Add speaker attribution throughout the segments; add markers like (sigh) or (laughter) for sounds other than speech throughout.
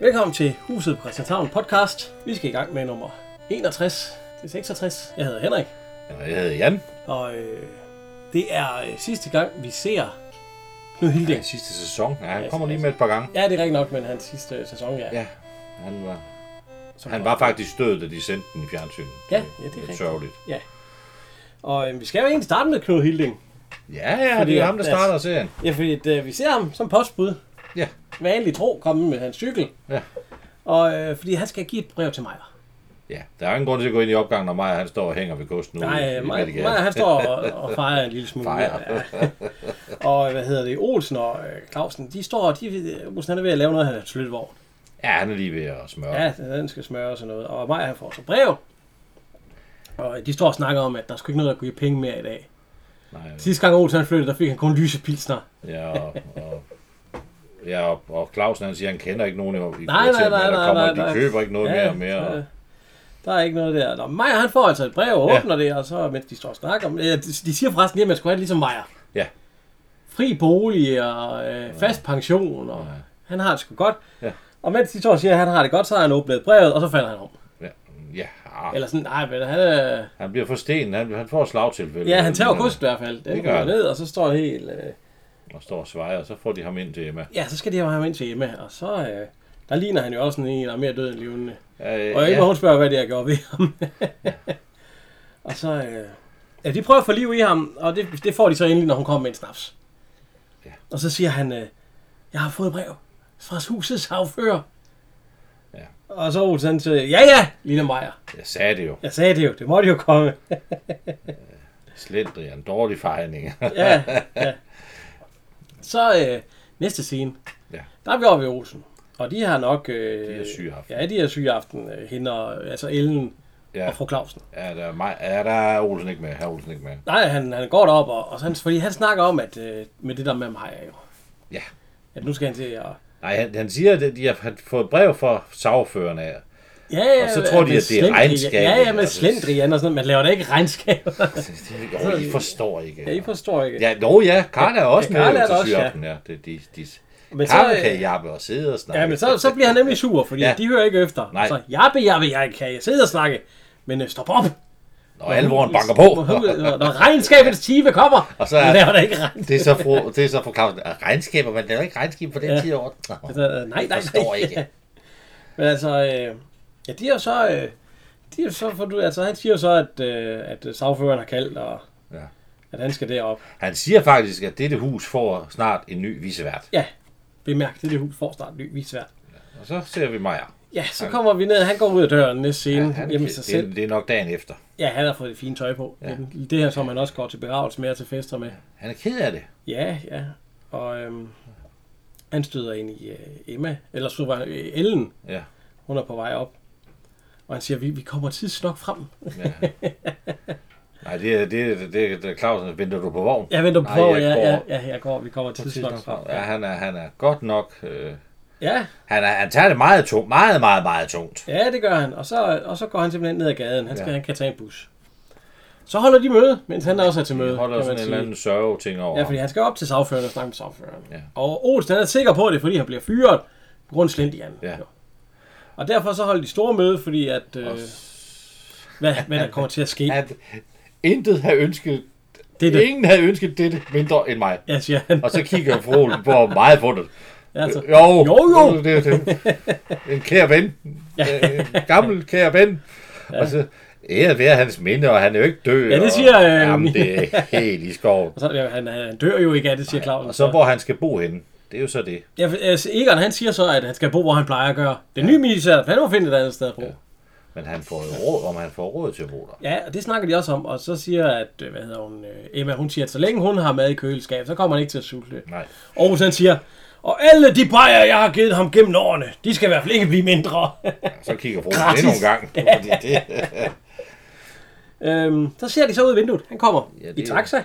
Speaker 1: Velkommen til Huset på Christianshavn podcast. Vi skal i gang med nummer 61 til 66. Jeg hedder Henrik,
Speaker 2: Jeg hedder Jan.
Speaker 1: og øh, det er øh, sidste gang, vi ser Knud Hilding.
Speaker 2: Den sidste sæson. Ja, han
Speaker 1: Ja,
Speaker 2: kommer lige
Speaker 1: altså.
Speaker 2: med et par gange.
Speaker 1: Ja, det er rigtigt nok, men hans sidste øh, sæson, ja.
Speaker 2: Ja, han var,
Speaker 1: Som
Speaker 2: han var faktisk død, da de sendte den i fjernsynet.
Speaker 1: Ja, ja, det er
Speaker 2: lidt
Speaker 1: rigtigt.
Speaker 2: sørgeligt.
Speaker 1: Og øh, vi skal jo egentlig starte med Knud Hilding.
Speaker 2: Ja, ja,
Speaker 1: Fordi
Speaker 2: det er ham, der
Speaker 1: at-
Speaker 2: starter serien.
Speaker 1: Ja, fordi at, øh, vi ser ham som postbud.
Speaker 2: Ja.
Speaker 1: Vanlig tro komme med hans cykel.
Speaker 2: Ja.
Speaker 1: Og øh, fordi han skal give et brev til Maja.
Speaker 2: Ja, der er jo ingen grund til at gå ind i opgangen, når Maja han står og hænger ved kosten. ude
Speaker 1: Nej, øh,
Speaker 2: i
Speaker 1: Maja,
Speaker 2: Kattegat.
Speaker 1: Maja han står og, og fejrer en lille smule.
Speaker 2: Fejrer.
Speaker 1: Ja. Og hvad hedder det, Olsen og øh, Clausen, de står, og de, Olsen han er ved at lave noget, han har slyttevogn.
Speaker 2: Ja, han er lige ved at smøre. Ja.
Speaker 1: Ja, den skal smøres og noget. Og Maja han får så brev. Og de står og snakker om, at der skulle ikke noget, der kunne give penge mere i dag.
Speaker 2: Nej,
Speaker 1: Sidste gang Olsen han flyttede, der fik han kun lyse pilsner.
Speaker 2: ja, og, og, ja, og, og Clausen han siger, han kender ikke nogen i nej,
Speaker 1: nej, nej, nej,
Speaker 2: der kommer,
Speaker 1: nej, nej.
Speaker 2: De køber ikke noget mere og mere.
Speaker 1: så, øh, Der er ikke noget der. Nå, Maja han får altså et brev og åbner det, og så mens de står og snakker om øh, de, de siger forresten lige, at man skulle have det ligesom Maja.
Speaker 2: Ja.
Speaker 1: Fri bolig og øh, fast pension, og han har det sgu godt.
Speaker 2: Ja.
Speaker 1: Og mens de står og siger, at han har det godt, så har han åbnet brevet, og så falder han om.
Speaker 2: Ja, ja, ah,
Speaker 1: Eller sådan, nej, men han øh,
Speaker 2: han bliver for sten. Han, han får et slagtilfælde.
Speaker 1: Ja, han tager jo kusk i hvert fald. Den
Speaker 2: Det gør
Speaker 1: går
Speaker 2: han.
Speaker 1: ned, og så står helt... Øh,
Speaker 2: Og står og svejer, og så får de ham ind til Emma.
Speaker 1: ja, så skal de have ham ind til hjemme, og så... Øh, der ligner han jo også sådan en, der er mere død end levende.
Speaker 2: Øh,
Speaker 1: Og Emma,
Speaker 2: ja.
Speaker 1: hun spørger, hvad det er, jeg gjorde ved
Speaker 2: (laughs)
Speaker 1: ham. og så... Øh, ja, de prøver at få liv i ham, og det, det får de så endelig, når hun kommer med en snaps.
Speaker 2: Ja.
Speaker 1: Og så siger han, øh, jeg har fået et brev fra husets havfører.
Speaker 2: Ja.
Speaker 1: Og så Olsen han siger, ja ja, Lina Meyer.
Speaker 2: Jeg sagde det jo.
Speaker 1: Jeg sagde det jo, det måtte jo komme.
Speaker 2: Slendrian, dårlig fejning.
Speaker 1: ja,
Speaker 2: (laughs)
Speaker 1: ja. Så øh, næste scene.
Speaker 2: Ja.
Speaker 1: Der er vi oppe ved Olsen. Og de har nok... Øh,
Speaker 2: De er syge aften.
Speaker 1: Ja, de er syge aften. øh, Hende og, altså Ellen ja.
Speaker 2: (laughs) ja,
Speaker 1: og fru Clausen.
Speaker 2: er der, mig, er der Olsen ikke med? Her Olsen ikke med.
Speaker 1: Nej, han, han går derop, og, og så han, fordi han snakker om, at øh, med det der med mig jo.
Speaker 2: Ja.
Speaker 1: At nu skal han til at...
Speaker 2: Nej, han, han siger, at de har han har fået brev fra sagførende af.
Speaker 1: Ja, ja,
Speaker 2: Og så tror de,
Speaker 1: med
Speaker 2: at det er
Speaker 1: slendrian-
Speaker 2: regnskab,
Speaker 1: Ja, ja, med
Speaker 2: altså.
Speaker 1: slendrian og sådan noget. Man laver da ikke regnskab.
Speaker 2: Jo, I forstår ikke.
Speaker 1: (laughs) ja, I forstår ikke.
Speaker 2: Ja, nå ja, Karla er også
Speaker 1: Ja,
Speaker 2: med
Speaker 1: Karla er
Speaker 2: Karla
Speaker 1: der
Speaker 2: til
Speaker 1: også, ja.
Speaker 2: sygaften. Ja. Det, de, de,
Speaker 1: men
Speaker 2: Karla
Speaker 1: øh,
Speaker 2: kan jappe og sidde og snakke.
Speaker 1: Ja, men så, så bliver han nemlig sur, fordi ja.
Speaker 2: Ja.
Speaker 1: de hører ikke efter.
Speaker 2: Nej.
Speaker 1: Så, jappe, jappe, jeg kan jeg sidde og snakke, men øh, stop op.
Speaker 2: Og alvoren banker på.
Speaker 1: Når, når regnskabets time kommer, og
Speaker 2: Og
Speaker 1: så
Speaker 2: så
Speaker 1: er,
Speaker 2: er-
Speaker 1: laver der ikke regnskab.
Speaker 2: Det er så fru, det er så fru Clausen. Er regnskaber, man laver ikke regnskab på den
Speaker 1: Ja.
Speaker 2: tid over.
Speaker 1: Så, øh, nej, nej,
Speaker 2: forstår
Speaker 1: nej.
Speaker 2: ikke.
Speaker 1: (laughs) Men altså, øh, ja, de er jo så... Øh, de er jo så for, du, altså, han siger jo så, at, øh, at øh, sagføreren har kaldt, og
Speaker 2: Ja.
Speaker 1: at han skal derop.
Speaker 2: Han siger faktisk, at dette hus får snart en ny visevært.
Speaker 1: Ja, bemærk, det er det hus får snart ny visvært.
Speaker 2: Og så ser vi Maja.
Speaker 1: Ja, så kommer vi ned. Han går ud af døren næste scene ja,
Speaker 2: Han,
Speaker 1: hjemme i sig
Speaker 2: det,
Speaker 1: selv.
Speaker 2: det, er nok dagen efter.
Speaker 1: Ja, han har fået det fine tøj på. Ja. Det her, som han også går til begravelse med og til fester med.
Speaker 2: Han er ked af det.
Speaker 1: Ja, ja. Og øhm, han støder ind i øh, Emma, eller støder han- øh, Ellen.
Speaker 2: Ja.
Speaker 1: Hun er på vej op. Og han siger, vi, vi kommer tidsnok frem.
Speaker 2: Ja. Nej, det er, det, er, det, er, det er Clausen. Venter du på vogn?
Speaker 1: Jeg venter på,
Speaker 2: Nej,
Speaker 1: Nej,
Speaker 2: jeg
Speaker 1: ja,
Speaker 2: går.
Speaker 1: ja, ja, jeg går, vi kommer tidsnok frem.
Speaker 2: Ja, han er, han er godt nok... Øh,
Speaker 1: Ja,
Speaker 2: han, er, han tager det meget tungt. Meget, meget, meget tungt.
Speaker 1: ja, det gør han. Og så, og så går han simpelthen ned ad gaden. Han, skal, ja.
Speaker 2: Ja.
Speaker 1: han kan tage en bus. Så holder de møde, mens han også er til møde,
Speaker 2: Han holder
Speaker 1: kan
Speaker 2: sådan
Speaker 1: man
Speaker 2: en
Speaker 1: sige.
Speaker 2: eller anden sørgeting over
Speaker 1: Ja,
Speaker 2: ja,
Speaker 1: fordi han skal op til sagføreren og snakke med sagføreren. Ja.
Speaker 2: Ja.
Speaker 1: Og Olsen han er sikker på det, fordi han bliver fyret på grund af Slendian.
Speaker 2: Ja.
Speaker 1: Og derfor så holder de store møde, fordi at... Øh, hvad, hvad der kommer til
Speaker 2: (laughs)
Speaker 1: at ske.
Speaker 2: ham. At intet har ønsket...
Speaker 1: Det er det.
Speaker 2: Ingen havde ønsket dette mindre end mig.
Speaker 1: Ja, siger han.
Speaker 2: Og så kigger fru Olsen på ham meget fundet.
Speaker 1: Altså,
Speaker 2: Jo,
Speaker 1: Jo, jo.
Speaker 2: Det, det, en kære ven. Øh, En gammel kære ven. Ja. Og så æret være hans minde, og han er jo ikke død.
Speaker 1: Ja, det
Speaker 2: og-
Speaker 1: siger, øh,
Speaker 2: Jamen, det er helt i skoven.
Speaker 1: og så, ja, han, han dør jo ikke af det, siger Clausen.
Speaker 2: Og så hvor han skal bo henne. Det er jo så det.
Speaker 1: Ja, for, altså, Egon han siger så, at han skal bo, hvor han plejer at gøre. Den nye minister, han må finde et andet sted at bo. Ja.
Speaker 2: Men han får jo råd, om han får råd til at bo der.
Speaker 1: ja, og det snakker de også om. Og så siger, at øh, hvad hedder hun, øh, Emma, hun siger, at så længe hun har mad i køleskabet, så kommer han ikke til at sulte.
Speaker 2: Nej.
Speaker 1: Og han siger, og alle de bajer, jeg har givet ham gennem årene, de skal i hvert fald ikke blive mindre. (laughs)
Speaker 2: Så kigger fru
Speaker 1: Gratis.
Speaker 2: endnu en
Speaker 1: (laughs)
Speaker 2: gang. Fordi det,
Speaker 1: øhm, så ser de så ud af vinduet. Han kommer ja,
Speaker 2: Ja,
Speaker 1: det...
Speaker 2: det
Speaker 1: i
Speaker 2: er-
Speaker 1: taxa.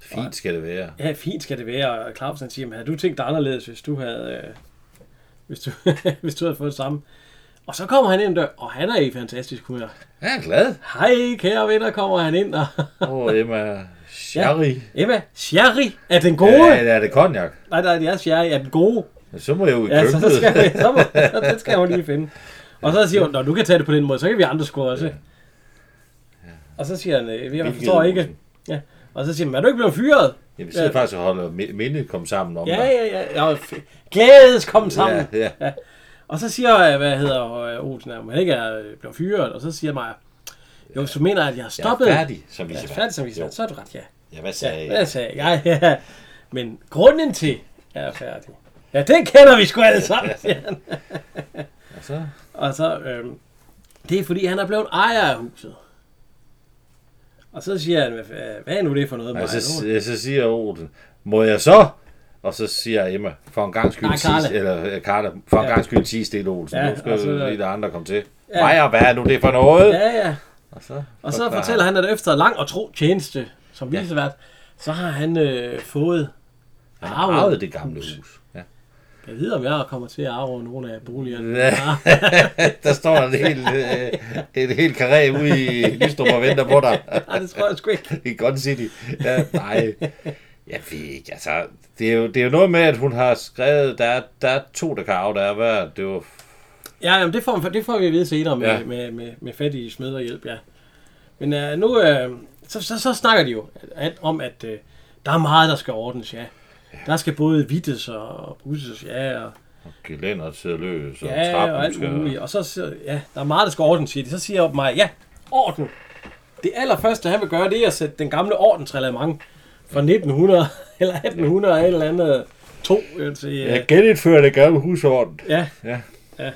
Speaker 2: fint skal det være.
Speaker 1: Ja, fint skal det være. Og Clausen siger, men havde du tænkt dig anderledes, hvis du havde, øh, hvis, du, (laughs) hvis du havde fået det samme? Og så kommer han ind der, og han er i fantastisk humør.
Speaker 2: Jeg er glad.
Speaker 1: Hej, kære venner, kommer han ind. Og (laughs)
Speaker 2: Åh, oh, Emma. Sherry.
Speaker 1: Emma, sherry er den
Speaker 2: Ja,
Speaker 1: gode.
Speaker 2: ja, er det konjak?
Speaker 1: Nej, nej, det er sherry er den gode.
Speaker 2: Så må jeg jo i
Speaker 1: Ja, så, så,
Speaker 2: køkkenet.
Speaker 1: skal, vi, så må, så, det skal hun lige finde. Og så siger hun, når du kan tage det på den måde, så kan vi andre sgu også. Og så siger han, øh, jeg
Speaker 2: Hvilket
Speaker 1: forstår ikke.
Speaker 2: Olsen.
Speaker 1: Ja. Og så siger han, er du ikke blevet fyret?
Speaker 2: Jeg sidder
Speaker 1: Ja.
Speaker 2: faktisk og holder mi- mindet kom sammen om
Speaker 1: Ja,
Speaker 2: dig.
Speaker 1: ja, ja. ja. f- Glædes kom sammen.
Speaker 2: Ja, ja.
Speaker 1: Og så siger, øh, hvad hedder øh, Olsen, at han ikke er øh, blevet fyret. Og så siger Maja, jo, så mener jeg, at jeg har stoppet.
Speaker 2: Jeg er færdig, som vi
Speaker 1: Jeg
Speaker 2: siger.
Speaker 1: er færdig, som vi
Speaker 2: Jo.
Speaker 1: sagde. Så er du ret, ja.
Speaker 2: Ja, hvad sagde
Speaker 1: Ja,
Speaker 2: jeg?
Speaker 1: hvad sagde jeg? (laughs) Ja. Men grunden til, at jeg er færdig, ja, det kender vi sgu
Speaker 2: (laughs)
Speaker 1: alle sammen, siger han.
Speaker 2: Og så?
Speaker 1: Og så, øhm, det er fordi, han er blevet ejer af huset. Og så siger han, hvad, fa- hvad er nu det for noget?
Speaker 2: Og
Speaker 1: Maja?
Speaker 2: så, så siger Olsen, må jeg så? Og så siger Emma, for en gang skyld,
Speaker 1: Nej, Karla.
Speaker 2: tis, eller øh, Karla, for en
Speaker 1: Ja.
Speaker 2: gang skyld, sig stille Olsen.
Speaker 1: Ja,
Speaker 2: Ja, nu skal
Speaker 1: og så-
Speaker 2: så, lige der andre komme til.
Speaker 1: Ja.
Speaker 2: Ja. Maja, hvad er nu det for noget? Ja.
Speaker 1: ja, ja.
Speaker 2: Og så,
Speaker 1: Og så
Speaker 2: forklarer
Speaker 1: fortæller han, at efter lang og tro tjeneste som ja. visevært, så har han øh, fået
Speaker 2: han har arvet det gamle hus. (laughs) Ja.
Speaker 1: Jeg ved, om jeg kommer til at arve nogle af boligerne.
Speaker 2: Ja. der står en hel, øh, et helt karé ude i Lystrup og venter på dig.
Speaker 1: (laughs)
Speaker 2: (laughs)
Speaker 1: Nej, det tror jeg sgu ikke.
Speaker 2: I Gun City. Ja, nej. Jeg ved ikke, altså, det er, jo, det er jo noget med, at hun har skrevet, der er, der er to, der kan arve, der er hver. Det var
Speaker 1: Ja, jamen, det, får, det får vi at vide senere med, ja.
Speaker 2: Ja.
Speaker 1: med, med, med fattige smederhjælp, ja. Men øh, nu, øh, så, så, så snakker de jo at, om, at øh, der er meget, der skal ordnes, ja. Der skal både vittes og busses, ja, og,
Speaker 2: gelænder til at løse, og
Speaker 1: ja, og
Speaker 2: trappen
Speaker 1: alt muligt.
Speaker 2: skal...
Speaker 1: Og så siger ja, der er meget, der skal ordnes, siger de. Så siger mig, ja, orden. Det allerførste, han vil gøre, det er at sætte den gamle ordensreglement fra 1900 (laughs) eller 1800 eller et eller andet to øh, til... Øh,
Speaker 2: Jeg genindfører det gamle husorden.
Speaker 1: ja.
Speaker 2: Ja.
Speaker 1: Ja.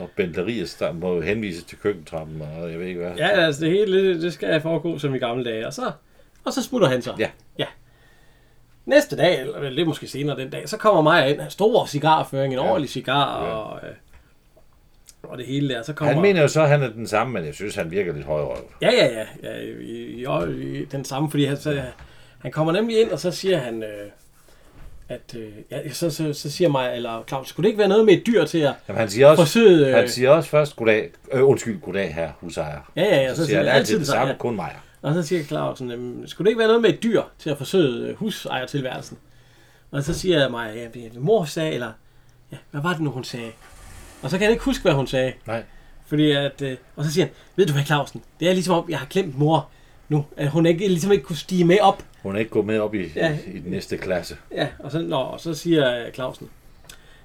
Speaker 2: Og bentleriet der må henvises til køkkentrappen, og jeg ved ikke hvad.
Speaker 1: Ja, altså det hele, det, det skal foregå som i gamle dage. Og så, og så smutter han så.
Speaker 2: Ja.
Speaker 1: ja. Næste dag, eller vel, det er måske senere den dag, så kommer Maja ind. Han har stor cigarføring, en ja. ordentlig cigar ja. og, øh, og det hele der. Så kommer,
Speaker 2: Han mener jo så, at han er den samme, men jeg synes, han virker lidt højrøv.
Speaker 1: Ja, ja, ja. ja i, i, i, den samme, fordi han, så, han kommer nemlig ind, og så siger han... Øh, at, øh, ja, så, så, så, siger mig, eller Claus, skulle det ikke være noget med et dyr til jer?
Speaker 2: Jamen, han siger også,
Speaker 1: Forsøget, øh,
Speaker 2: han siger også først, goddag, øh, undskyld, goddag her, husejer.
Speaker 1: Ja, ja, ja, så
Speaker 2: Så
Speaker 1: siger
Speaker 2: siger han
Speaker 1: han altid
Speaker 2: altid det
Speaker 1: det samme,
Speaker 2: samme,
Speaker 1: ja.
Speaker 2: kun mig.
Speaker 1: Og så siger Clausen, "Jamen, skulle det ikke være noget med et dyr til at forsøge øh, husejertilværelsen? Og så siger jeg mig, ja, det- mor sagde, eller ja, hvad var det nu, hun sagde? Og så kan jeg ikke huske, hvad hun sagde.
Speaker 2: Nej.
Speaker 1: Fordi at, øh, og så siger han, ved du hvad, Clausen, det er ligesom om, jeg har glemt mor nu. At hun ikke, ligesom ikke kunne stige med op.
Speaker 2: Hun er ikke gået med op i,
Speaker 1: Ja.
Speaker 2: ja. i, den næste klasse.
Speaker 1: Ja, og så, nå, og så siger øh, Clausen,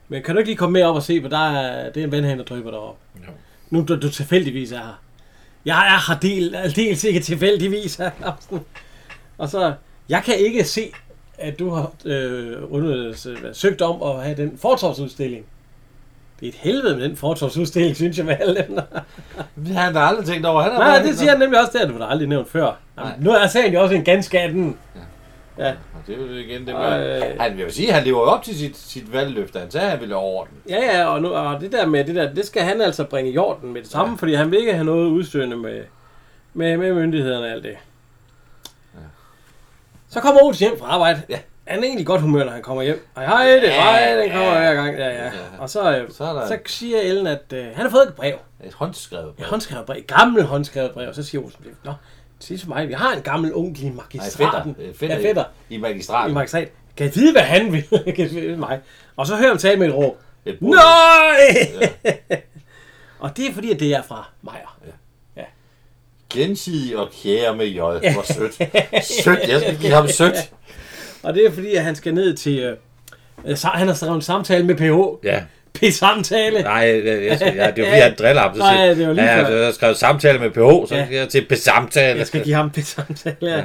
Speaker 1: men kan du ikke lige komme med op og se, hvor der er, det er en vandhæn, der drøber deroppe.
Speaker 2: Jo.
Speaker 1: Nu du, du tilfældigvis er her. Jeg er her del, dels ikke tilfældigvis her, Clausen. Og så, jeg kan ikke se, at du har øh, under, øh, søgt om at have den fortorsudstilling. Det er et helvede med den fortorsudstilling, synes jeg, med alle dem der.
Speaker 2: Han har aldrig tænkt over, han er
Speaker 1: Nej, det siger han nemlig også der, det var der aldrig nævnt før. Jamen, nu er sagen jo også en ganske anden. Ja.
Speaker 2: Og det er jo igen det
Speaker 1: med- Ej.
Speaker 2: Han vil jo sige, at han lever op til sit, sit valgløfte. Han sagde, at han ville orden.
Speaker 1: Ja, ja, og, nu, og det der med det der, det skal han altså bringe i orden med det samme, ja.
Speaker 2: Ja.
Speaker 1: fordi han vil ikke have noget udstødende med, med, med myndighederne og alt det. Ja. Så kommer Olsen hjem fra arbejde.
Speaker 2: Ja.
Speaker 1: Han er egentlig i godt humør, når han kommer hjem. Hej, hej, det er
Speaker 2: Ja,
Speaker 1: ja, den kommer
Speaker 2: ja.
Speaker 1: hver gang. Ja, ja.
Speaker 2: Ja.
Speaker 1: Og så, øh,
Speaker 2: Så er der-
Speaker 1: så siger Ellen, at øh, han har fået et brev.
Speaker 2: Et håndskrevet.
Speaker 1: Et håndskrevet brev. Et gammelt håndskrevet brev. Så siger Olsen, nå, sig til mig, vi har en gammel onkel i magistraten.
Speaker 2: Nej, fætter.
Speaker 1: Ja, fætter.
Speaker 2: I, i magistraten.
Speaker 1: I magistrat. Kan jeg vide, hvad han vil? (laughs) kan jeg vide mig? Og så hører han tale med et råb.
Speaker 2: Et brud.
Speaker 1: Nej! (laughs) og det er fordi, at det er fra Meyer.
Speaker 2: Gensidig og kære med J. Hvor sødt. sødt. Jeg skal give ham sødt.
Speaker 1: Og det er fordi, at han skal ned til... Øh, øh, sa- han har skrevet en samtale med PH.
Speaker 2: Ja.
Speaker 1: P-samtale.
Speaker 2: Nej, jeg, jeg, skal- ja, det er jo fordi, han driller ham. Så
Speaker 1: Nej,
Speaker 2: siger-
Speaker 1: det var lige
Speaker 2: ja,
Speaker 1: før.
Speaker 2: så jeg skrev samtale med PH, så
Speaker 1: Ja.
Speaker 2: skal jeg til samtale.
Speaker 1: Jeg skal give ham P-samtale. Ja.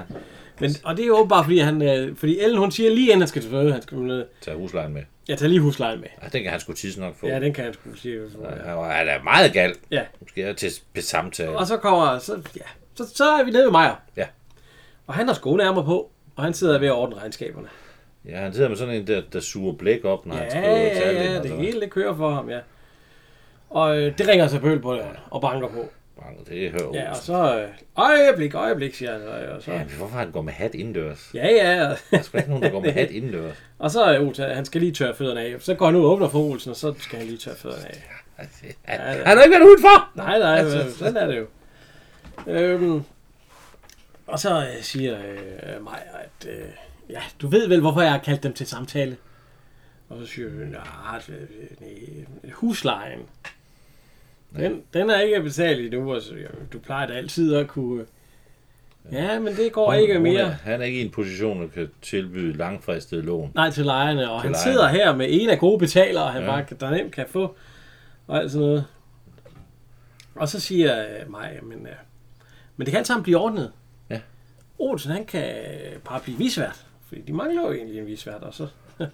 Speaker 1: Men, og det er jo åbenbart, fordi, han, øh, fordi Ellen hun siger lige inden han skal til føde, han skal ned.
Speaker 2: Tag huslejen med.
Speaker 1: Jeg tager lige huslejen med.
Speaker 2: Jeg tænker, han skulle tisse nok få.
Speaker 1: Ja, den kan jeg sgu sige.
Speaker 2: Han var- Han er meget gal.
Speaker 1: Ja.
Speaker 2: Nu skal jeg til samtale.
Speaker 1: Og så kommer... Så, ja. så, så er vi nede ved Meyer.
Speaker 2: Ja.
Speaker 1: Og han har skoenærmer på, og han sidder ved at ordne regnskaberne.
Speaker 2: Ja, han sidder med sådan en, der, der suger blæk op, når han
Speaker 1: Ja,
Speaker 2: skriver
Speaker 1: ja,
Speaker 2: tal
Speaker 1: ja,
Speaker 2: ind,
Speaker 1: det
Speaker 2: og så-
Speaker 1: hele det kører for ham, ja. Og øh, det ringer selvfølgelig på døren og banker på.
Speaker 2: Bang, det hører
Speaker 1: Ja, og
Speaker 2: Olsen.
Speaker 1: så øh, øjeblik, øjeblik, siger han. Og, og så,
Speaker 2: Ja, men hvorfor han går med hat indendørs?
Speaker 1: ja, ja. (laughs) og-
Speaker 2: Der er sgu ikke nogen, der
Speaker 1: (laughs)
Speaker 2: går med hat indendørs.
Speaker 1: Og så øh, Ota, han skal lige tørre fødderne af. Så går han ud og åbner for Olsen, og så skal han lige tørre fødderne af.
Speaker 2: Altså, Han,
Speaker 1: ja.
Speaker 2: han har ikke været udenfor!
Speaker 1: Nej, nej, altså, sådan er det jo. Øhm, og så øh, siger øh, Maja, at øh, ja, du ved vel, hvorfor jeg har kaldt dem til samtale. Og så siger altså, vi, nej, det- det- det- øh, huslejen. Den, den er ikke betalt endnu, og så, ja, du plejer da altid at kunne... Ja, men det går ikke
Speaker 2: Hun er,
Speaker 1: mere.
Speaker 2: han er ikke i en position, der kan tilbyde langfristede lån.
Speaker 1: Nej, til lejerne. Og han
Speaker 2: lejerne.
Speaker 1: sidder her med en af gode betalere, han
Speaker 2: Ja.
Speaker 1: ja. bare, kan- der nemt kan få. Og alt sådan noget. Og så siger øh, Maja, men, øh, men det kan alt sammen blive ordnet.
Speaker 2: Ja.
Speaker 1: Olsen, han kan øh, bare blive visvært. Fordi de mangler jo egentlig en visvært. Og så, (laughs)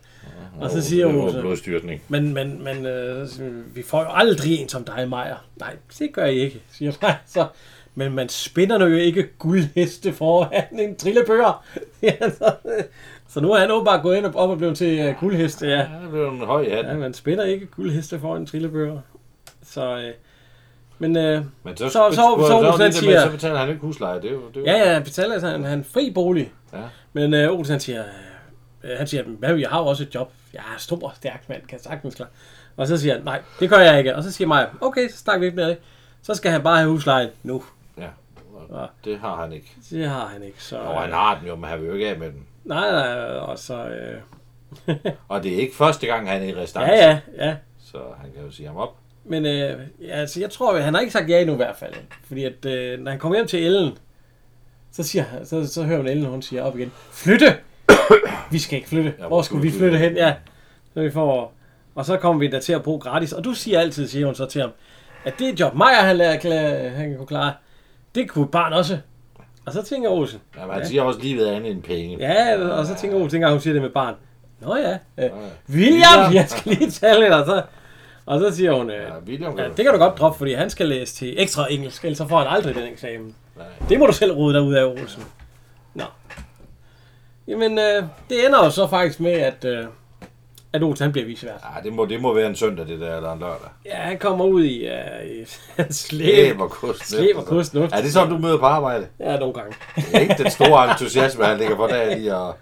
Speaker 1: og så siger
Speaker 2: hun...
Speaker 1: Olsen,
Speaker 2: Blodstyrtning.
Speaker 1: men, men, men øh, så siger vi, vi får jo aldrig en som dig, Maja. Nej, det gør I ikke, siger Maja så. Men man spinder nu jo ikke guldheste foran en trillebør. (laughs) Ja, så, øh, så nu er han åbenbart gået ind og op og blevet til øh, guldheste, ja.
Speaker 2: Ja, det er en høj hat.
Speaker 1: ja. man spinder ikke guldheste foran en trillebør. Så, øh, men øh,
Speaker 2: Men så,
Speaker 1: Så- så- så- så-
Speaker 2: det der med,
Speaker 1: siger-
Speaker 2: så betaler han ikke husleje. Det er jo, det er jo,
Speaker 1: ja, ja, betaler altså, han, han fri bolig.
Speaker 2: Ja.
Speaker 1: Men øh, Olsen han siger, øh, han siger, hvad jeg har jo også et job. Jeg er stor og stærk mand, kan sagtens klare. Og så siger han, nej, det gør jeg ikke. Og så siger Maja, okay, så snakker vi ikke med det. Så skal han bare have huslejen nu.
Speaker 2: ja. Og Det har han ikke.
Speaker 1: Det har han ikke. Så,
Speaker 2: Og han har den jo, men han vil jo ikke af med den.
Speaker 1: Nej, nej, og så... Øh, (laughs)
Speaker 2: Og det er ikke første gang, han er i restance.
Speaker 1: ja, ja, ja.
Speaker 2: Så han kan jo sige ham op.
Speaker 1: Men øh, ja, altså, jeg tror, han har ikke sagt ja endnu i hvert fald. Fordi at, øh, når han kommer hjem til Ellen, så, siger, han- så, så hører hun Ellen, hun siger op igen. Flytte! vi skal ikke flytte.
Speaker 2: Ja,
Speaker 1: Hvor skulle vi flytte hen? Ja. Så vi får, og så kommer vi da til at bo gratis. Og du siger altid, siger hun så til ham, at det job Maja, han, lader, kla- han kunne klare, det kunne et barn også. Og så tænker Olsen,
Speaker 2: Jamen, han siger også lige ved andet end penge.
Speaker 1: ja, og så tænker Olsen, tænker hun siger det med barn. Nå ja, øh,
Speaker 2: ja.
Speaker 1: William, jeg skal lige tale lidt, og så, og så siger hun, øh,
Speaker 2: Ja, William
Speaker 1: Ja, det kan du godt droppe, fordi han skal læse til ekstra engelsk, ellers så får han aldrig den eksamen. Det må du selv rode dig ud af, Olsen. Nå. Jamen, øh, det ender jo så faktisk med, at, øh, at Olsen han bliver visvært.
Speaker 2: Ja, det må, det må være en søndag, det der, eller en lørdag.
Speaker 1: Ja, han kommer ud i, øh, i (laughs) slæb.
Speaker 2: Slæb og kust.
Speaker 1: Slæb og kust nu.
Speaker 2: Er det sådan, du møder på arbejde?
Speaker 1: Ja, nogle gange.
Speaker 2: Det er ikke den store entusiasme, han ligger for dagen i. Og...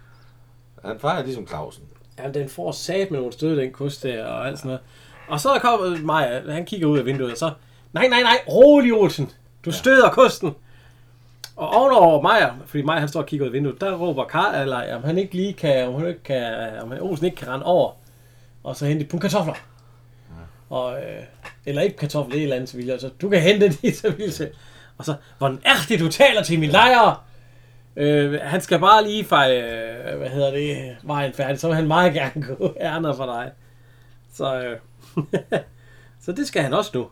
Speaker 2: Han fejrer ligesom Clausen.
Speaker 1: Jamen, den får sat med nogle stød, den kust der og alt sådan noget. Og så kommer Maja, han kigger ud af vinduet, og så... Nej, nej, nej, rolig Olsen. Du støder kusten. Og ovenover Maja, fordi Maja han står og kigger ud af vinduet, der råber Karl, eller om han ikke lige kan, om, han ikke kan, om han- Olsen ikke kan rende over, og så hente et pund kartofler. Og, øh, eller ikke kartofler, det er et eller andet, så vil jeg, så du kan hente (laughs) det, så vil jeg. Og så, hvordan er det, du taler til min lejer? Øh, han skal bare lige fejre, øh, hvad hedder det, vejen færdig, så vil han meget gerne gå (laughs) ærner for dig. Så, øh, (laughs) så det skal han også nu.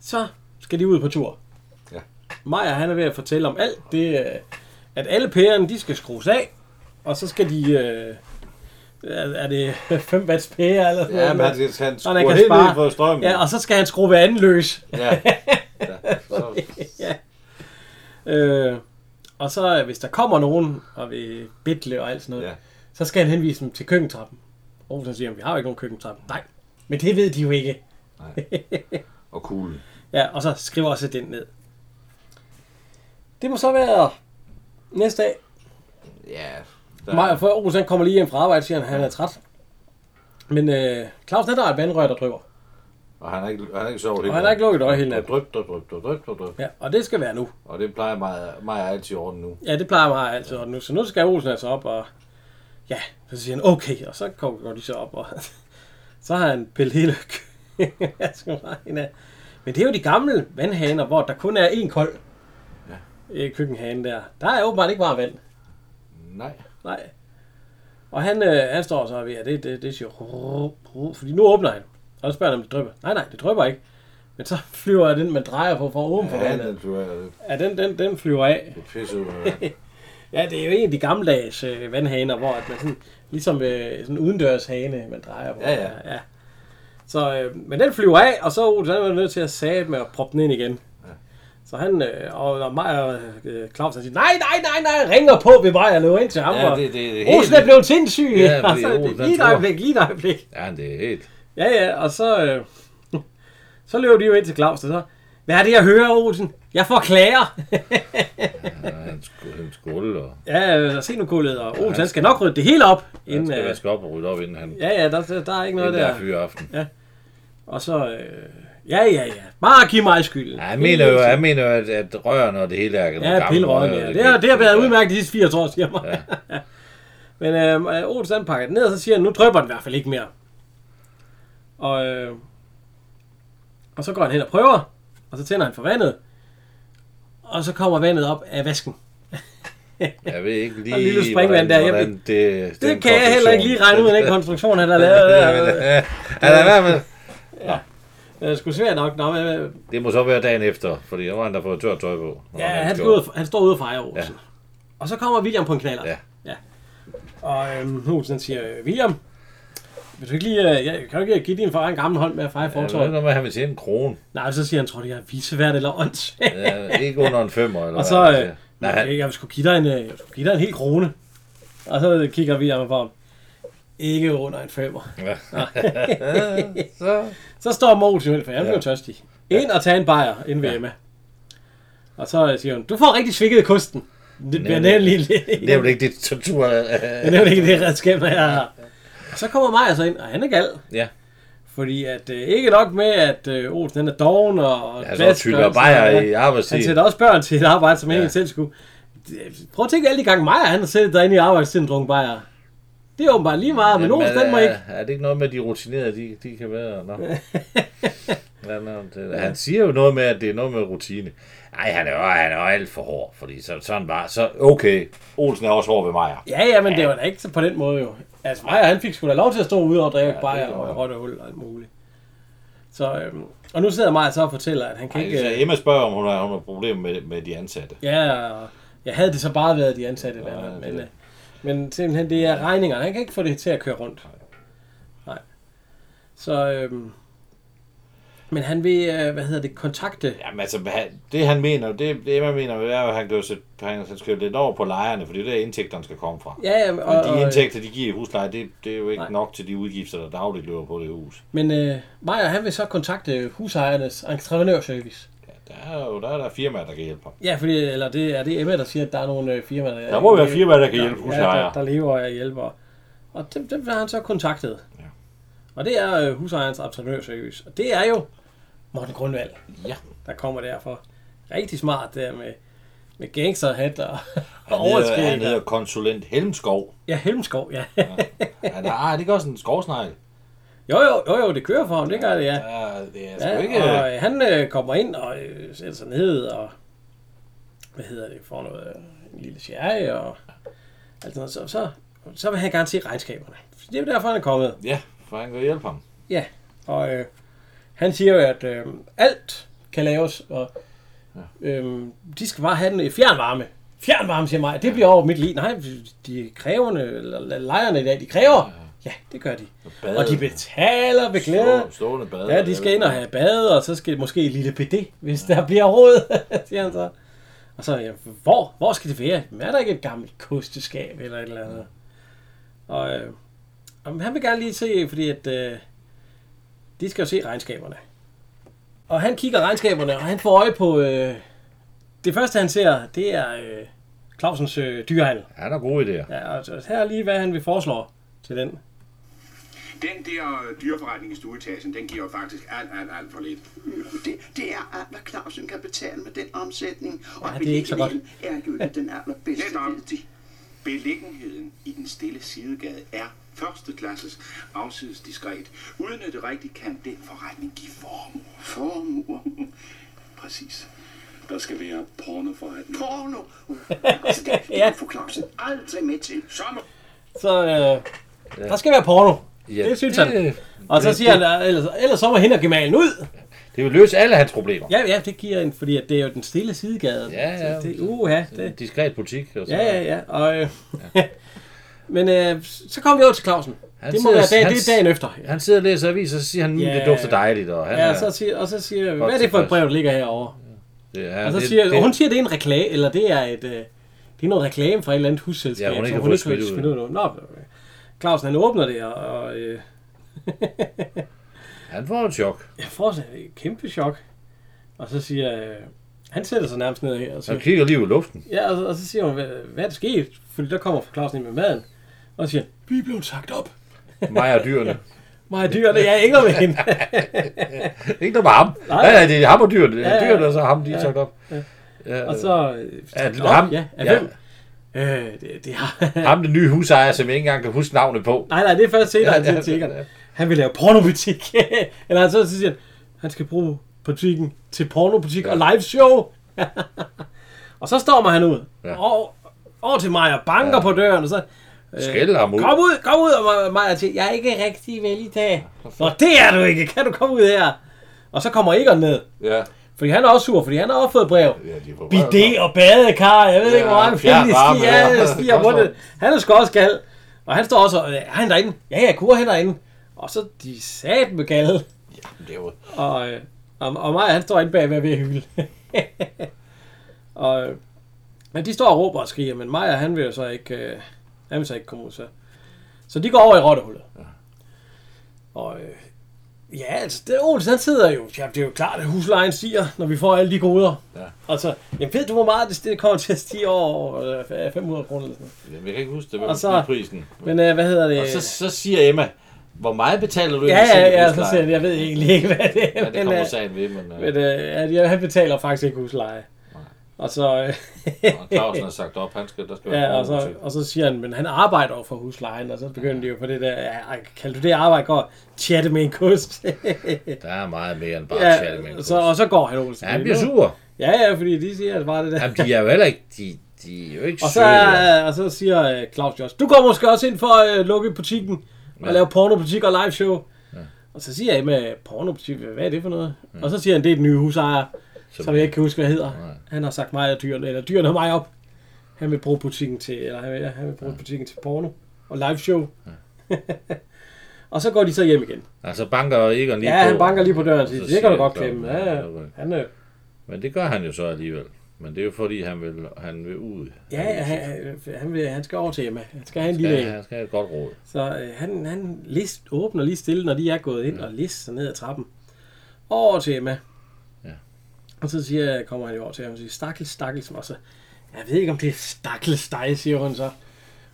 Speaker 1: Så skal de ud på tur.
Speaker 2: Ja.
Speaker 1: Maja, han er ved at fortælle om alt det, øh, at alle pærerne, de skal skrues af, og så skal de, øh, er er det (laughs) 5 watts pære eller sådan
Speaker 2: Ja, men
Speaker 1: noget?
Speaker 2: han, han
Speaker 1: Sådan, han
Speaker 2: skruer
Speaker 1: kan
Speaker 2: helt
Speaker 1: spare.
Speaker 2: ned på strømmen.
Speaker 1: Ja, og så skal han skrue ved anden løs. (laughs)
Speaker 2: ja. ja. Så,
Speaker 1: Øh, og så øh, hvis der kommer nogen og vil bitle og alt sådan noget,
Speaker 2: Ja.
Speaker 1: ja. så skal han henvise dem til køkkentrappen. Og så siger han, vi har jo ikke nogen køkkentrappen. Nej, men det ved de jo ikke.
Speaker 2: og kuglen.
Speaker 1: Ja, og så skriver også den ned. Det må så være næste dag.
Speaker 2: Ja. Der,
Speaker 1: Maja for Olsen kommer lige hjem fra arbejde, siger han, han er træt. Men øh, Claus, han der er et vandrør, der drøber.
Speaker 2: Og han har ikke, han har ikke sovet
Speaker 1: Og han har ikke lukket øje hele
Speaker 2: natten.
Speaker 1: natten.
Speaker 2: Dryp, dryp, dryp, dryp, dryp, dryp, dryp.
Speaker 1: Ja, og det skal være nu.
Speaker 2: Og det plejer mig, mig altid i orden nu.
Speaker 1: Ja, det plejer mig altid. Og nu, så nu skal Olsen altså op, og ja, så siger han, okay, og så kommer går de så op, og (laughs) så har han pillet hele (laughs) altså, køkkenhanen af. Men det er jo de gamle vandhaner, hvor der kun er én kold ja. køkkenhane der. Der er åbenbart ikke varmt vand.
Speaker 2: Nej.
Speaker 1: Nej. Og han, øh, han står så ved, at det, det, det siger, "Rup, rup," fordi nu åbner han. Og så spørger han, om det drypper. Nej, nej, det drypper ikke. Men så (laughs) flyver den, man drejer på fra ovenfor.
Speaker 2: Ja,
Speaker 1: Ja,
Speaker 2: den flyver
Speaker 1: ja, den, den, den flyver af.
Speaker 2: det pisse ud af.
Speaker 1: Ja, det er jo en af de gammeldags øh, vandhaner, hvor at man sådan, ligesom øh, sådan en udendørs hane, man drejer på.
Speaker 2: Ja, ja.
Speaker 1: ja. Så, øh, men den flyver af, og så Olsen, han var nødt til at sætte med at proppe den ind igen. Så han, øh, og, og mig og øh, Claus, han siger, nej, nej, nej, nej, ringer på ved mig og løber ind til ham.
Speaker 2: Ja,
Speaker 1: og
Speaker 2: det- det er helt-
Speaker 1: Olsen er blevet sindssyg. (laughs)
Speaker 2: Ja, fordi
Speaker 1: altså,
Speaker 2: Olsen, han
Speaker 1: lige et
Speaker 2: tror.
Speaker 1: øjeblik, lige et øjeblik.
Speaker 2: Ja, det er helt...
Speaker 1: Ja, ja, og så, øh, (laughs) så løber de jo ind til Claus, og så, hvad er det, jeg hører, Olsen? Jeg får klager.
Speaker 2: Ja, han skulle han skulle og...
Speaker 1: ja, øh, se nu kullet, og Olsen, han skal nok rydde det hele op.
Speaker 2: Han
Speaker 1: Inden,
Speaker 2: skal
Speaker 1: øh,
Speaker 2: vaske op og rydde op, inden han...
Speaker 1: Ja, ja, der, der, der er ikke noget
Speaker 2: Inden der
Speaker 1: der.
Speaker 2: er fyreaften.
Speaker 1: Og så, øh, ja, ja, ja. Bare giv mig skylden.
Speaker 2: Ja, han mener jo, han mener jo at, at rørene og det hele er
Speaker 1: Ja, pillerøven, ja. Det har, det har været udmærket de sidste 80 år, siger mig. (laughs) Men øh, Olsen han pakker den ned, og så siger han, nu drøber den i hvert fald ikke mere. Og, øh, og så går han hen og prøver, og så tænder han for vandet. Og så kommer vandet op af vasken.
Speaker 2: Jeg ved ikke lige,
Speaker 1: Og en lille springvand der. Jeg
Speaker 2: hvordan
Speaker 1: ved-
Speaker 2: det, det,
Speaker 1: Det kan jeg heller ikke lige regne ud af
Speaker 2: (laughs)
Speaker 1: den konstruktion, han har lavet. (laughs) Øh,
Speaker 2: Han er i hvert fald...
Speaker 1: Det er sgu svært nok. Nå, men, øh,
Speaker 2: Det må så være dagen efter, fordi der var han, der fået tørt tøj på. når
Speaker 1: ja, han, skal
Speaker 2: gjorde-
Speaker 1: ud, og- han står ude og fejrer Olsen. Ja. Og så kommer William på en knaller.
Speaker 2: Ja.
Speaker 1: ja. Og øhm, Olsen han siger, øh, William, vil du ikke lige, øh, ja, kan du ikke give din far en gammel hånd med at fejre
Speaker 2: Ja, det var ikke
Speaker 1: fortøjet?
Speaker 2: noget med, at han vil tjene en krone.
Speaker 1: Nej, så siger han, tror du, jeg er visevært eller åndssvagt?
Speaker 2: Ja, ikke under en femmer, eller
Speaker 1: Og
Speaker 2: hvad
Speaker 1: så,
Speaker 2: han siger.
Speaker 1: øh, (laughs)
Speaker 2: Nej, han,
Speaker 1: jeg, jeg skulle give dig en, øh, jeg skulle give dig en hel krone. Og så kigger vi ham på ham. Ikke under en femmer.
Speaker 2: (laughs) så...
Speaker 1: Så står Mogens jo for jeg blev
Speaker 2: Ja.
Speaker 1: tørstig. Ind og tage en bajer ind ved Emma. Og så øh, siger hun, du får rigtig svikket kosten. Det bliver
Speaker 2: Nævn
Speaker 1: nemlig
Speaker 2: Det er jo ikke dit tortur. øh,
Speaker 1: det er ikke det redskab, jeg har. Og så kommer Maja så ind, og han er gal.
Speaker 2: Ja,
Speaker 1: Fordi at, øh, ikke nok med, at øh, Olsen han er doven og og
Speaker 2: han så
Speaker 1: dvask,
Speaker 2: tyller
Speaker 1: og-
Speaker 2: Altså, bajer i
Speaker 1: Han
Speaker 2: arbejdstiden.
Speaker 1: sætter også børn til et arbejde, som han
Speaker 2: Ja.
Speaker 1: ikke selv skulle. Det- Prøv at tænke alle de gange, Maja han har siddet derinde i arbejdstiden og drukket bajer. Det er åbenbart lige meget, men Olsen den må ikke.
Speaker 2: Er, er det ikke noget med, at de rutinerede, de, de kan være?
Speaker 1: (laughs)
Speaker 2: Nå. ja, nå, det, han siger jo noget med, at det er noget med rutine. Nej, han er jo han er jo alt for hård, fordi så, sådan var. Så okay, Olsen er også hård ved mig.
Speaker 1: Ja, ja, men det var da ikke så på den måde jo. Altså Maja han fik sgu da lov til at stå ude og drikke ja, bajer
Speaker 2: gjorde
Speaker 1: og
Speaker 2: han.
Speaker 1: rotte og hul og alt muligt. Så, øhm, og nu sidder Maja så og fortæller, at han kan ikke... øh,
Speaker 2: Så Emma spørger, om hun har, hun har problemer med, med de ansatte.
Speaker 1: Ja, og jeg havde det så bare været de ansatte eller andet,
Speaker 2: det er
Speaker 1: men, øh,
Speaker 2: det.
Speaker 1: men simpelthen det er regningerne. Han kan ikke få det til at køre rundt. Nej. Så, øhm, men han vil, øh, hvad hedder det, kontakte.
Speaker 2: Jamen altså, han- det han mener, det, det Emma mener, det er jo, at han, gør sit, han han skal jo lidt over på lejerne, for det er der indtægterne skal komme fra.
Speaker 1: Ja, ja,
Speaker 2: Og, de
Speaker 1: øh,
Speaker 2: indtægter, de giver i husleje, det, det er jo ikke
Speaker 1: Nej.
Speaker 2: Nej. nok til de udgifter, der dagligt løber på det hus.
Speaker 1: men øh, Maja, han vil så kontakte husejernes entreprenørservice.
Speaker 2: Ja, der er jo der er der firmaer, der kan hjælpe ham.
Speaker 1: Ja, fordi, eller det er det Emma, der siger, at der er nogle øh, firmaer, der...
Speaker 2: Der må være firmaer, der kan hjælpe
Speaker 1: Ja,
Speaker 2: husejere.
Speaker 1: der, der lever af hjælpere. Og dem, dem har han så kontaktet. Ja.
Speaker 2: Ja.
Speaker 1: Og det er øh, husejernes entreprenørservice. Og det er jo Morten Grundvald,
Speaker 2: Ja.
Speaker 1: der kommer derfor. Rigtig smart der med, med gangsterhat og
Speaker 2: Han hedder, han
Speaker 1: overskæg.
Speaker 2: hedder konsulent Helmskov.
Speaker 1: Ja, Helmskov, ja.
Speaker 2: Han er, ah, det gør sådan en skovsnegl.
Speaker 1: (laughs) jo, jo, jo, jo, det kører for ham, det gør det, ja.
Speaker 2: Ja, det er sgu
Speaker 1: ja
Speaker 2: ikke...
Speaker 1: og øh, han øh, kommer ind og øh, sætter sig ned og... Hvad hedder det? Får noget, øh, en lille sherry og alt sådan noget. Så, så, så vil han gerne se regnskaberne. Det er jo derfor, han er kommet.
Speaker 2: Ja, for han kan hjælpe ham.
Speaker 1: Ja, og øh, han siger jo, at øh, alt kan laves, og øh, de skal bare have den i fjernvarme. Fjernvarme, siger mig, det bliver over mit liv. Nej, de kræverne, eller lejerne i dag, de kræver. Ja, det gør de.
Speaker 2: bade.
Speaker 1: Og de betaler ved glæde.
Speaker 2: Stå, stående bad.
Speaker 1: Ja, de skal ind og have bade, og så skal de måske et lille PD, hvis der bliver råd, (laughs) siger han så. Og så, ja, hvor, hvor skal det være? Jamen, Er der ikke et gammelt kosteskab eller et eller andet? Og, øh, og han vil gerne lige se, fordi at, øh, de skal jo se regnskaberne. Og han kigger regnskaberne, og han får øje på... Øh, det første, han ser, det er øh, Clausens øh, dyrehandel.
Speaker 2: Han har gode idéer.
Speaker 1: Ja, og så- her er lige, hvad han vil foreslå til den.
Speaker 3: Den der dyreforretning i stueetagen, den giver jo faktisk alt, alt, alt for lidt.
Speaker 4: Mm, Det, det er alt, hvad Clausen kan betale med den omsætning. Og
Speaker 1: Ja, det er ikke så godt.
Speaker 4: beliggenheden er jo ikke den allerbedste.
Speaker 3: Lidt om. Beliggenheden i den stille sidegade er førsteklasses afsides diskret. Uden at det rigtigt kan den forretning give formuer.
Speaker 4: Formuer.
Speaker 3: (laughs) Præcis. Der skal være
Speaker 1: (laughs)
Speaker 3: pornoforretning.
Speaker 4: Porno. Altså, det, det
Speaker 1: Ja.
Speaker 4: ja. får Clausen aldrig med til.
Speaker 3: Så må
Speaker 1: Så øh, der skal være porno.
Speaker 2: Ja,
Speaker 1: det synes
Speaker 2: det-
Speaker 1: han. Og så
Speaker 2: det-
Speaker 1: siger
Speaker 2: det-
Speaker 1: han, ellers, ellers så må hende og gemalen ud.
Speaker 2: Det vil løse alle hans problemer.
Speaker 1: Ja, ja, det giver en, fordi at det er jo den stille sidegade.
Speaker 2: Ja, ja.
Speaker 1: Så Det, uha, det,
Speaker 2: En diskret butik. Og så.
Speaker 1: ja, ja, ja. Og, øh, (laughs) men øh, så kommer vi over til Clausen.
Speaker 2: Han
Speaker 1: det må
Speaker 2: sidder-
Speaker 1: være dag,
Speaker 2: han-
Speaker 1: det er dagen efter.
Speaker 2: Han sidder og læser avis, og så siger han,
Speaker 1: Ja.
Speaker 2: yeah. det dufter dejligt. Og han
Speaker 1: Ja,
Speaker 2: er,
Speaker 1: så siger, og så siger hvad er det for et
Speaker 2: tilfreds.
Speaker 1: brev, der ligger herovre?
Speaker 2: det, er,
Speaker 1: Og så
Speaker 2: det-
Speaker 1: siger,
Speaker 2: det,
Speaker 1: og hun siger, det er en reklame, eller det er et, øh, det er noget reklame fra et eller andet husselskab,
Speaker 2: Ja, hun ikke
Speaker 1: som
Speaker 2: har
Speaker 1: hun
Speaker 2: fået
Speaker 1: ikke vil
Speaker 2: smidt ud.
Speaker 1: smide ud. af. Nå, øh, Clausen han åbner det, og, og øh,
Speaker 2: han får en chok.
Speaker 1: jeg får sådan et kæmpe chok. Og så siger, øh, han sætter sig nærmest ned her og siger,
Speaker 2: Han kigger lige ud i luften.
Speaker 1: Ja, og, så- og så siger hun, hvad, hvad er der sket? Fordi der kommer Clausen ind med maden. Og siger, vi er blevet sagt op.
Speaker 2: Mig og
Speaker 1: (laughs)
Speaker 2: dyrene.
Speaker 1: Mig dyr, det er jeg ikke med
Speaker 2: (laughs)
Speaker 1: hende.
Speaker 2: ikke noget med ham.
Speaker 1: Nej.
Speaker 2: Nej, nej, det er ham og dyrene.
Speaker 1: Ja, ja.
Speaker 2: Dyrene og så ham, de er sagt op. Ja.
Speaker 1: og så... øh,
Speaker 2: Er
Speaker 1: op,
Speaker 2: ham?
Speaker 1: Ja, af
Speaker 2: Ja.
Speaker 1: hvem? Øh, det, det har...
Speaker 2: Ham, den nye husejer, som jeg ikke engang kan huske navnet på.
Speaker 1: (laughs) Nej, nej, det er først senere, han siger til
Speaker 2: Ja, ja,
Speaker 1: Egon.
Speaker 2: ja.
Speaker 1: Han vil lave pornobutik. (laughs) Eller han så siger, han, han skal bruge butikken til pornobutik ja. og live show. (laughs) og så stormer han ud.
Speaker 2: Ja.
Speaker 1: Ja. Og over til mig og banker ja. på døren, og så... øh,
Speaker 2: Skælder ham ud.
Speaker 1: Kom ud, kom ud, og Maja siger, jeg er ikke rigtig vel i dag. Nå, det er du ikke, kan du komme ud her? Og så kommer Egon ned,
Speaker 2: Ja.
Speaker 1: fordi han er også sur, fordi han har også fået brev.
Speaker 2: ja de får
Speaker 1: Bidé og badekar, jeg ved
Speaker 2: Ja,
Speaker 1: ja, ikke, hvor han
Speaker 2: fjern
Speaker 1: fint
Speaker 2: varme, ja.
Speaker 1: stiger,
Speaker 2: Det
Speaker 1: ja, stiger på
Speaker 2: koster.
Speaker 1: det. Han er sgu også gal. Og han står også, og, øh, er han derinde? Ja, jeg kurer han derinde. Og så de sat med galle.
Speaker 2: Det er jo-
Speaker 1: Og, øh, og, og mig, han står inde bagved ved at hylde. (laughs) og, øh, men de står og råber og skriger, men Maja, han vil jo så ikke, øh, han vil så ikke komme ud. Så. så de går over i rottehullet. Og øh, ja, altså, det, Olsen, han sidder jo, ja, det er jo klart, at huslejen stiger, når vi får alle de goder.
Speaker 2: Ja.
Speaker 1: Altså, jeg ved du, hvor meget det, det kommer til at stige over øh, 500 kroner eller sådan
Speaker 2: Jamen, Jeg kan ikke huske det, hvad
Speaker 1: Og så-
Speaker 2: prisen.
Speaker 1: noget. Men øh, hvad hedder det?
Speaker 2: Og så, så siger Emma, hvor meget betaler du
Speaker 1: ja,
Speaker 2: egentlig
Speaker 1: ja,
Speaker 2: selv i
Speaker 1: ja, så
Speaker 2: husleje?
Speaker 1: siger jeg, jeg ved egentlig ikke, hvad det er.
Speaker 2: Ja, det
Speaker 1: men,
Speaker 2: kommer
Speaker 1: øh,
Speaker 2: sagen ved, men, øh,
Speaker 1: Men øh, at jeg, han betaler faktisk ikke husleje. Og så, øh,
Speaker 2: og Clausen har sagt op, han skal, der
Speaker 1: (laughs)
Speaker 2: skal
Speaker 1: ja,
Speaker 2: være
Speaker 1: og, så, og så siger han, men han arbejder jo for huslejen, og så begynder de jo på det der, "Ej, kan du det arbejde godt? Chatte med en (laughs) kust.
Speaker 2: Der er meget mere end bare ja, chatte med en
Speaker 1: ja, så, og så går han Olsen.
Speaker 2: Ja, han bliver sur.
Speaker 1: Ja, ja, fordi de siger at bare det der.
Speaker 2: Jamen, de er jo heller ikke, de, de er jo ikke
Speaker 1: Og så,
Speaker 2: søde.
Speaker 1: øh, og så siger øh, Claus Jost, du går måske også ind for at øh, lukke butikken og
Speaker 2: Ja.
Speaker 1: ja. lave pornobutik og live show. Ja. Og så siger jeg med pornobutik, hvad er det for noget? Mm. Og så siger han, det er den nye husejer, som, som jeg ikke kan huske, hvad hedder. Nej. Han har sagt mig og dyrene, eller dyrene har mig op. Han vil bruge butikken til, eller han vil, han vil bruge ja. butikken til porno og live show. Ja. og så går de så hjem igen.
Speaker 2: Altså banker Egon lige
Speaker 1: Ja,
Speaker 2: på.
Speaker 1: han banker lige på døren og siger,
Speaker 2: så
Speaker 1: det kan du godt
Speaker 2: Clausen,
Speaker 1: klemme. Ja, ja.
Speaker 2: okay.
Speaker 1: Han, øh,
Speaker 2: Men det gør han jo så alligevel. Men det er jo fordi, han vil, han vil ud.
Speaker 1: ja, han, han, vil, han skal over til Emma. Han skal have en
Speaker 2: Ja,
Speaker 1: lille en.
Speaker 2: han skal have et godt råd.
Speaker 1: Så øh, han, han list, åbner lige stille, når de er gået ind, og lister ned ad trappen. Over til Emma.
Speaker 2: Ja.
Speaker 1: Og så siger, kommer han jo over til ham og siger, stakkels, stakkels, og så, jeg ved ikke, om det er stakkels dig, siger hun så.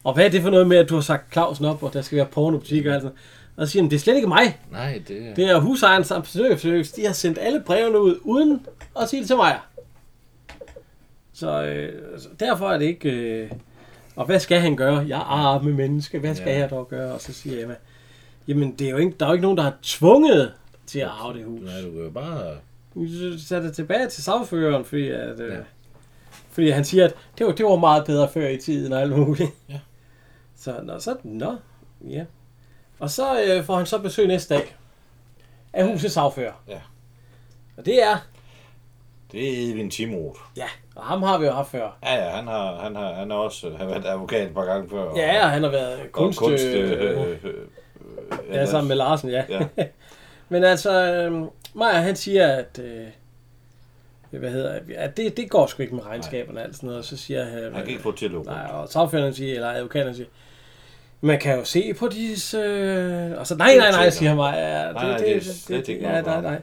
Speaker 1: Og hvad er det for noget med, at du har sagt Clausen op, og der skal være pornobutik og alt sådan noget? Og så siger han, det er slet ikke mig.
Speaker 2: Nej, det er...
Speaker 1: Det er husejeren samt besøgsøs. De har sendt alle brevene ud, uden at sige det til mig. Så øh, så derfor er det ikke... Øh, og hvad skal han gøre? Jeg er arme menneske. Hvad skal
Speaker 2: Ja.
Speaker 1: ja. jeg dog gøre? Og så siger Emma, jamen det er jo ikke, der er jo ikke nogen, der har tvunget til at arve det hus.
Speaker 2: Nej, du kan jo bare...
Speaker 1: Vi sætter tilbage til sagføreren, fordi, at, øh,
Speaker 2: Ja.
Speaker 1: ja. fordi han siger, at det var, det var meget bedre før i tiden og alt muligt.
Speaker 2: Ja.
Speaker 1: Så, nå, så, nå, ja. Og så øh, får han så besøg næste dag af husets sagfører.
Speaker 2: Ja.
Speaker 1: Og det er,
Speaker 2: Det er Edvin Timroth.
Speaker 1: ja, og ham har vi jo haft før.
Speaker 2: Ja, ja, han har, han har, han har også øh, han har været advokat et par gange før. og-
Speaker 1: Ja, og han har været
Speaker 2: og kunst...
Speaker 1: kunst, kunst øh,
Speaker 2: øh, øh,
Speaker 1: ja, sammen med Larsen, ja.
Speaker 2: Ja.
Speaker 1: (laughs) Men altså, øh, Maja han siger, at, øh, hvad hedder, det, at det, det går sgu ikke med regnskaberne og alt sådan noget. Og så siger han,
Speaker 2: Han kan ikke få det til at lukke.
Speaker 1: Nej, og sagføreren siger, eller advokaten siger, man kan jo se på disse... Øh... Og så, nej, nej, nej, siger han mig. Ja,
Speaker 2: Nej, nej, det er slet ikke
Speaker 1: Ja,
Speaker 2: noget
Speaker 1: nej,
Speaker 2: for ham.
Speaker 1: nej.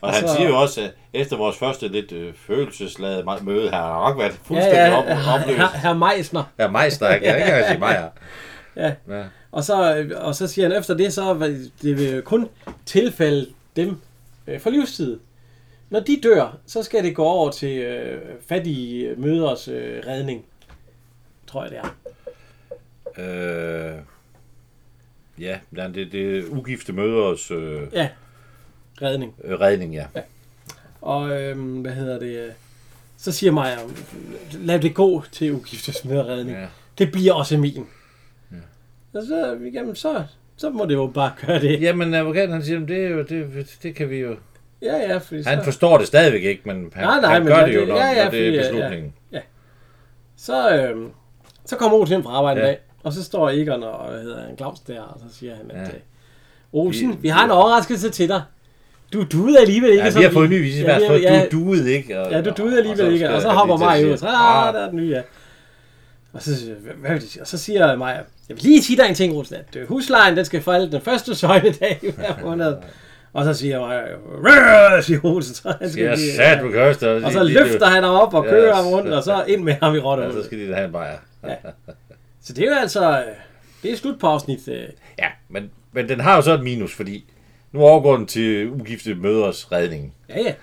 Speaker 2: Og han
Speaker 1: Altså-
Speaker 2: siger jo også, at efter vores første lidt øh, følelsesladede me- møde, har han nok været
Speaker 1: Ja,
Speaker 2: fuldstændig
Speaker 1: ja,
Speaker 2: op, opløst.
Speaker 1: her, her Meisner.
Speaker 2: Ja, Meister, jeg kan ikke engang sige Meier.
Speaker 1: (laughs) Ja.
Speaker 2: ja.
Speaker 1: Og så, øh, og så siger han efter det, så vil- det vil kun tilfælde dem øh, for livstid. Når de dør, så skal det gå over til øh, fattige møders øh, redning. Tror jeg, det er.
Speaker 2: Øh, ja, ja, det, det er ugifte mødres øh,
Speaker 1: Ja, redning.
Speaker 2: øh, redning, ja.
Speaker 1: Og øhm, hvad hedder det? øh, Så siger Maja, lad det gå til ugiftes medredning.
Speaker 2: Ja.
Speaker 1: Ja. Det bliver også min. Ja. Og så, jamen, så, så må det jo bare gøre det. Ja,
Speaker 2: Jamen, advokaten han siger, "Jamen, det, er jo, det, det kan vi jo...
Speaker 1: ja, ja fordi
Speaker 2: Han
Speaker 1: så,
Speaker 2: forstår det stadigvæk ikke, men han,
Speaker 1: Nej, nej,
Speaker 2: han
Speaker 1: men
Speaker 2: gør
Speaker 1: ja,
Speaker 2: det jo,
Speaker 1: det-
Speaker 2: når,
Speaker 1: ja, ja,
Speaker 2: når det
Speaker 1: fordi,
Speaker 2: er
Speaker 1: ja,
Speaker 2: beslutningen.
Speaker 1: så, øhm, så kommer Olsen hjem fra arbejde en
Speaker 2: Ja.
Speaker 1: dag, og så står Egon og hvad hedder han, Claus der, og så siger han, at
Speaker 2: Ja.
Speaker 1: ja. Olsen,
Speaker 2: Vi-
Speaker 1: vi, vi har en overraskelse til dig. Du duede alligevel ikke.
Speaker 2: Ja,
Speaker 1: som
Speaker 2: vi har fået en ny vise, ja,
Speaker 1: vi har-
Speaker 2: for
Speaker 1: ligesom ja,
Speaker 2: du duede ikke. Og,
Speaker 1: Ja, du duede
Speaker 2: og
Speaker 1: alligevel
Speaker 2: så
Speaker 1: ikke,
Speaker 2: skal
Speaker 1: og så
Speaker 2: jeg
Speaker 1: hopper
Speaker 2: lige til at
Speaker 1: Maja ud,
Speaker 2: sige,
Speaker 1: og så, ah,
Speaker 2: "Ah,
Speaker 1: der er den nye, ja. Og så, siger jeg, hvad, hvad vil det sige? og så siger Maja, jeg vil lige sige dig en ting, Rosen, at øh, huslejen, den skal falde den første søjledag (laughs) i hver måned. Og så siger Maja, "Rrrr", siger Rosen, så han
Speaker 2: Skal jeg
Speaker 1: lige-
Speaker 2: sat på køster?
Speaker 1: Og så løfter han ham op og
Speaker 2: Ja,
Speaker 1: kører
Speaker 2: s-
Speaker 1: ham rundt, og så ind med ham i
Speaker 2: Ja, så
Speaker 1: rottehullet.
Speaker 2: skal de da have en bajer.
Speaker 1: Så det er jo altså, øh, det er slut på afsnit. øh.
Speaker 2: Ja, men, men den har jo så et minus, fordi nu overgår den til ugifte mødres redning.
Speaker 1: Ja, ja.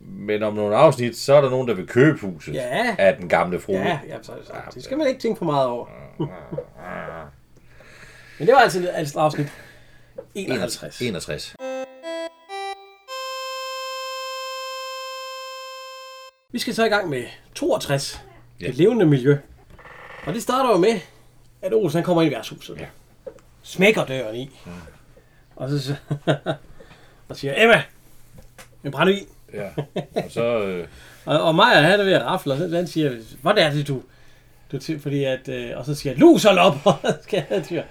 Speaker 2: Men om nogle afsnit, så er der nogen, der vil købe huset
Speaker 1: Ja.
Speaker 2: af den gamle frue.
Speaker 1: Ja, ja så, så, det skal man ikke tænke for meget
Speaker 2: (laughs)
Speaker 1: over. Men det var altså, altså afsnit 51.
Speaker 2: 61.
Speaker 1: Vi skal så i gang med 62.
Speaker 2: Ja.
Speaker 1: Det levende miljø. Og det starter jo med, at Olsen han kommer ind i værtshuset.
Speaker 2: Ja.
Speaker 1: Smækker døren i. Og så, (laughs) så og siger, Emma, en brændevin. (laughs)
Speaker 2: Ja. Og så... Øh,
Speaker 1: Og, og Maja, han er ved at rafle, og så han siger, hvordan er det, du... du til, fordi at, øh, og så siger jeg, lus hold op, (laughs) og så skal jeg dyr.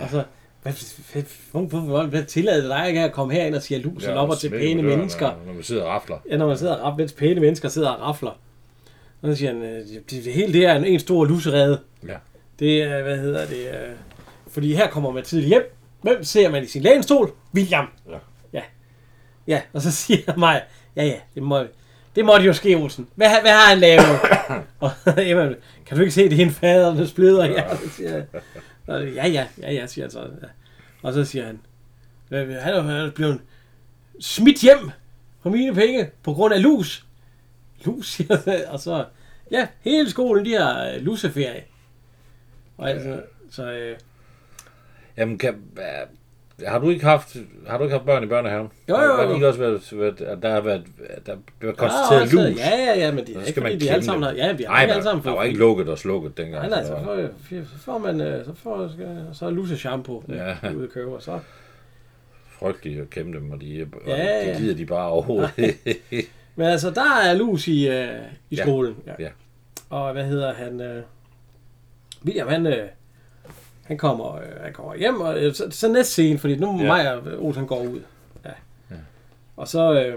Speaker 1: Og så, hvad, hvad, hvad, hvad, hvad, hvad tillader det dig ikke at komme herind og sige lus hold
Speaker 2: ja,
Speaker 1: op
Speaker 2: og
Speaker 1: og til
Speaker 2: smækker
Speaker 1: pæne
Speaker 2: døren,
Speaker 1: mennesker?
Speaker 2: Når, når man sidder og rafler.
Speaker 1: Ja, når man sidder og rafler, mens pæne mennesker sidder og rafler. Og så siger han, øh, det, det hele det er en, en stor luserede.
Speaker 2: Ja.
Speaker 1: Det er, hvad hedder det? Øh, fordi her kommer man tidligt hjem. Hvem ser man i sin lænestol? William.
Speaker 2: Ja.
Speaker 1: Ja, ja og så (laughs) siger jeg mig, ja ja, det må, det måtte jo ske, Olsen. Hvad, har- hvad har han lavet? og (laughs) Emma, kan du ikke se, det er en fader, der splider? Ja, så siger jeg. Og, ja, ja, ja, ja, siger han så. Ja. Og så siger han, "Hvad- hvad- han er- han er blevet smidt hjem på mine penge på grund af lus. Lus, (laughs) siger jeg, og så, ja, hele skolen, de har øh, luseferie. Og altså, så, øh,
Speaker 2: Jamen, kan, øh, har, du ikke haft, har du ikke haft børn i børnehaven?
Speaker 1: Jo, jo,
Speaker 2: Har- Har
Speaker 1: jo.
Speaker 2: det ikke også været, været, at der har været, at der blev
Speaker 1: Ah,
Speaker 2: konstateret
Speaker 1: også-
Speaker 2: lus?
Speaker 1: Ja, ja, ja, men det er
Speaker 2: Så
Speaker 1: ikke,
Speaker 2: skal man
Speaker 1: fordi
Speaker 2: kende
Speaker 1: de alle sammen har...
Speaker 2: dem.
Speaker 1: Ja, vi har
Speaker 2: Nej,
Speaker 1: ikke
Speaker 2: men
Speaker 1: alle sammen
Speaker 2: der
Speaker 1: fået...
Speaker 2: var ikke altså. lukket og slukket dengang.
Speaker 1: Nej, nej, så
Speaker 2: der var-
Speaker 1: får, så får man... øh, Så får, skal- så er luse shampoo
Speaker 2: Ja.
Speaker 1: ja. ude at købe, og så...
Speaker 2: frygteligt at kæmpe dem, og de, og
Speaker 1: Ja, ja.
Speaker 2: det gider de bare overhovedet.
Speaker 1: Men altså, der er lus i, øh, i
Speaker 2: Ja.
Speaker 1: skolen.
Speaker 2: ja.
Speaker 1: Og hvad hedder han? Øh, William, han, øh, han, kommer, øh, han kommer hjem, og øh, så, så næste scene, fordi nu må
Speaker 2: Ja.
Speaker 1: ja. mig og Ols, han går ud. Ja. ja. Og så, øh,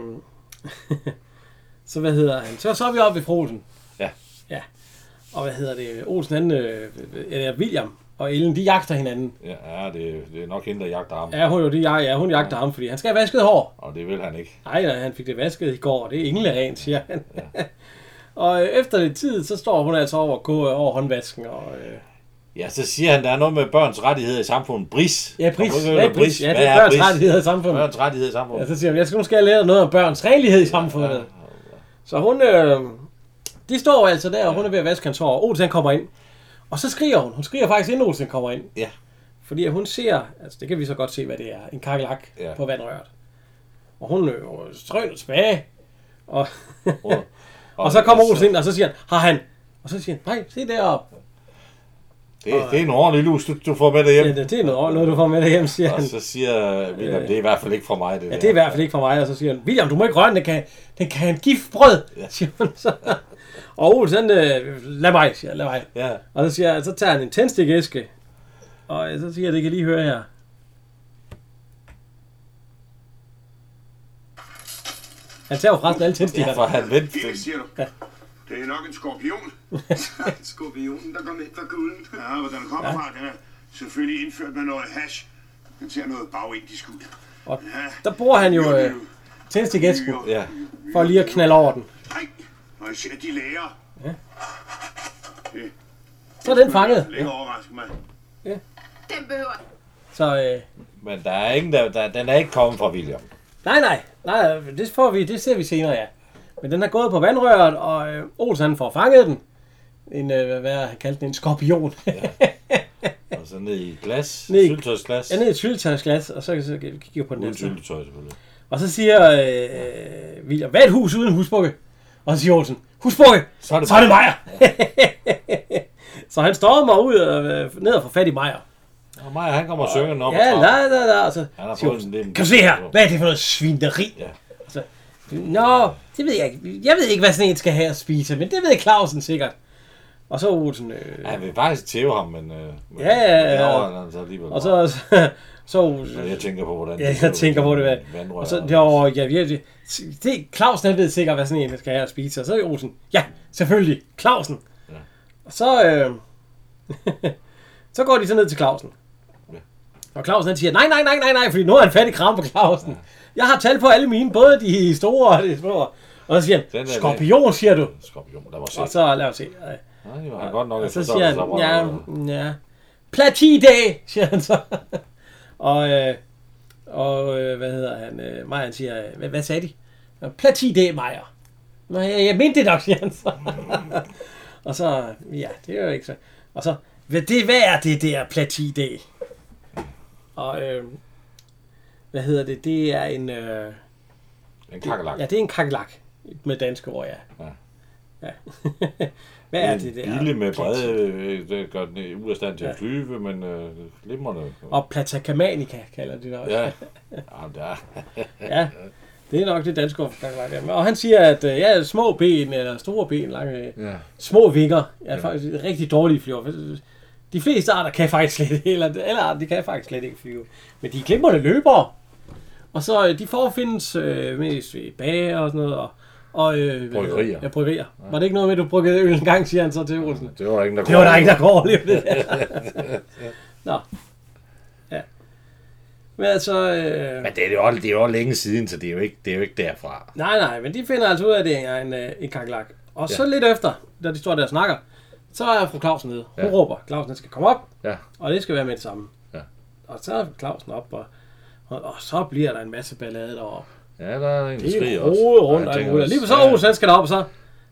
Speaker 1: (laughs) så hvad hedder han? Så, så er vi oppe ved Frosen.
Speaker 2: Ja.
Speaker 1: Ja. Og hvad hedder det? Olsen, han, øh, eller William og Ellen, de jagter hinanden.
Speaker 2: (laughs) ja, det, det er nok hende, der jagter ham. Ja.
Speaker 1: Ja, hun, jo, de, ja, ja, hun jagter ham, fordi han skal have vasket hår.
Speaker 2: Og det vil han ikke.
Speaker 1: Ej, nej, han fik det vasket i går, og det er englerent, siger han. Ja. (laughs) og øh, efter lidt tid, så står hun altså over, gå over håndvasken. Og, øh,
Speaker 2: Ja, så siger han, der er noget med børns rettigheder i samfundet. BRIS.
Speaker 1: ja, pris.
Speaker 2: Og så-
Speaker 1: Hvad er pris? Ja, det
Speaker 2: Hvad
Speaker 1: er børns
Speaker 2: BRIS?
Speaker 1: rettigheder i samfundet.
Speaker 2: Børns rettigheder i
Speaker 1: Ja,
Speaker 2: samfundet.
Speaker 1: så siger hun, jeg skal, nu skal jeg lære dig noget om børns renlighed i samfundet. Så hun, øh, de står altså der, og hun er ved at vaske hans hår, og Olsen han kommer ind. Og så skriger hun. Hun skriger faktisk, inden Olsen kommer ind.
Speaker 2: Ja.
Speaker 1: Fordi at hun ser, altså det kan vi så godt se, hvad det er, en kakelak
Speaker 2: Ja.
Speaker 1: ja. på vandrøret. Og hun øh, strøner tilbage, og
Speaker 2: Og,
Speaker 1: Og så kommer Olsen ind, og så siger han, har han? Og så siger han, nej, se deroppe.
Speaker 2: Det, det er en ordentlig lus, du, du får med dig hjem.
Speaker 1: Ja, det, det er noget, ordentligt, noget, du får med dig hjem, siger
Speaker 2: Og
Speaker 1: han.
Speaker 2: så siger William, det er i hvert fald ikke fra mig, det
Speaker 1: Øh. Ja, det er i hvert fald ikke for mig. Og så siger han, William, du må ikke røre den, den kan, den kan have en giftbrød,
Speaker 2: Ja.
Speaker 1: siger han så. Og Olsen, øh, lad mig, siger han, lad mig.
Speaker 2: Ja,
Speaker 1: Og så, siger, han- så tager han en tændstikæske, og øh, så siger jeg, det kan I lige høre her. Han tager jo forresten alle
Speaker 2: ja
Speaker 1: tændstikkerne.
Speaker 2: for han vendte
Speaker 3: Lille,
Speaker 2: det.
Speaker 3: siger du. Det er nok en skorpion. (laughs) Skorpionen, der kom ind fra kulden. Ja, hvor den kommer fra, den er selvfølgelig indført med noget hash. Den ser noget bagindisk ud.
Speaker 1: Og
Speaker 3: Ja.
Speaker 1: der bruger han jo øh,
Speaker 3: Myre,
Speaker 1: tændstikæsken
Speaker 3: myre,
Speaker 2: Ja.
Speaker 1: for lige at knalde over den.
Speaker 3: Nej, når jeg ser de læger. Ja.
Speaker 1: Så er den fanget.
Speaker 3: Læger overrasker mig.
Speaker 5: Den behøver
Speaker 1: Så øh,
Speaker 2: Men der er ingen, der, der, den er ikke kommet fra William.
Speaker 1: Nej, nej, nej, det får vi, det ser vi senere, ja. Men den har gået på vandrøret, og øh, Olsen han får fanget den. En, øh, hvad- hvad han kaldte den, en skorpion. (laughs) Ja.
Speaker 2: Og så Altså, ned i et glas,
Speaker 1: Ned i-
Speaker 2: syltøjsglas.
Speaker 1: ned i et syltøjsglas, og så, så kigger jeg på den
Speaker 2: Uden
Speaker 1: næste.
Speaker 2: syltetøj, selvfølgelig.
Speaker 1: Og så siger øh, William, hvad er et hus uden husbukke? Og så siger Olsen, husbukke,
Speaker 2: Så er det
Speaker 1: så er det Majer. (laughs) så han stormer ud og, øh, ned og får fat i Majer.
Speaker 2: Og Maja, han kommer og synger nummer
Speaker 1: Ja,
Speaker 2: fra.
Speaker 1: la, la, la. Og så
Speaker 2: Han har
Speaker 1: siger
Speaker 2: fået
Speaker 1: Olsen,
Speaker 2: en lille-
Speaker 1: kan altså, du se her, hvad er det for noget svineri?
Speaker 2: Ja.
Speaker 1: Og Så, Nå, det ved jeg ikke. Jeg ved ikke, hvad sådan en skal have at spise, men det ved Clausen sikkert. Og så Olsen, øh,
Speaker 2: Ja, Han vil faktisk tæve ham, men... Øh, men
Speaker 1: Ja, ja, ja.
Speaker 2: det overholder han så alligevel.
Speaker 1: og så, (laughs) så, så Olsen,
Speaker 2: Og jeg tænker på, hvordan...
Speaker 1: ja, jeg tænker på det, hvad,
Speaker 2: vandrør
Speaker 1: og så,
Speaker 2: og-
Speaker 1: jo, ja, virkelig, det, Clausen, han ved sikkert, hvad sådan en skal have at spise, og så er Olsen, ja, selvfølgelig, Clausen.
Speaker 2: Ja.
Speaker 1: Og så, øh, (laughs) så går de så ned til Clausen.
Speaker 2: Ja.
Speaker 1: Og Clausen han siger, nej, nej, nej, nej, nej, fordi nu er han fat i kram på Clausen. Ja. Jeg har tal på alle mine, både de store og de små. Og så siger
Speaker 2: Den
Speaker 1: han,
Speaker 2: er
Speaker 1: skorpion, siger du.
Speaker 2: Skorpion, lad mig se.
Speaker 1: Og så lad os se. Øh,
Speaker 2: Nej, jo, han er godt nok...
Speaker 1: Og så
Speaker 2: forstået,
Speaker 1: siger
Speaker 2: at
Speaker 1: han,
Speaker 2: var
Speaker 1: ja,
Speaker 2: noget-
Speaker 1: ja. Platidag, (laughs) siger han så. og, øh, og øh, hvad hedder han? Øh, Maja han siger, øh, hvad, hvad sagde de? Platidag, Maja. Nå, jeg, jeg mente det nok, (laughs) siger han så. og så, ja, det er jo ikke så. Og så, hvad, det, hvad er det der plati D? Og, øh, hvad hedder det? Det er en... Øh,
Speaker 2: En kakkelak.
Speaker 1: Ja, det er en kakelak med danske ord, ja.
Speaker 2: Ja.
Speaker 1: ja. (laughs) Hvad er det der?
Speaker 2: En bille med brede, øh, det gør den øh, ud af stand til at flyve, men øh, glimrende.
Speaker 1: Og Platacamanica kalder de det også.
Speaker 2: Ja, Jamen, der.
Speaker 1: ja. Det er nok det danske ord for kakelak. ja. Og han siger, at øh, ja, små ben, eller store ben, lange, øh,
Speaker 2: ja.
Speaker 1: små vinger, er faktisk rigtig dårlige flyver. øh, De fleste arter kan faktisk slet ikke, eller alle arter, de kan faktisk slet ikke flyve. Men de er glimrende løbere. Og så øh, de forefindes øh, mest i bager og sådan noget. Og, og øh, hvad hedder-
Speaker 2: Bryggerier.
Speaker 1: Ja, bryggerier. Var det ikke noget med, at du bryggede øl en gang, siger han så til Olsen?
Speaker 2: Det var der ingen, der
Speaker 1: Det var der ikke, der kunne overleve det der. (laughs) Nå. Ja. Men altså... Øh,
Speaker 2: Men det er jo også, det er jo også længe siden, så det er jo ikke, det er jo ikke derfra.
Speaker 1: nej, nej, men de finder altså ud af, at det er en, øh, en kakelak. Og så lidt efter, da de står der og snakker, så er fru Clausen nede. Hun
Speaker 2: Ja.
Speaker 1: råber, Clausen skal komme op,
Speaker 2: Ja,
Speaker 1: og det skal være med det samme.
Speaker 2: Ja.
Speaker 1: Og så er Clausen op, og, og, og så bliver der en masse ballade deroppe.
Speaker 2: ja der er en
Speaker 1: Det
Speaker 2: skrig
Speaker 1: er
Speaker 2: også.
Speaker 1: rode rundt, og
Speaker 2: Ja, jeg
Speaker 1: alt
Speaker 2: tænker
Speaker 1: muligt.
Speaker 2: også,
Speaker 1: Lige så
Speaker 2: ja,
Speaker 1: Olsen, han skal derop, og så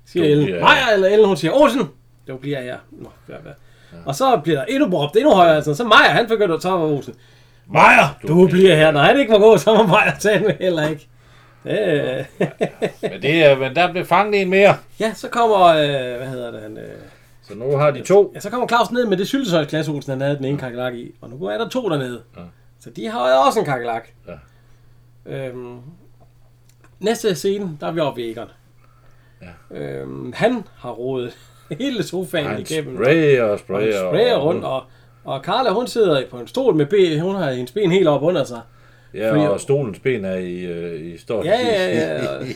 Speaker 1: siger
Speaker 2: Du
Speaker 1: Ellen,
Speaker 2: bliver-
Speaker 1: nej, eller Ellen, hun siger, Olsen, du bliver her. Nå, hvad, hvad. Og så bliver der endnu råbt endnu højere, altså. så Maja, han begynder at tage Olsen. Maja, du bliver her. Når han ikke må gå, så må Maja tage med heller ikke. Øh,
Speaker 2: Men, det er, men der blev fanget en mere.
Speaker 1: (laughs) ja, så kommer, øh, hvad hedder det, han, øh,
Speaker 2: Så nu har de to.
Speaker 1: ja, så kommer Claus ned med det syltetøjsglas, Olsen, han havde den ene kakelak i. Og nu er der to dernede.
Speaker 2: Ja.
Speaker 1: Så de har jo også en kakelak.
Speaker 2: Ja.
Speaker 1: Øhm, næste scene, der er vi oppe ved Egon. Ja. Øhm, han har rodet (laughs) hele sofaen
Speaker 2: Han
Speaker 1: igennem.
Speaker 2: sprayer og sprayer.
Speaker 1: og sprayer rundt, og, og Carla, hun sidder på en stol med ben, hun har hendes ben helt op under sig. fordi-
Speaker 2: Ja, og stolens ben er i, øh, i står
Speaker 1: Ja, ja, ja, og-
Speaker 2: (laughs) i,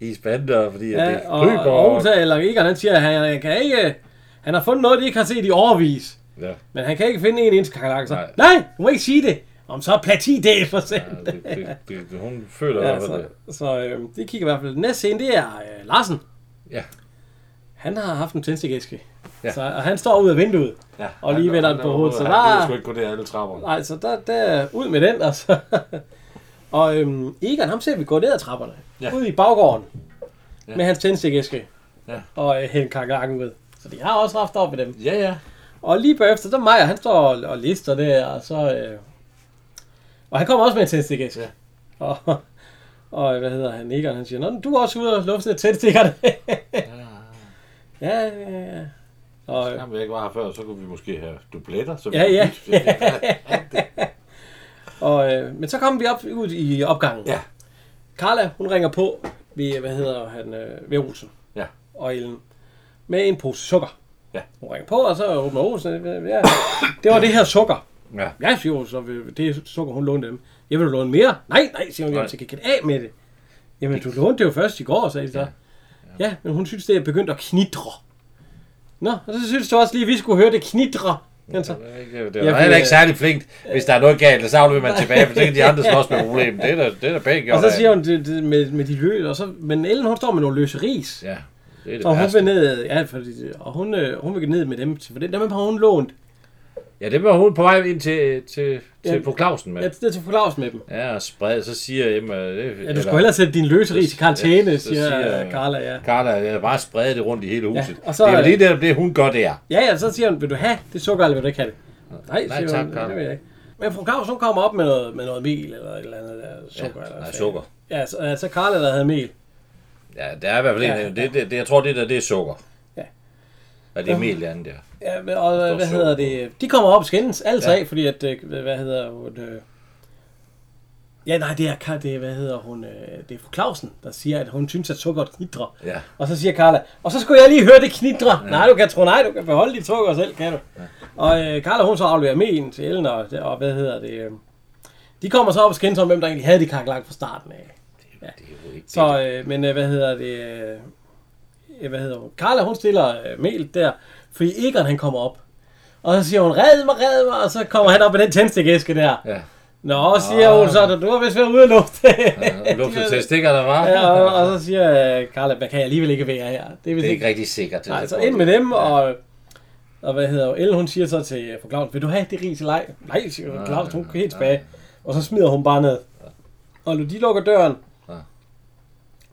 Speaker 2: i, i spander, fordi ja, det
Speaker 1: Ja, og,
Speaker 2: løber.
Speaker 1: og, Olsen, eller Egon, han siger, at han, han kan ikke, han har fundet noget, de ikke har set i overvis.
Speaker 2: ja,
Speaker 1: Men han kan ikke finde en indtil kakalak, så nej.
Speaker 2: Nej.
Speaker 1: nej, du må ikke sige det. Om så er plati det for selv.
Speaker 2: ja, det, det, det, hun føler
Speaker 1: (laughs) Ja,
Speaker 2: ja,
Speaker 1: så,
Speaker 2: det.
Speaker 1: så øh, det kigger i hvert fald. Næste scene, det er øh, Larsen.
Speaker 2: Ja.
Speaker 1: Han har haft en tændstikæske. Ja.
Speaker 2: Ja.
Speaker 1: Så, og han står ud af vinduet.
Speaker 2: Ja,
Speaker 1: Og lige
Speaker 2: han-
Speaker 1: vender
Speaker 2: han-
Speaker 1: den på
Speaker 2: han-
Speaker 1: hovedet, så
Speaker 2: Han
Speaker 1: der-
Speaker 2: gider sgu ikke gå der alle trapperne.
Speaker 1: Nej, så der, der ud med den, altså. (laughs) og øhm, Egon, ham ser vi gå ned ad trapperne. Ja.
Speaker 2: Ja.
Speaker 1: Ude i baggården. Ja.
Speaker 2: Ja.
Speaker 1: Med hans tændstikæske. Ja.
Speaker 2: Ja.
Speaker 1: Og øh, hælde kakalakken ud. Så de har også haft op med dem.
Speaker 2: Ja, ja.
Speaker 1: Og lige bagefter, der Maja, han står og, og lister der, og så... Øh, og han kommer også med en tændstikæske. Ja. (laughs) Og, og hvad hedder han? Egon, han siger, Nå, men du er også ude og lufte (laughs) tændstikkerne. ja, ja, ja. Og,
Speaker 2: Jamen, jeg ikke var her før, så kunne vi måske have dubletter. Så vi
Speaker 1: Ja,
Speaker 2: kunne
Speaker 1: ja.
Speaker 2: bytte.
Speaker 1: Og, øh, men så kom vi op ud i opgangen.
Speaker 2: (laughs) Ja.
Speaker 1: Carla, hun ringer på ved, hvad hedder han, øh, ved Olsen
Speaker 2: ja.
Speaker 1: og Ellen med en pose sukker.
Speaker 2: Ja.
Speaker 1: Hun ringer på, og så åbner Olsen. øh, Ja, det var det her sukker.
Speaker 2: Ja.
Speaker 1: Ja, siger Olsen, så vil- det er sukker, hun lånte dem. Jeg vil du låne mere. Nej, nej, siger hun,
Speaker 2: Nej.
Speaker 1: jamen, så kan jeg ikke af med det. Jamen, du lånte det jo først i går, sagde de så. Ja. ja, men hun synes, det er begyndt at knitre. Nå, og så synes du også lige, at vi skulle høre det knitre. Altså, Ja, så.
Speaker 2: Det er ikke- Det
Speaker 1: Ja,
Speaker 2: er
Speaker 1: fordi-
Speaker 2: heller ikke særlig flinkt. Hvis der er noget galt, så afleverer man tilbage, for så kan
Speaker 1: (laughs)
Speaker 2: de andre slås med problemet. Det er da, det er da pænt gjort
Speaker 1: Og så
Speaker 2: af.
Speaker 1: siger hun det, det med, med de løs, og så, men Ellen hun står med nogle løse ris. Ja,
Speaker 2: Ja, det er det
Speaker 1: og hun
Speaker 2: værste.
Speaker 1: vil ned, ja, fordi, og hun, øh, hun vil ned med dem, til- for dem, dem har hun lånt.
Speaker 2: Ja, det var hun på vej ind til, til, til
Speaker 1: Ja.
Speaker 2: på Clausen
Speaker 1: Ja,
Speaker 2: med.
Speaker 1: det er til fru Claus med dem.
Speaker 2: Ja, og spred, så siger Emma... Det,
Speaker 1: Ja, du skulle hellere sætte din løse ris i karantæne,
Speaker 2: Ja,
Speaker 1: ja,
Speaker 2: så
Speaker 1: siger,
Speaker 2: siger,
Speaker 1: siger Carla, ja.
Speaker 2: Carla, jeg bare sprede det rundt i hele huset.
Speaker 1: og
Speaker 2: Ja,
Speaker 1: så-
Speaker 2: så, det er jo lige det, der bliver hun godt der.
Speaker 1: Ja, ja, så siger hun, vil du have det sukker, eller vil du ikke have det? Nej,
Speaker 2: Nej,
Speaker 1: siger
Speaker 2: tak,
Speaker 1: hun,
Speaker 2: Carla.
Speaker 1: det vil jeg ikke. Men fru Claus, hun kommer op med noget, med noget mel, eller et eller andet der, sukker.
Speaker 2: Ja,
Speaker 1: eller
Speaker 2: nej,
Speaker 1: sådan.
Speaker 2: sukker.
Speaker 1: Ja, så, ja, så Carla, der havde mel.
Speaker 2: Ja, der er i hvert fald en,
Speaker 1: Ja.
Speaker 2: ja. det, det, det, jeg tror, det der, det er sukker.
Speaker 1: Ja.
Speaker 2: Og det er mel, det andet der.
Speaker 1: Ja, men, og øh,
Speaker 2: står
Speaker 1: hvad
Speaker 2: sukker
Speaker 1: hedder
Speaker 2: på.
Speaker 1: det? De kommer op og skændes, alle tre,
Speaker 2: Ja.
Speaker 1: ja. fordi at, øh, hvad hvad hedder hun... Øh, ja, nej, det er, Ka- det er, hvad hedder hun, øh, det er fru Clausen, der siger, at hun synes, at sukkeret knitrer.
Speaker 2: Ja.
Speaker 1: Og så siger Carla, og så skulle jeg lige høre det knitre. Ja. Nej, du kan tro, nej, du kan beholde dit sukker selv, kan du. Ja. Og øh, Carla, hun så afleverer melen til Ellen, og, og hvad hedder det... Øh, de kommer så op og skændes om, hvem der egentlig havde det kakkelangt fra starten af.
Speaker 2: Det er jo ikke det.
Speaker 1: Så, øh, men øh, hvad hedder det? Øh, øh, hvad hedder hun? Carla, hun stiller øh, mail der, fordi Egon han kommer op. Og så siger hun, red mig, red mig, og så kommer han op med den tændstikæske der.
Speaker 2: Ja. Ah.
Speaker 1: Nå, siger hun så, du har vist været ude at lufte.
Speaker 2: Og luftet til stikkerne, var.
Speaker 1: (laughs) ja, og, og, så siger øh, Carla, hvad kan jeg alligevel ikke være her? Det, vil
Speaker 2: Det er ikke rigtig sikkert.
Speaker 1: Nej, så Altså, ind med dem, og, og hvad hedder jo, Elle, hun siger så til øh, fru Claus, vil du have det ris eller ej? Nej, siger fru Claus, hun kan helt tilbage. Og så smider hun bare ned. Og når de lukker døren,
Speaker 2: Ja.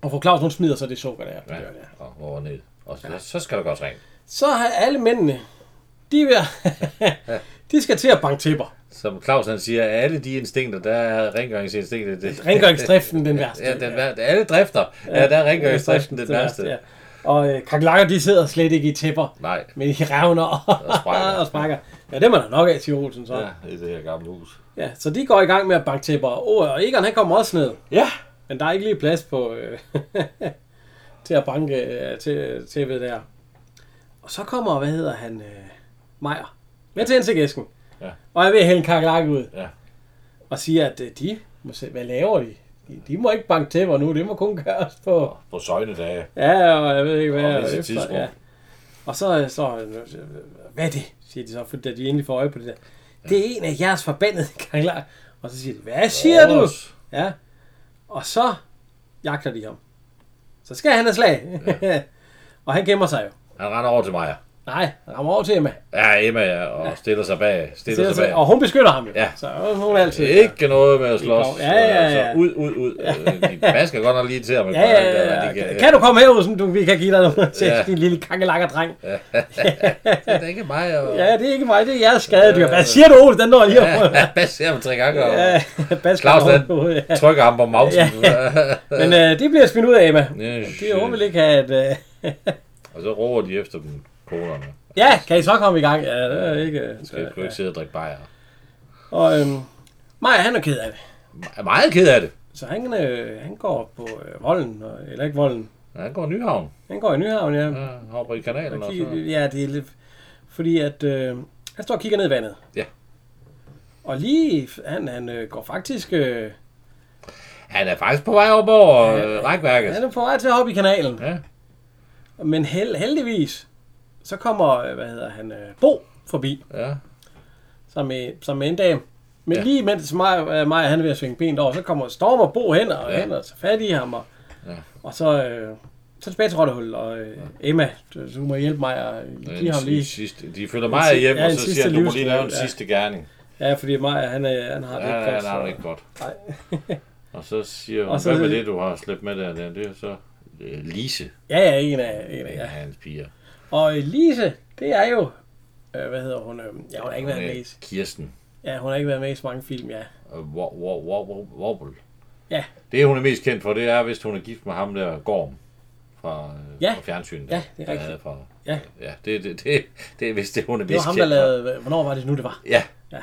Speaker 1: Og for Claus, hun smider så det sukker der.
Speaker 2: Ja,
Speaker 1: Ja. der.
Speaker 2: og over ned. Og så, så skal der gøres rent.
Speaker 1: Så har alle mændene, de, er ved
Speaker 2: (laughs)
Speaker 1: at, de skal til at banke tæpper.
Speaker 2: Som Claus han siger, alle de instinkter, der er rengøringsinstinkter. Det,
Speaker 1: Rengøringsdriften, den værste.
Speaker 2: Ja, den værste. Alle drifter. Ja, der er rengøringsdriften den
Speaker 1: Det
Speaker 2: værste.
Speaker 1: ja. Og øh, kakelakker, de sidder slet ikke i tæpper.
Speaker 2: Nej.
Speaker 1: Men i revner og,
Speaker 2: Og sprækker.
Speaker 1: (laughs) og sprækker. Ja, det man da nok af, siger Olsen så. Ja.
Speaker 2: Ja, i det her gamle hus.
Speaker 1: ja. så de går i gang med at banke tæpper. Oh, og Egon, han kommer også ned.
Speaker 2: Ja.
Speaker 1: Men der er ikke lige plads på øh, (laughs) til at banke øh, til tæppet der. Og så kommer, hvad hedder han, øh, Meier, med til indsigæsken.
Speaker 2: Ja.
Speaker 1: Og jeg vil hælde kakelakke ud.
Speaker 2: Ja.
Speaker 1: Og siger, at øh, de må se, hvad laver de? De- De må ikke banke tæpper nu, det må kun gøres på...
Speaker 2: På søgnedage.
Speaker 1: Ja, og jeg ved ikke hvad.
Speaker 2: Og
Speaker 1: Og,
Speaker 2: visse
Speaker 1: efter,
Speaker 2: tidsrum.
Speaker 1: ja. og så, øh, så, øh, hvad er det, siger de så, for da de endelig får øje på det der. Det er en af jeres forbandede (laughs) kakler. Og så siger de, hvad siger du?
Speaker 2: Vores.
Speaker 1: Ja. Og så jagter de ham. Så skal han have slag. Ja. (laughs) og han gemmer sig jo.
Speaker 2: Han render over til mig.
Speaker 1: Nej, han rammer over til Emma.
Speaker 2: Ja, Emma, ja, og stiller sig bag. Stiller,
Speaker 1: Siger
Speaker 2: sig
Speaker 1: så-
Speaker 2: bag.
Speaker 1: Og hun beskytter ham jo.
Speaker 2: Ja.
Speaker 1: Så hun er altid.
Speaker 2: Ikke noget med at slås.
Speaker 1: Ja, ja, ja.
Speaker 2: Så ud, ud, ud. Øh, De basker godt nok lige til ham. et
Speaker 1: Ja,
Speaker 2: par gange
Speaker 1: ja,
Speaker 2: der,
Speaker 1: ja,
Speaker 2: men de
Speaker 1: ja. Kan du komme herud, så du, vi kan give dig noget til (laughs)
Speaker 2: Ja.
Speaker 1: din lille kakkelakker dreng?
Speaker 2: Det er ikke mig. Og...
Speaker 1: Ja, det er ikke mig, det er jeres skadedyr. Hvad siger du, Ole? Den når lige at prøve.
Speaker 2: (laughs) Ja, Bas ser ham tre gange. Og...
Speaker 1: Ja, (laughs) Bas
Speaker 2: Claus,
Speaker 1: kommer
Speaker 2: han
Speaker 1: ud, (laughs) ja.
Speaker 2: trykker ham på mausen.
Speaker 1: Men øh, det bliver smidt ud af, Emma.
Speaker 2: Ja,
Speaker 1: Det er hun vil ikke have, at... Øh,
Speaker 2: Og så råber de efter dem, konerne.
Speaker 1: ja, kan I så komme i gang? Ja, det er ikke... Øh,
Speaker 2: Skal jeg ikke sidde og drikke bajer?
Speaker 1: og øhm, Maja, han er ked af det.
Speaker 2: Jeg er meget ked af det.
Speaker 1: Så han, øh, han går på øh, volden, og- eller ikke volden.
Speaker 2: Ja, Han går Nyhavn.
Speaker 1: Han går i Nyhavn, ja.
Speaker 2: Ja, Mm, han hopper i kanalen og
Speaker 1: Kigger,
Speaker 2: så.
Speaker 1: ja, det er lidt... Fordi at... Øh, han står og kigger ned i vandet.
Speaker 2: Ja.
Speaker 1: Og lige... Han, han øh, går faktisk... Øh,
Speaker 2: Han er faktisk på vej op over øh, rækværket.
Speaker 1: han er på vej til at hoppe i kanalen.
Speaker 2: Ja.
Speaker 1: Men held, heldigvis... Så kommer, øh, hvad hedder han, øh, Bo forbi.
Speaker 2: Ja.
Speaker 1: som, øh, som en dame. Men ja.
Speaker 2: Ja.
Speaker 1: lige mens Maja, øh, Maja han er ved at svinge benet over, så kommer Storm og Bo hen og, ja.
Speaker 2: Ja.
Speaker 1: hen og tager fat i ham. Og, ja.
Speaker 2: Ja.
Speaker 1: og så, øh, så tilbage til Rottehul, og øh, Emma, du, du må hjælpe mig og give ham lige.
Speaker 2: Sidste, de følger mig
Speaker 1: si-
Speaker 2: hjem,
Speaker 1: ja,
Speaker 2: og
Speaker 1: en
Speaker 2: så
Speaker 1: sidste
Speaker 2: siger han, du må lige lave en
Speaker 1: livsråd, ja.
Speaker 2: sidste gerning.
Speaker 1: Ja, fordi Maja, han, øh, han har
Speaker 2: Ja,
Speaker 1: det ikke
Speaker 2: han
Speaker 1: plads.
Speaker 2: har det
Speaker 1: og-
Speaker 2: ikke godt.
Speaker 1: Nej.
Speaker 2: Og så siger hun,
Speaker 1: Og så-
Speaker 2: hvad med det, du har slæbt med der? der?" Det er så øh, Lise,
Speaker 1: Ja, ja, en af, en af
Speaker 2: ja.
Speaker 1: ja.
Speaker 2: hans piger.
Speaker 1: Og øh, Lise, det er jo, øh, hvad hedder hun? Øh, ja, hun har ikke været med i,
Speaker 2: Med Kirsten.
Speaker 1: ja, hun har ikke været med i så mange film, ja.
Speaker 2: og Øh, Wo- Wo- Wo- Wo- Wobble.
Speaker 1: Ja.
Speaker 2: Det hun er mest kendt for, det er, hvis hun er gift med ham der Gorm fra, øh,
Speaker 1: Ja.
Speaker 2: fra fjernsynet.
Speaker 1: Ja,
Speaker 2: der-
Speaker 1: det er
Speaker 2: der
Speaker 1: rigtigt.
Speaker 2: havde Fra,
Speaker 1: Ja.
Speaker 2: ja det, det, det, det er vist det, hun er
Speaker 1: Det var
Speaker 2: mest
Speaker 1: ham, der
Speaker 2: kendt
Speaker 1: lavede, øh, hvornår var det nu, det var?
Speaker 2: for. Ja.
Speaker 1: Ja.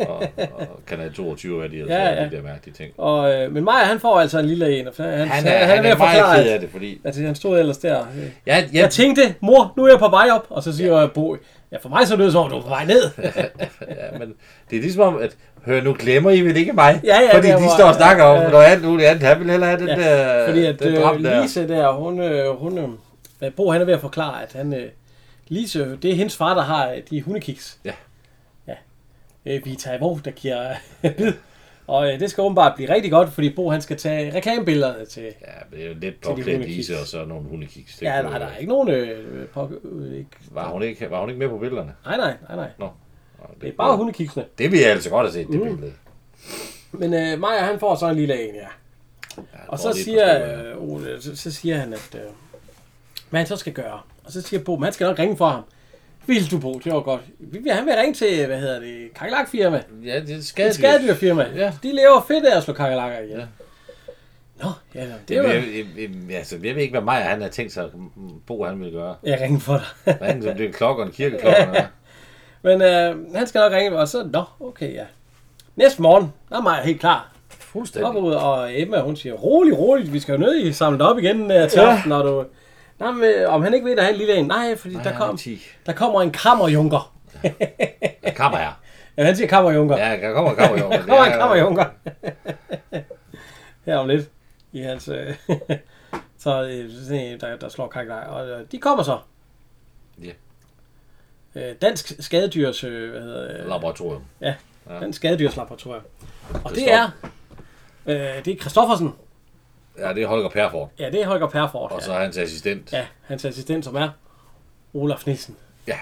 Speaker 1: (laughs)
Speaker 2: og, og Kanal 22, hvad de ellers
Speaker 1: Ja,
Speaker 2: ja,
Speaker 1: ja.
Speaker 2: ja. de der mærkelige ting.
Speaker 1: Og, øh, men Maja, han får altså en lille en. og Han, han,
Speaker 2: Han er, han er meget ked af det, fordi...
Speaker 1: at Altså, han stod ellers der. øh,
Speaker 2: Ja, ja,
Speaker 1: Jeg tænkte, mor, nu er jeg på vej op. Og så siger jeg, Bo, ja, for mig så lyder det som om, du er på vej ned.
Speaker 2: (laughs) (laughs) ja, men det er ligesom om, at hør, nu glemmer I vel ikke mig?
Speaker 1: Ja, ja,
Speaker 2: fordi
Speaker 1: der
Speaker 2: de
Speaker 1: var-
Speaker 2: står og snakker om
Speaker 1: ja.
Speaker 2: noget andet, noget andet. Han vil hellere have den
Speaker 1: Ja,
Speaker 2: der...
Speaker 1: Fordi at
Speaker 2: den dram
Speaker 1: øh,
Speaker 2: der.
Speaker 1: Lise der, hun, øh, hun øh, øh, Bo han er ved at forklare, at han, øh, Lise, det er hendes far, der har øh, de hundekiks.
Speaker 2: Ja.
Speaker 1: Ja. Øh, vi tager imod, der giver (laughs) øh, bid. Og øh, det skal åbenbart blive rigtig godt, fordi Bo han skal tage reklamebillederne til...
Speaker 2: Ja, men det er jo lidt
Speaker 1: de
Speaker 2: påklædt
Speaker 1: hundekiks.
Speaker 2: Lise, og så nogle hundekiks. Det
Speaker 1: Ja,
Speaker 2: kunne-
Speaker 1: nej, der er ikke nogen... Øh, pok- øh, ikke.
Speaker 2: Var hun, ikke, var hun ikke med på billederne?
Speaker 1: Nej, nej, nej, nej.
Speaker 2: Nå. Nå,
Speaker 1: Det er bare Mm. hundekiksene.
Speaker 2: Det vil jeg altså godt have set, det billede.
Speaker 1: Men øh, Maja, han får så en lille en, ja.
Speaker 2: Jeg
Speaker 1: Og så
Speaker 2: tror, det er
Speaker 1: siger,
Speaker 2: forstået, ja.
Speaker 1: øh, Ole, så, så siger han, at øh, hvad han så skal gøre. Og så siger Bo, men han skal nok ringe for ham. Vil du, Bo? Det var godt. Vi vil- Han vil ringe til, hvad hedder det, kakelakfirma.
Speaker 2: Ja, det er
Speaker 1: Et
Speaker 2: skadedyr.
Speaker 1: skadedyrfirma. Ja.
Speaker 2: Ja.
Speaker 1: De lever fedt af at slå kakelakker ihjel. Ja. Nå, ja, nå, det
Speaker 2: Jeg,
Speaker 1: var...
Speaker 2: jeg, jeg, jeg, altså, jeg ved ikke, hvad Maja han har tænkt sig, at Bo han ville gøre.
Speaker 1: Jeg ringer for dig. (laughs)
Speaker 2: Ringe som det er en klokke og en kirkeklokke. Ja.
Speaker 1: men øh, han skal nok ringe, og så, nå, okay, ja. Næste morgen, der er Maja helt klar. Op
Speaker 2: Fuldstændig.
Speaker 1: ud, og Emma, hun siger, rolig, rolig, vi skal jo nødig samle dig op igen øh, til ja.
Speaker 2: Ja.
Speaker 1: aften, når du... Nej, men, øh, om han ikke ved, at han en lille en. Nej, fordi Nej, der kom... Der kommer en kammerjunker.
Speaker 2: Der kommer her.
Speaker 1: Ja, han siger kammerjunker. Ja,
Speaker 2: Ja, der kommer kommer
Speaker 1: (laughs)
Speaker 2: jo.
Speaker 1: der kommer en kammerjunker. Her om lidt. I hans... Øh, (laughs) så øh, sådan en, der, der slår kakler. Og øh, de kommer så.
Speaker 2: Ja.
Speaker 1: Øh, Dansk Skadedyrs... Øh, hvad hedder, øh,
Speaker 2: Laboratorium.
Speaker 1: ja,
Speaker 2: Ja.
Speaker 1: Dansk Skadedyrslaboratorium. Og det er... Øh, det er Kristoffersen.
Speaker 2: Ja, det er Holger Perfort.
Speaker 1: Ja, det er Holger Perfort.
Speaker 2: Og så
Speaker 1: ja.
Speaker 2: er hans assistent.
Speaker 1: ja, hans assistent, som er Olaf Nissen.
Speaker 2: Ja.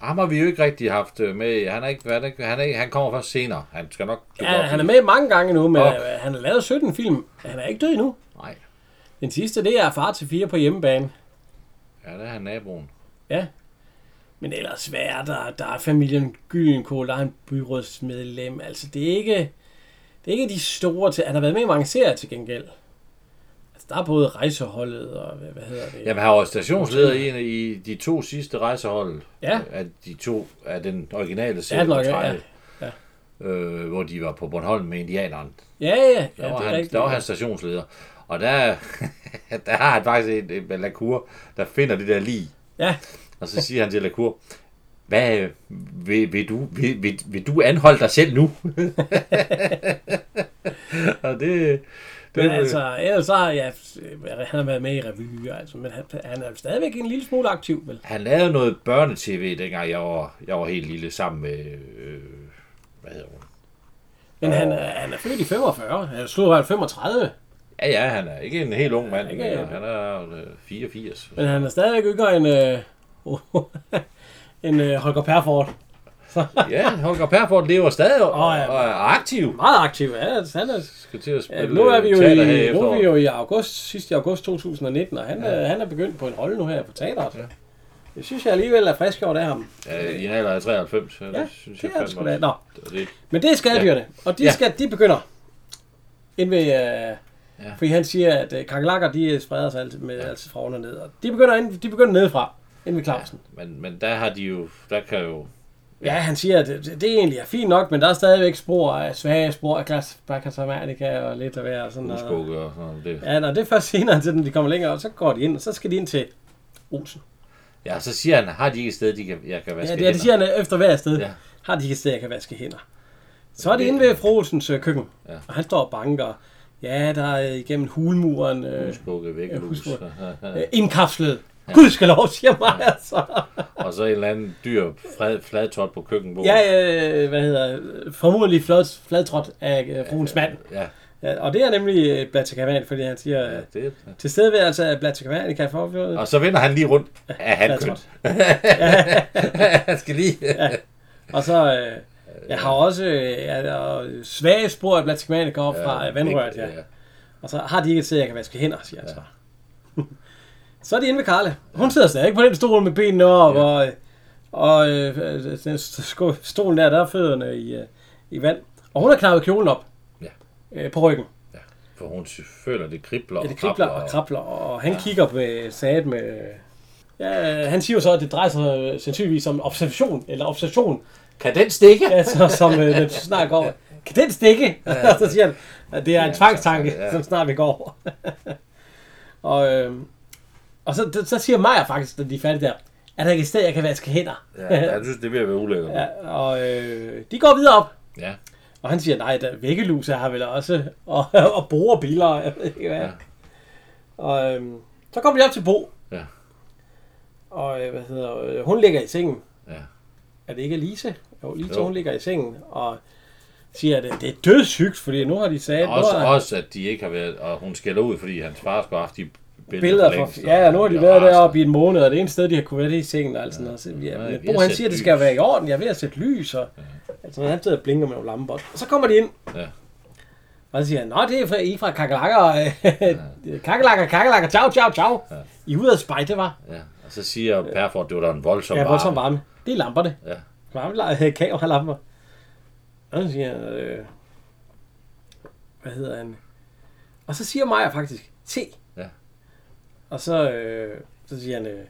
Speaker 2: Ham har vi jo ikke rigtig haft øh, med. i. Han, er ikke, han, er ikke, han, er ikke, han kommer først senere. Han skal nok...
Speaker 1: Ja, han er med mange gange nu, men
Speaker 2: Og-
Speaker 1: øh, han har lavet 17 film. Han er ikke død endnu.
Speaker 2: Nej.
Speaker 1: Den sidste, det er far til fire på hjemmebane.
Speaker 2: Ja, der er han naboen.
Speaker 1: Ja. Men ellers, hvad er der? Der er familien Gyllenkål, der er en byrådsmedlem. Altså, det er ikke, det er ikke de store til... Han har været med i mange serier til gengæld. Altså, der er både rejseholdet og... Hvad, hvad hedder det?
Speaker 2: Jamen, han var stationsleder i en af i de to sidste rejsehold.
Speaker 1: Ja.
Speaker 2: Af de to af den originale
Speaker 1: Ja,
Speaker 2: serie.
Speaker 1: nok,
Speaker 2: fra
Speaker 1: ja.
Speaker 2: 30'erne, Øh, hvor de var på Bornholm med indianeren.
Speaker 1: Ja, ja, ja,
Speaker 2: Der, ja,
Speaker 1: det
Speaker 2: var,
Speaker 1: er
Speaker 2: han,
Speaker 1: rigtigt.
Speaker 2: der var han stationsleder. Og der, (laughs) der har han faktisk en, en, en lakur, der finder det der lige.
Speaker 1: Ja,
Speaker 2: Og så siger han til Lacour, hvad, øh, vil, vil, du, vil, vil, vil du anholde dig selv nu? (laughs) og det, det,
Speaker 1: men altså, ellers så har jeg... Han har været med i revyer, altså, men han, han er stadigvæk en lille smule aktiv, vel?
Speaker 2: Han lavede noget børnetv, dengang jeg var, jeg var helt lille, sammen med, øh, hvad hedder hun?
Speaker 1: Men han, er, han er født i 45. Han slog han 35.
Speaker 2: Ja, ja, han er ikke en helt ung mand,
Speaker 1: ikke-
Speaker 2: ja, han er øh, 84.
Speaker 1: Men han er stadigvæk yngre end, øh, (laughs) end øh, Holger Perfort.
Speaker 2: Ja, Holger Perfort lever stadig og,
Speaker 1: Åh, ja.
Speaker 2: og er aktiv.
Speaker 1: Meget aktiv. Ja, altså, han er,
Speaker 2: Skal til at spille
Speaker 1: ja, nu er vi jo
Speaker 2: teater her
Speaker 1: i, nu er vi
Speaker 2: efteråret.
Speaker 1: jo i august, sidste august 2019, og han, ja. han er begyndt på en rolle nu her på teateret. Ja. Det synes jeg alligevel er frisk over af ham.
Speaker 2: Ja, I en alder af 93, så
Speaker 1: Ja,
Speaker 2: det synes
Speaker 1: det
Speaker 2: jeg
Speaker 1: er det sgu
Speaker 2: fandme
Speaker 1: da.
Speaker 2: også.
Speaker 1: Nå,
Speaker 2: Det,
Speaker 1: men det er skadedyrene, og de,
Speaker 2: Ja.
Speaker 1: skal, de begynder. Ind ved, øh,
Speaker 2: Ja.
Speaker 1: ja. fordi han siger, at øh, kakelakker, de øh, spreder sig altid, med, ja. altid fra under ned. Og de begynder, ind, de begynder nedefra, ind ved Clausen.
Speaker 2: men, men der har de jo, der kan jo
Speaker 1: Ja, han siger, at det, det egentlig er fint nok, men der er stadigvæk spor af svage spor af glas, bakasamanika og lidt af hver og sådan noget.
Speaker 2: husbukke og sådan noget. Det.
Speaker 1: Ja, når det er først senere, til den, de kommer længere, og så går de ind, og så skal de ind til Olsen.
Speaker 2: Ja, så siger han, har de ikke et sted, de kan, jeg kan vaske
Speaker 1: Ja, det, ja, det siger han øh, efter hver sted,
Speaker 2: Ja.
Speaker 1: ja. har de ikke et sted, jeg kan vaske hænder. Så er det inde ved fru Olsens øh, køkken,
Speaker 2: Ja.
Speaker 1: ja. og han står og banker. Ja, der er øh, igennem hulmuren øh,
Speaker 2: Husbukke, væk,
Speaker 1: Ja,
Speaker 2: hus.
Speaker 1: husbukke. øh, indkapslet. Ja. Gud skal lov, siger mig altså.
Speaker 2: (laughs) og så en eller anden dyr fred, fladtot på køkkenbordet.
Speaker 1: Ja, øh, hvad hedder, øh, formodentlig flad, fladtrådt af øh, fruens mand.
Speaker 2: ja,
Speaker 1: Ja, og det er nemlig øh, Blatikavan, fordi han siger, øh,
Speaker 2: ja
Speaker 1: ja. Ah.
Speaker 2: det.
Speaker 1: til stede ved altså at Blatikavan kan få
Speaker 2: Og så vender han lige rundt. Ja, han køn.
Speaker 1: fladtrådt.
Speaker 2: han (laughs) skal lige...
Speaker 1: Og så øh, jeg har også øh, ja, der er jo svage spor af Blatikavan går op ja, fra øh, vandrøret, ja. ja. Og så har de ikke et sted, jeg kan vaske hænder, siger han så. (laughs) så er de inde ved Karle. Hun sidder stadig på den stol med benene op, ja. og, øh, og øh, øh, den st- sko- stolen der, der er fødderne i, øh, i vand. Og hun har knappet kjolen op
Speaker 2: Ja.
Speaker 1: øh, på ryggen.
Speaker 2: ja. For hun føler, det kribler
Speaker 1: Ja, det kribler og krabler, og han ja. kigger med sat med... Ja, øh, han siger jo så, at det drejer sig øh, sandsynligvis om observation, eller observation, (laughs)
Speaker 2: Kan den stikke?
Speaker 1: altså, som øh, man snakker over. Kan den stikke? Ja. (laughs) så siger han, at det er en tvangstanke,
Speaker 2: ja.
Speaker 1: ja. som snart vil gå over. (laughs) og, øh, og så, så siger Maja faktisk, da de er færdige der, at der ikke er et sted, jeg kan vaske hænder.
Speaker 2: Ja, jeg synes, det bliver være ulækkert. Ja.
Speaker 1: Ja, og øh, de går videre op,
Speaker 2: ja.
Speaker 1: og han siger, nej, der, væggeluser har vel også, (laughs) og, og borebiler, jeg ved ikke hvad.
Speaker 2: Ja.
Speaker 1: Ja. Og øhm, så kommer de op til Bo,
Speaker 2: Ja.
Speaker 1: og øh, hvad hedder, øh, hun ligger i sengen.
Speaker 2: Ja.
Speaker 1: Er det ikke Lise? Jo, Lise,
Speaker 2: Jo.
Speaker 1: jo. hun ligger i sengen, og siger, at øh, det er dødssygt, fordi nu har de sagt, nu
Speaker 2: Også,
Speaker 1: har
Speaker 2: også, at de ikke har været... Og hun skælder ud, fordi hans far skulle have haft de billeder,
Speaker 1: billeder
Speaker 2: for længst,
Speaker 1: for, ja,
Speaker 2: og
Speaker 1: nu har de
Speaker 2: bliver
Speaker 1: været
Speaker 2: rasende.
Speaker 1: deroppe i en måned, og det eneste sted, de har kunne være, det er i sengen, og alt sådan noget. Så, ja, men
Speaker 2: Nej, vi har
Speaker 1: Bo, han
Speaker 2: sat
Speaker 1: siger, at det
Speaker 2: lys.
Speaker 1: skal være i orden, jeg er ved at sætte lys, og altså, han sidder og blinker med nogle lampebånd. Og så kommer de ind,
Speaker 2: Ja.
Speaker 1: og så siger han, nå, det er fra, I er fra kakelakker, (laughs) øh, kakelakker, kakelakker, ciao, ciao, ciao. I er ude at spejde, var.
Speaker 2: Ja, og så siger Perfort, det var da en voldsom
Speaker 1: Ja,
Speaker 2: varme.
Speaker 1: voldsom varme. Det er lamperne.
Speaker 2: Ja.
Speaker 1: Varme, øh, kameralamper. Og så siger han, øh, hvad hedder han? Og så siger Maja faktisk, se.
Speaker 2: Ja.
Speaker 1: Og så, øh, så siger han, øh,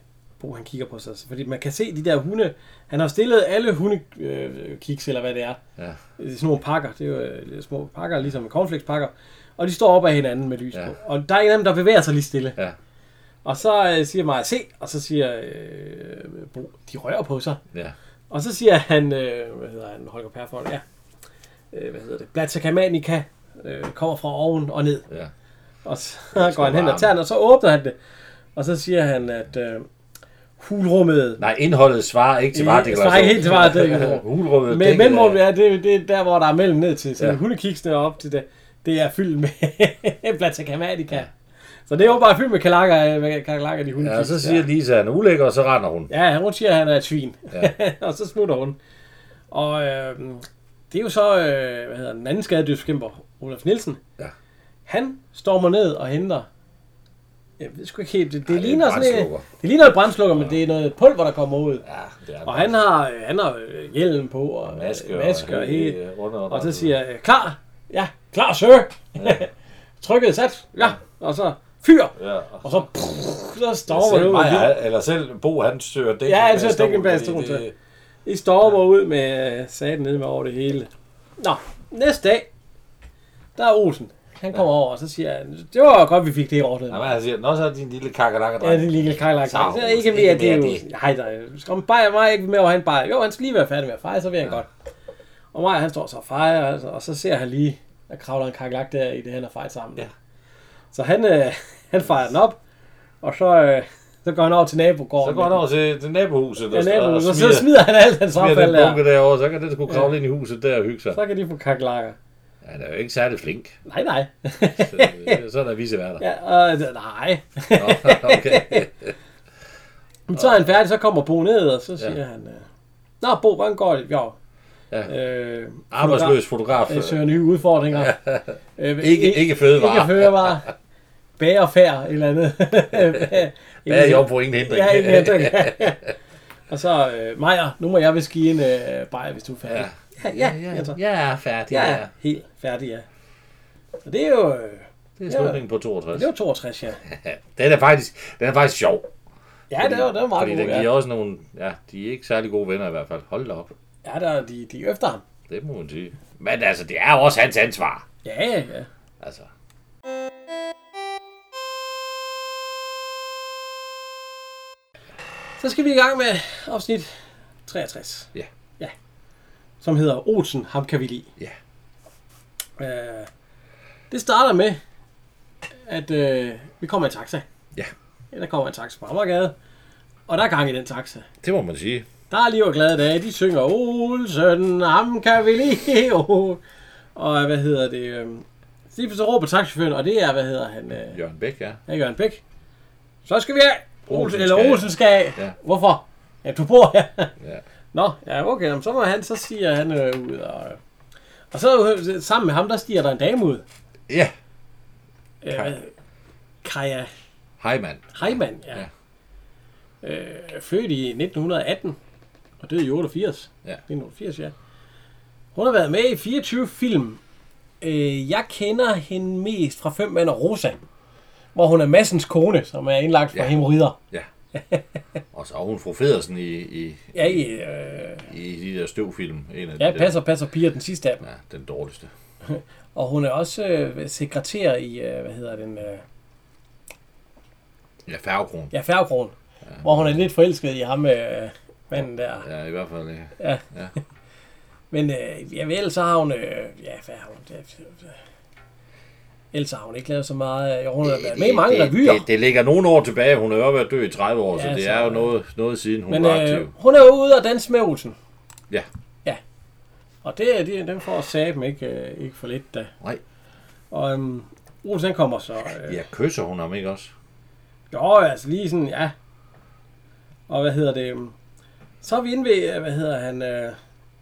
Speaker 1: Bo han kigger på sig, fordi man kan se de der hunde, han har stillet alle hunde øh, kiks, eller hvad det er.
Speaker 2: Ja.
Speaker 1: Det er sådan nogle pakker, det er jo øh, små pakker, ligesom cornflakespakker. Og de står op af hinanden med lys
Speaker 2: Ja.
Speaker 1: ja. på. Og der er en af dem, der bevæger sig lige stille.
Speaker 2: Ja.
Speaker 1: Og så øh, siger Maja, se, og så siger øh, Bo, de rører på sig.
Speaker 2: Ja,
Speaker 1: Og så siger han, øh, hvad hedder han, Holger Perfold, ja. Øh, hvad hedder det? Blatsikamanika øh, kommer fra oven og ned.
Speaker 2: ja.
Speaker 1: Og så går han hen
Speaker 2: varme.
Speaker 1: og tager den, og så åbner han det. Og så siger han, at øh, hulrummet...
Speaker 2: Nej, indholdet svarer ikke til
Speaker 1: Øh,
Speaker 2: varedeklarationen.
Speaker 1: svarer ikke helt til
Speaker 2: (laughs)
Speaker 1: varedeklarationen.
Speaker 2: Hulrummet
Speaker 1: Men
Speaker 2: dækket af-
Speaker 1: mellemrum, ja, det, det er der, hvor der er mellem ned til. Så
Speaker 2: Ja.
Speaker 1: ja. hundekiksene er op til det. Det er fyldt med (laughs) blatsikamatika. Ja. Så det er åbenbart fyldt med kalakker, øh, med kalakker de hundekiksene.
Speaker 2: Ja, så siger Lisa, at han er ulækker, og så render hun.
Speaker 1: Ja, hun siger, at han er et svin.
Speaker 2: Ja.
Speaker 1: Ja. (laughs) og så smutter hun. Og øh, det er jo så, øh, hvad hedder den anden skadedyrskæmper, Olaf Nielsen.
Speaker 2: Ja.
Speaker 1: Han stormer ned og henter Jeg ved sgu ikke helt. Det, det,
Speaker 2: Ej, det er
Speaker 1: ligner
Speaker 2: en
Speaker 1: sådan,
Speaker 2: brandslukker.
Speaker 1: et, det ligner et brændslukker, men det er noget pulver, der kommer ud.
Speaker 2: Ja, det er
Speaker 1: Og han har, øh, han har øh, hjelm på, og
Speaker 2: maske,
Speaker 1: masker og,
Speaker 2: helt,
Speaker 1: hele.
Speaker 2: øh, under, under,
Speaker 1: Og så siger jeg, øh, klar, ja, klar, sir. (laughs) Trykket sat, ja, og så fyr.
Speaker 2: Ja.
Speaker 1: Og så, pff, så
Speaker 2: Selv
Speaker 1: stormer det ud.
Speaker 2: mig,
Speaker 1: med-
Speaker 2: han- eller selv Bo, han søger dækken.
Speaker 1: Ja, han søger
Speaker 2: bag stolen,
Speaker 1: dækken bag
Speaker 2: fordi
Speaker 1: stolen,
Speaker 2: det-
Speaker 1: I stormer ud med øh, saten nede med over det hele. Nå, næste dag, der er Olsen. Han kommer over, og så siger han, det var godt, vi fik det ordnet.
Speaker 2: Jamen, han siger, nå så er din lille kakalakker
Speaker 1: Ja, det er lige kajlagt.
Speaker 2: Så,
Speaker 1: Så
Speaker 2: Olsen,
Speaker 1: ikke
Speaker 2: ikke
Speaker 1: mere, det er
Speaker 2: mere
Speaker 1: jo... Nej, der er- skal man bare mig ikke med over han bare. Jo, han skal lige være færdig med at fejre, så vil han godt. Og Maja, han står så og fejrer, altså, og så ser han lige, der kravler en kakelak der i det, han har fejret sammen. Ja. Så han, øh, (laughs) han fejrer den op, og så, øh, så går han over til nabogården.
Speaker 2: Så går han over til det nabohuset, der
Speaker 1: Ja,
Speaker 2: står og
Speaker 1: naboen, og
Speaker 2: smider,
Speaker 1: så smider han alt hans
Speaker 2: smider
Speaker 1: affald
Speaker 2: den
Speaker 1: der.
Speaker 2: bunke derovre, så kan den sgu kravle ind i huset der og hygge sig.
Speaker 1: Så kan de få kakelakker.
Speaker 2: Han er jo ikke særlig
Speaker 1: (laughs)
Speaker 2: flink.
Speaker 1: Nej, nej.
Speaker 2: Så, øh, sådan er viceværter.
Speaker 1: Ja, og, øh, nej.
Speaker 2: Nå,
Speaker 1: (laughs)
Speaker 2: okay.
Speaker 1: Men så er han færdig, så kommer Bo ned, og så siger ja. han, øh, Nå, Bo, hvordan går det? Jo.
Speaker 2: Ja.
Speaker 1: Øh,
Speaker 2: Arbejdsløs fotograf.
Speaker 1: Jeg Øh, søger nye
Speaker 2: (laughs)
Speaker 1: udfordringer. Øh,
Speaker 2: Ikke- ikke fødevarer.
Speaker 1: Ikke fødevarer. Bag og færd, et eller
Speaker 2: (laughs)
Speaker 1: andet.
Speaker 2: Hvad er job på ingen (laughs) hindring?
Speaker 1: Ja, ingen hindring. og så, øh, Maja, nu må jeg vil ski en øh, bajer, hvis du er færdig. Ja, ja, ja, ja, ja,
Speaker 2: Jeg er færdig.
Speaker 1: ja, ja. helt færdig, ja. Og det er jo, øh,
Speaker 2: Det er slutningen på 62.
Speaker 1: det er jo 62, ja.
Speaker 2: Den er faktisk, den er faktisk sjov.
Speaker 1: Ja, det var, det var meget
Speaker 2: Fordi
Speaker 1: god,
Speaker 2: den giver
Speaker 1: ja.
Speaker 2: også nogle... Ja, de er ikke særlig gode venner i hvert fald. Hold da op.
Speaker 1: ja der, de, de er efter ham.
Speaker 2: Det må man sige. Men altså, det er jo også hans ansvar.
Speaker 1: Ja, ja, ja.
Speaker 2: Altså.
Speaker 1: Så skal vi i gang med afsnit 63.
Speaker 2: Ja.
Speaker 1: Ja. Som hedder Olsen, ham kan vi lide.
Speaker 2: Ja.
Speaker 1: Øh, det starter med, at øh, vi kommer i taxa.
Speaker 2: Ja.
Speaker 1: Ja, Der kommer en taxa på Amagergade, og der er gang i den taxa.
Speaker 2: Det må man sige.
Speaker 1: Der er lige og glade dage. De synger Olsen, ham kan vi lide. (laughs) oh." Og hvad hedder det? Øh, lige så råber taxichaufføren, og det er, hvad hedder han? Øh,
Speaker 2: Jørgen Bæk, ja.
Speaker 1: Ja, Jørgen Bæk. Så skal vi af. Olsen,
Speaker 2: Olsen
Speaker 1: eller
Speaker 2: skal af.
Speaker 1: Olsen skal af. Ja.
Speaker 2: Ja.
Speaker 1: Hvorfor? Ja, du bor her. (laughs)
Speaker 2: Ja.
Speaker 1: Nå, ja, okay. jamen, Så må han, så siger han øh, ud. Og, og så øh, sammen med ham, der stiger der en dame ud.
Speaker 2: Ja.
Speaker 1: Øh,
Speaker 2: Kaj.
Speaker 1: hvad- Kaja
Speaker 2: Hej, mand.
Speaker 1: Heimann, ja. ja. Øh, født i 1918 og døde i 88.
Speaker 2: Ja.
Speaker 1: 1988, ja. Hun har været med i 24 film. Øh, jeg kender hende mest fra Fem Mænd og Rosa, hvor hun er Massens kone, som er indlagt for ja.
Speaker 2: Ja.
Speaker 1: hemorrider.
Speaker 2: Ja. Og så er hun fru Federsen i, i,
Speaker 1: Ja, i, øh,
Speaker 2: i de der støvfilm. En af
Speaker 1: ja
Speaker 2: de
Speaker 1: passer, passer piger, den sidste af dem.
Speaker 2: Der, ja, den dårligste.
Speaker 1: Og hun er også øh, sekretær i, øh, hvad hedder den, øh,
Speaker 2: Ja, færgekron. Ja.
Speaker 1: ja, Færgekron, ja. hvor hun er lidt forelsket i ham, øh, manden der.
Speaker 2: ja, i hvert fald. Ja.
Speaker 1: Men øh, ja, ellers så har hun... Øh, ja, hvad har hun... Det, det- ellers har hun ikke lavet så meget... øh, Jo, hun har været med i mange
Speaker 2: det,
Speaker 1: revyer.
Speaker 2: Det, det, ligger nogle år tilbage. Hun har jo været død i 30 år, ja, så
Speaker 1: Ja,
Speaker 2: det
Speaker 1: så-
Speaker 2: er jo noget, noget siden hun
Speaker 1: Men
Speaker 2: var aktiv.
Speaker 1: øh, hun er jo ude og danse med Olsen.
Speaker 2: Ja.
Speaker 1: Ja. Og det, det den får Saben ikke, øh, ikke for lidt da.
Speaker 2: Nej.
Speaker 1: Og øhm, Olsen han kommer så... Øh,
Speaker 2: Ja, kysser hun ham ikke også?
Speaker 1: Jo, altså lige sådan, ja. Og hvad hedder det? øhm, Så er vi inde ved, øh, hvad hedder han? Øh,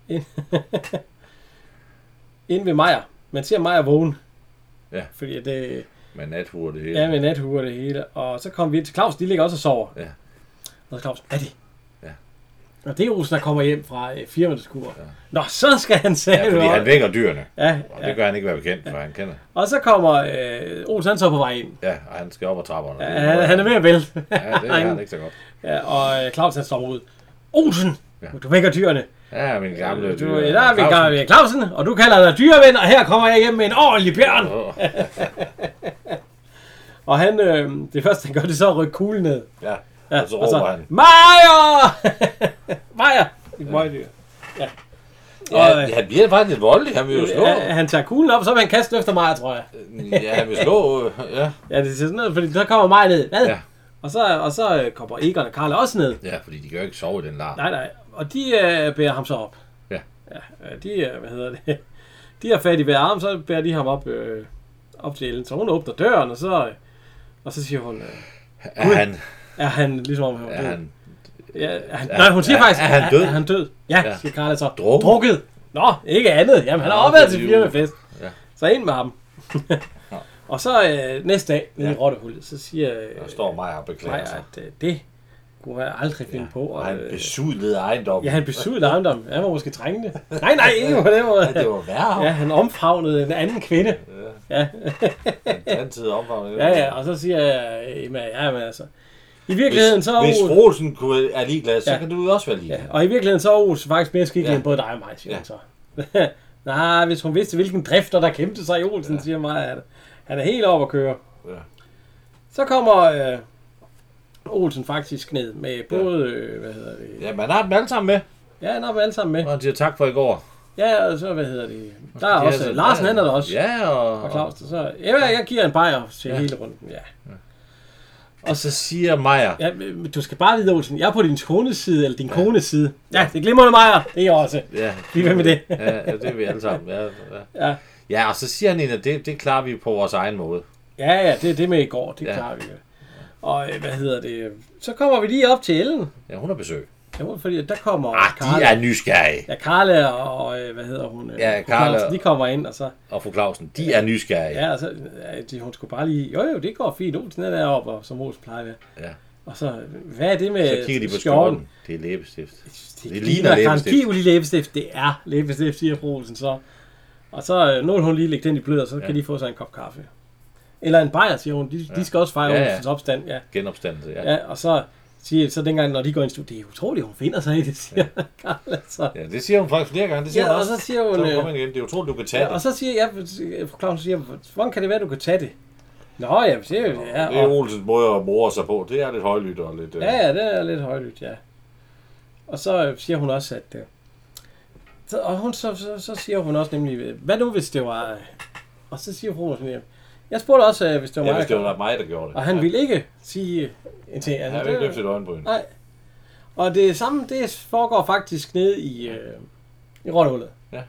Speaker 1: ind, (laughs) inde ved Majer. Man ser Majer vågen.
Speaker 2: Ja.
Speaker 1: Fordi det,
Speaker 2: Med nathue og det hele.
Speaker 1: Ja, med nathue og det hele. Og så kom vi ind til Claus, de ligger også og sover.
Speaker 2: Ja.
Speaker 1: Og så Claus, er det?
Speaker 2: Ja.
Speaker 1: Og det er Olsen, der kommer hjem fra øh, firmaets kur. Ja. Nå, så skal han
Speaker 2: ja,
Speaker 1: sætte
Speaker 2: fordi han vækker dyrene.
Speaker 1: ja,
Speaker 2: Og
Speaker 1: ja.
Speaker 2: det gør han ikke være bekendt, for han kender.
Speaker 1: Og så kommer øh, Olsen, han så på vej ind.
Speaker 2: Ja, og han skal op ad trapperne.
Speaker 1: Ja, han, han er ved at vælte. (laughs)
Speaker 2: Ja, det er han ikke så godt.
Speaker 1: ja, og øh, Claus, han står ud. Olsen,
Speaker 2: Ja.
Speaker 1: du vækker dyrene.
Speaker 2: Ja, min gamle
Speaker 1: Du, øh,
Speaker 2: dyr.
Speaker 1: der er vi gang ved Clausen, og du kalder dig dyreven, og her kommer jeg hjem med en ordentlig bjørn.
Speaker 2: Åh,
Speaker 1: Og han, øh, det første han gør, det er så at rykke kuglen ned.
Speaker 2: Ja,
Speaker 1: Ja,
Speaker 2: og så råber han.
Speaker 1: Maja! (laughs) Maja! Et møgdyr. Ja. Og,
Speaker 2: Ja, han bliver faktisk lidt voldelig. Han vil jo slå.
Speaker 1: øh, han tager kuglen op, så vil han kaste den efter Maja, tror jeg.
Speaker 2: Ja, han vil slå. øh, Ja,
Speaker 1: Ja, det ser sådan noget, fordi så kommer Maja ned. Hvad?
Speaker 2: Ja.
Speaker 1: Og så, og så øh, kommer Egon og Karl også ned.
Speaker 2: ja fordi de kan jo ikke sove i den larm.
Speaker 1: Nej, nej. Og de øh, bærer ham så op.
Speaker 2: Ja.
Speaker 1: ja øh, de, øh, hvad hedder det? (laughs) De har fat i hver arm, så bærer de ham op, øh, op til Ellen. Så hun åbner døren, og så, øh, og så siger hun, øh,
Speaker 2: Er han,
Speaker 1: er han ligesom om han var
Speaker 2: er
Speaker 1: død?
Speaker 2: han
Speaker 1: Ja, er han, nej, hun siger
Speaker 2: er-
Speaker 1: faktisk,
Speaker 2: er han død?
Speaker 1: Er, han død? Ja,
Speaker 2: Ja.
Speaker 1: siger Karla så.
Speaker 2: Drukket?
Speaker 1: Drukket. Nå, ikke andet. Jamen, han har
Speaker 2: Nå,
Speaker 1: også været
Speaker 2: det er
Speaker 1: til (laughs)
Speaker 2: jo-
Speaker 1: firmafest. Ja.
Speaker 2: Ja.
Speaker 1: Så ind med ham. Og så øh, næste dag, nede ja. i
Speaker 2: Ja.
Speaker 1: Rottehullet, så siger øh,
Speaker 2: Der står mig og beklager
Speaker 1: Meyer,
Speaker 2: sig.
Speaker 1: at øh, det kunne jeg aldrig finde ja. på.
Speaker 2: Og
Speaker 1: Og,
Speaker 2: han
Speaker 1: øh,
Speaker 2: besudlede ejendommen.
Speaker 1: ja, han besudlede ejendom. Han var måske trængende. Nej, nej, ikke på den måde.
Speaker 2: Ja, det var værre.
Speaker 1: Ja, han omfavnede en anden kvinde. Ja,
Speaker 2: Han tid omfavnet.
Speaker 1: ja, ja og så siger jeg, øh, Emma, ja, men altså, i virkeligheden
Speaker 2: Hvis,
Speaker 1: så... er
Speaker 2: hvis
Speaker 1: Aarhus-
Speaker 2: Rosen kunne, er ligeglad, så
Speaker 1: Ja.
Speaker 2: ja. kan du jo også være ligeglad.
Speaker 1: Ja, og i virkeligheden så er Aarhus faktisk mere skikkelig ja.
Speaker 2: Ja.
Speaker 1: end både dig og mig, siger ja.
Speaker 2: Ja.
Speaker 1: han så. (laughs) Nej, hvis hun vidste, hvilken drifter der kæmpede sig i Olsen, ja. siger mig, at han er helt oppe at køre.
Speaker 2: Ja.
Speaker 1: Så kommer øh, Olsen faktisk ned med både, ja. øh, hvad hedder det,
Speaker 2: Ja, man har dem alle sammen med.
Speaker 1: ja, han har dem alle sammen med.
Speaker 2: Og han siger tak for i går.
Speaker 1: Ja, og så, hvad hedder det, der er
Speaker 2: Ja,
Speaker 1: også,
Speaker 2: så-
Speaker 1: Larsen han er der også,
Speaker 2: Ja, og,
Speaker 1: og Claus, der så, ja, jeg giver en bajer til ja. hele runden, ja.
Speaker 2: og så siger Maja,
Speaker 1: ja. men Du skal bare vide, Olsen, jeg er på din koneside, eller din ja. kones side. Ja, det glimrende Majer, det er jeg også.
Speaker 2: ja,
Speaker 1: Bliv ved med det.
Speaker 2: ja, ja, det er vi alle sammen. Ja, ja.
Speaker 1: Ja.
Speaker 2: ja og så siger han en, at det, det klarer vi på vores egen måde.
Speaker 1: Ja, ja, det er det med i går, det ja.
Speaker 2: Ja.
Speaker 1: klarer vi. Og øh, hvad hedder det? Så kommer vi lige op til Ellen.
Speaker 2: Ja, hun har besøg.
Speaker 1: Ja, fordi der kommer
Speaker 2: Ah, de er nysgerrige.
Speaker 1: Ja, Karla og, og øh, hvad hedder hun? øh,
Speaker 2: Ja,
Speaker 1: fru
Speaker 2: Karla.
Speaker 1: Carlsen, De kommer ind, og så...
Speaker 2: Og fru Clausen, de er nysgerrige.
Speaker 1: Ja, og så, ja, de, hun skulle bare lige... Jo, jo, det går fint. Olsen er deroppe, og som Olsen plejer at være.
Speaker 2: Ja.
Speaker 1: Og så, hvad er det med
Speaker 2: Så kigger de på
Speaker 1: skjorten?
Speaker 2: skjorten. Det er læbestift.
Speaker 1: Det,
Speaker 2: Det
Speaker 1: det
Speaker 2: ligner
Speaker 1: ligner
Speaker 2: læbestift.
Speaker 1: garantivelig læbestift. Det er læbestift, siger fru Olsen så. Og så øh, nu vil hun lige lægge den i blød, og så ja. kan de få sig en kop kaffe. Eller en bajer, siger hun. De, ja. de skal også fejre
Speaker 2: Ja,
Speaker 1: ja,
Speaker 2: ja.
Speaker 1: Olsens opstand. Ja.
Speaker 2: Genopstandelse, ja.
Speaker 1: Ja, og så siger så dengang, når de går ind i studiet, det er utroligt, hun finder sig i det, siger (laughs) altså. ja. Carla. Så.
Speaker 2: Ja, det siger hun faktisk flere gange. Det siger
Speaker 1: Ja,
Speaker 2: hun
Speaker 1: og
Speaker 2: også.
Speaker 1: så siger hun,
Speaker 2: Så
Speaker 1: øh,
Speaker 2: kommer igen. Det er utroligt, du kan tage
Speaker 1: Ja,
Speaker 2: det.
Speaker 1: og så siger jeg, fru Clausen siger, hvordan kan det være, du kan tage det? Nå, ja, det er jo,
Speaker 2: Det er
Speaker 1: ja, og,
Speaker 2: Olsens måde at more sig på. Det er lidt højlydt og lidt... øh,
Speaker 1: ja, ja, det er lidt højlydt, ja. Og så øh, siger hun også, at, øh, så, og hun, så, så, så siger hun også nemlig, øh, hvad nu hvis det var, øh, og så siger fru Olsen, jeg spurgte også, øh, hvis det var
Speaker 2: Ja,
Speaker 1: mig,
Speaker 2: hvis
Speaker 1: der
Speaker 2: det
Speaker 1: kom."
Speaker 2: var mig, der gjorde det.
Speaker 1: og han
Speaker 2: ja.
Speaker 1: ville ikke sige en ting.
Speaker 2: Han
Speaker 1: Altså,
Speaker 2: har
Speaker 1: det-
Speaker 2: ikke løftet et øjenbryn.
Speaker 1: Nej. Og det samme, det foregår faktisk ned i, øh, i rottehullet.
Speaker 2: Ja.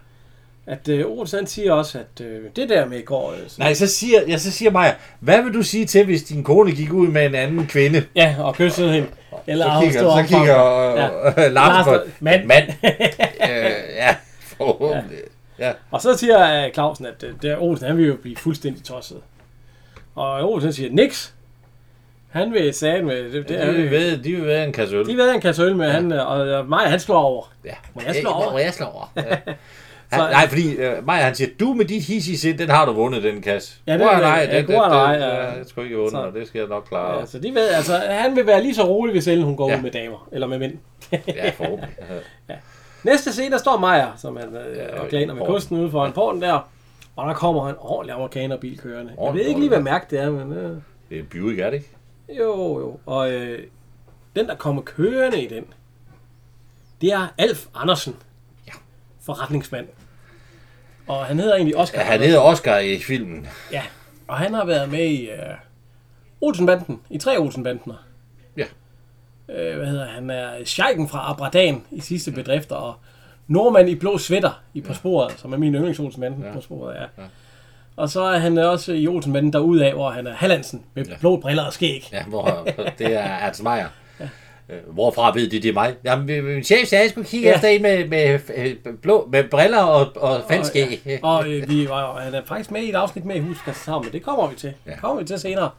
Speaker 1: At øh, Olsen han siger også, at øh, det der med i går... Øh, så-
Speaker 2: Nej, så siger, ja, så siger Maja, hvad vil du sige til, hvis din kone gik ud med en anden kvinde?
Speaker 1: Ja, og kyssede hende. Eller
Speaker 2: så
Speaker 1: at hun
Speaker 2: kigger,
Speaker 1: stod
Speaker 2: så
Speaker 1: og
Speaker 2: kigger
Speaker 1: omfavnede.
Speaker 2: ja. øh, Lars på,
Speaker 1: Larsen, mand. (laughs)
Speaker 2: mand. øh, ja, forhåbentlig. Ja.
Speaker 1: Og så siger øh, Clausen, at øh, der, Olsen han vil jo blive fuldstændig tosset. Og Olsen han siger, niks. Han vil sige med... Det, det,
Speaker 2: ja.
Speaker 1: er
Speaker 2: De vil
Speaker 1: jo-
Speaker 2: ved, de vil ved en kasse øl.
Speaker 1: de ved, han kan søge med, ja. han, øh, og øh, Maja, han slår over.
Speaker 2: Ja.
Speaker 1: Må jeg slå over?
Speaker 2: Må jeg slå
Speaker 1: (laughs)
Speaker 2: over? Ja. Han,
Speaker 1: Så-
Speaker 2: nej, fordi øh, Maja, han siger, du med dit hissige sind, den har du vundet, den kasse.
Speaker 1: Ja, det
Speaker 2: Hvor
Speaker 1: er-
Speaker 2: nej,
Speaker 1: ja,
Speaker 2: den,
Speaker 1: god eller ej,
Speaker 2: den,
Speaker 1: ja.
Speaker 2: ja, jeg skulle ikke vundet,
Speaker 1: Så-
Speaker 2: og det skal jeg nok klare.
Speaker 1: Ja, så de ved, altså, han vil være lige så rolig, hvis Ellen hun går ja.
Speaker 2: Ja.
Speaker 1: ud med damer. Eller med mænd.
Speaker 2: Ja, forhåbentlig. Ja.
Speaker 1: Næste scene, der står Meyer, som han øh, ja,
Speaker 2: og
Speaker 1: reklamer med
Speaker 2: porten.
Speaker 1: kosten ude foran porten der. Og der kommer en ordentlig amerikanerbil kørende. Jeg ved
Speaker 2: Ordentlig,
Speaker 1: ikke lige, hvad
Speaker 2: ordentlig.
Speaker 1: mærke det er, men... Øh,
Speaker 2: Det er Buick, er det ikke?
Speaker 1: jo, jo. Og øh, den, der kommer kørende i den, det er Alf Andersen.
Speaker 2: Ja.
Speaker 1: Forretningsmand. Og han hedder egentlig Oscar.
Speaker 2: Ja, han hedder Oscar i filmen.
Speaker 1: Ja. Og han har været med i øh, Olsenbanden. I tre Olsenbanden.
Speaker 2: Ja.
Speaker 1: øh, hvad hedder han, er Scheiken fra Abradan i sidste bedrifter, og Nordmand i blå sweater i På sporet, som er min yndlingsolsenmand ja. på sporet, ja. ja. Og så er han også i Olsenmanden derude af, hvor han er Hallandsen med ja. blå briller og skæg. Ja.
Speaker 2: Ja, hvor, det er Ernst Meier.
Speaker 1: (laughs)
Speaker 2: Øh, Hvorfra ved de, det er mig? Jamen, min- min chef sagde, at jeg skulle kigge
Speaker 1: Ja.
Speaker 2: ja. efter en med, med, øh, blå, med briller og, og falske. (laughs) Ja.
Speaker 1: Og øh, vi var, og han er faktisk med i et afsnit med i Huskasse sammen, men det kommer vi til. Ja.
Speaker 2: Ja.
Speaker 1: Det kommer vi til senere.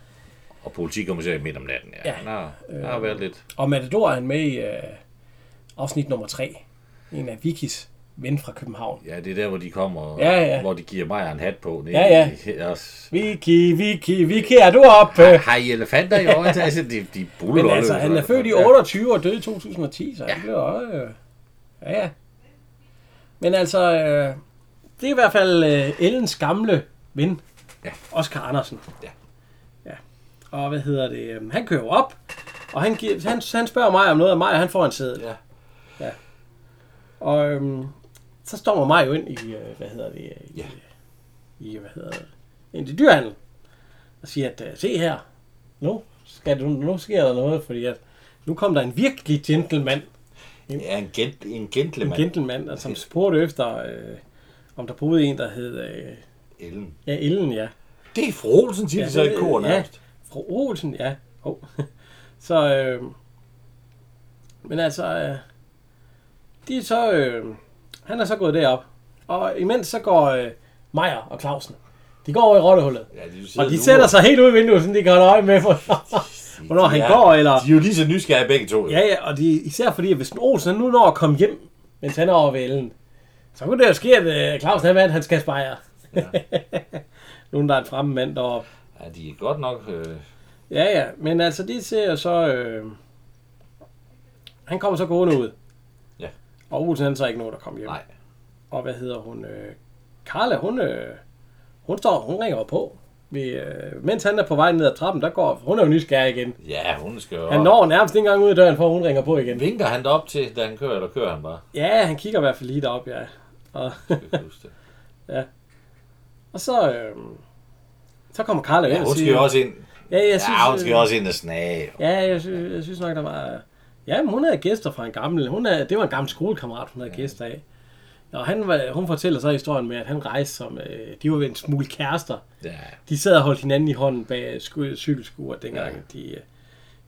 Speaker 2: Og politikommissær midt om natten. Ja,
Speaker 1: Ja.
Speaker 2: ja. Nå, der har været lidt.
Speaker 1: Og Matador er han med i øh, afsnit nummer 3. En af Vikis ven fra København.
Speaker 2: Ja, det er der, hvor de kommer,
Speaker 1: Ja, ja.
Speaker 2: hvor de giver Meier en hat på. Det,
Speaker 1: Ja, ja.
Speaker 2: ja.
Speaker 1: Viki, Viki, Viki, er du oppe? Ja.
Speaker 2: Har I elefanter i overetagen? De, de buller.
Speaker 1: Men altså, han er født i 28 og døde i 2010, så han blev også... Øh, ja, ja. Men altså, øh, det er i hvert fald øh, Ellens gamle ven, ja.
Speaker 2: Ja.
Speaker 1: Oscar Andersen.
Speaker 2: Ja.
Speaker 1: ja. Og hvad hedder det? øh, Han kører jo op, og han, giver, han, han spørger mig om noget af mig, og han får en sæde.
Speaker 2: Ja.
Speaker 1: ja. Og øhm, så stormer mig jo ind i, øh, hvad hedder det, øh, i, øh,
Speaker 2: Ja.
Speaker 1: i, hvad hedder det, ind i dyrehandel, og siger, at øh, se her, nu, skal du, nu sker der noget, fordi at, nu kom der en virkelig gentleman,
Speaker 2: Ja, en, gent, en gentleman.
Speaker 1: en gentleman, og som spurgte efter, øh, om der boede en, der hed, øh,
Speaker 2: Ellen.
Speaker 1: ja, Ellen, ja.
Speaker 2: Det er Frohelsen, siger
Speaker 1: Ja,
Speaker 2: ja, de så i
Speaker 1: det-
Speaker 2: kor
Speaker 1: ja.
Speaker 2: nærmest.
Speaker 1: Fru Olsen, ja. Oh. (laughs) så, øh, men altså, øh, de er så, øh, han er så gået derop. Og imens så går øh, Meier og Clausen De går over i rottehullet.
Speaker 2: Ja, de
Speaker 1: Og de sætter sig helt ud i vinduet, så de kan holde øje med, hvornår,
Speaker 2: (laughs)
Speaker 1: hvornår han går, eller...
Speaker 2: De er jo lige så nysgerrige begge to. jo.
Speaker 1: Ja, ja, og de, især fordi, at hvis Olsen nu når at komme hjem, mens han er over ved Ellen, så kunne det jo ske, at øh, Clausen er vandt, han skal spejre. (laughs) Ja. Nogen, der er en fremme mand deroppe.
Speaker 2: ja de er godt nok... Øh,
Speaker 1: Ja, ja, men altså, de ser så... Øh, han kommer så gående ud.
Speaker 2: Ja.
Speaker 1: Og Olsen han så ikke noget, der kommer hjem.
Speaker 2: nej.
Speaker 1: Og hvad hedder hun? Øh, Carla, hun, øh, hun står, hun ringer jo på. Vi, øh, mens han er på vej ned ad trappen, der går, hun er jo nysgerrig igen.
Speaker 2: Ja, hun skal jo...
Speaker 1: Han når nærmest ikke engang ud af døren, for hun ringer på igen.
Speaker 2: Vinker han derop til, da han kører, eller kører han bare?
Speaker 1: Ja, han kigger i hvert fald lige derop, ja. Og, (laughs)
Speaker 2: Jeg kan ikke huske det.
Speaker 1: og så, øh, så kommer Carla
Speaker 2: Ja,
Speaker 1: ind og
Speaker 2: hun skal
Speaker 1: siger...
Speaker 2: jo også ind...
Speaker 1: ja, jeg synes,
Speaker 2: Ja, hun
Speaker 1: øh,
Speaker 2: skal jo også ind og snage.
Speaker 1: Ja, jeg synes, jeg synes nok, der var... Ja, men hun havde gæster fra en gammel... Hun havde, det var en gammel skolekammerat, hun havde ja. gæster af. Og han, var- hun fortæller så historien med, at han rejste som... Øh, de var en smule kærester.
Speaker 2: Ja,
Speaker 1: De sad og holdt hinanden i hånden bag sku- cykelskuret dengang. Ja. De, øh,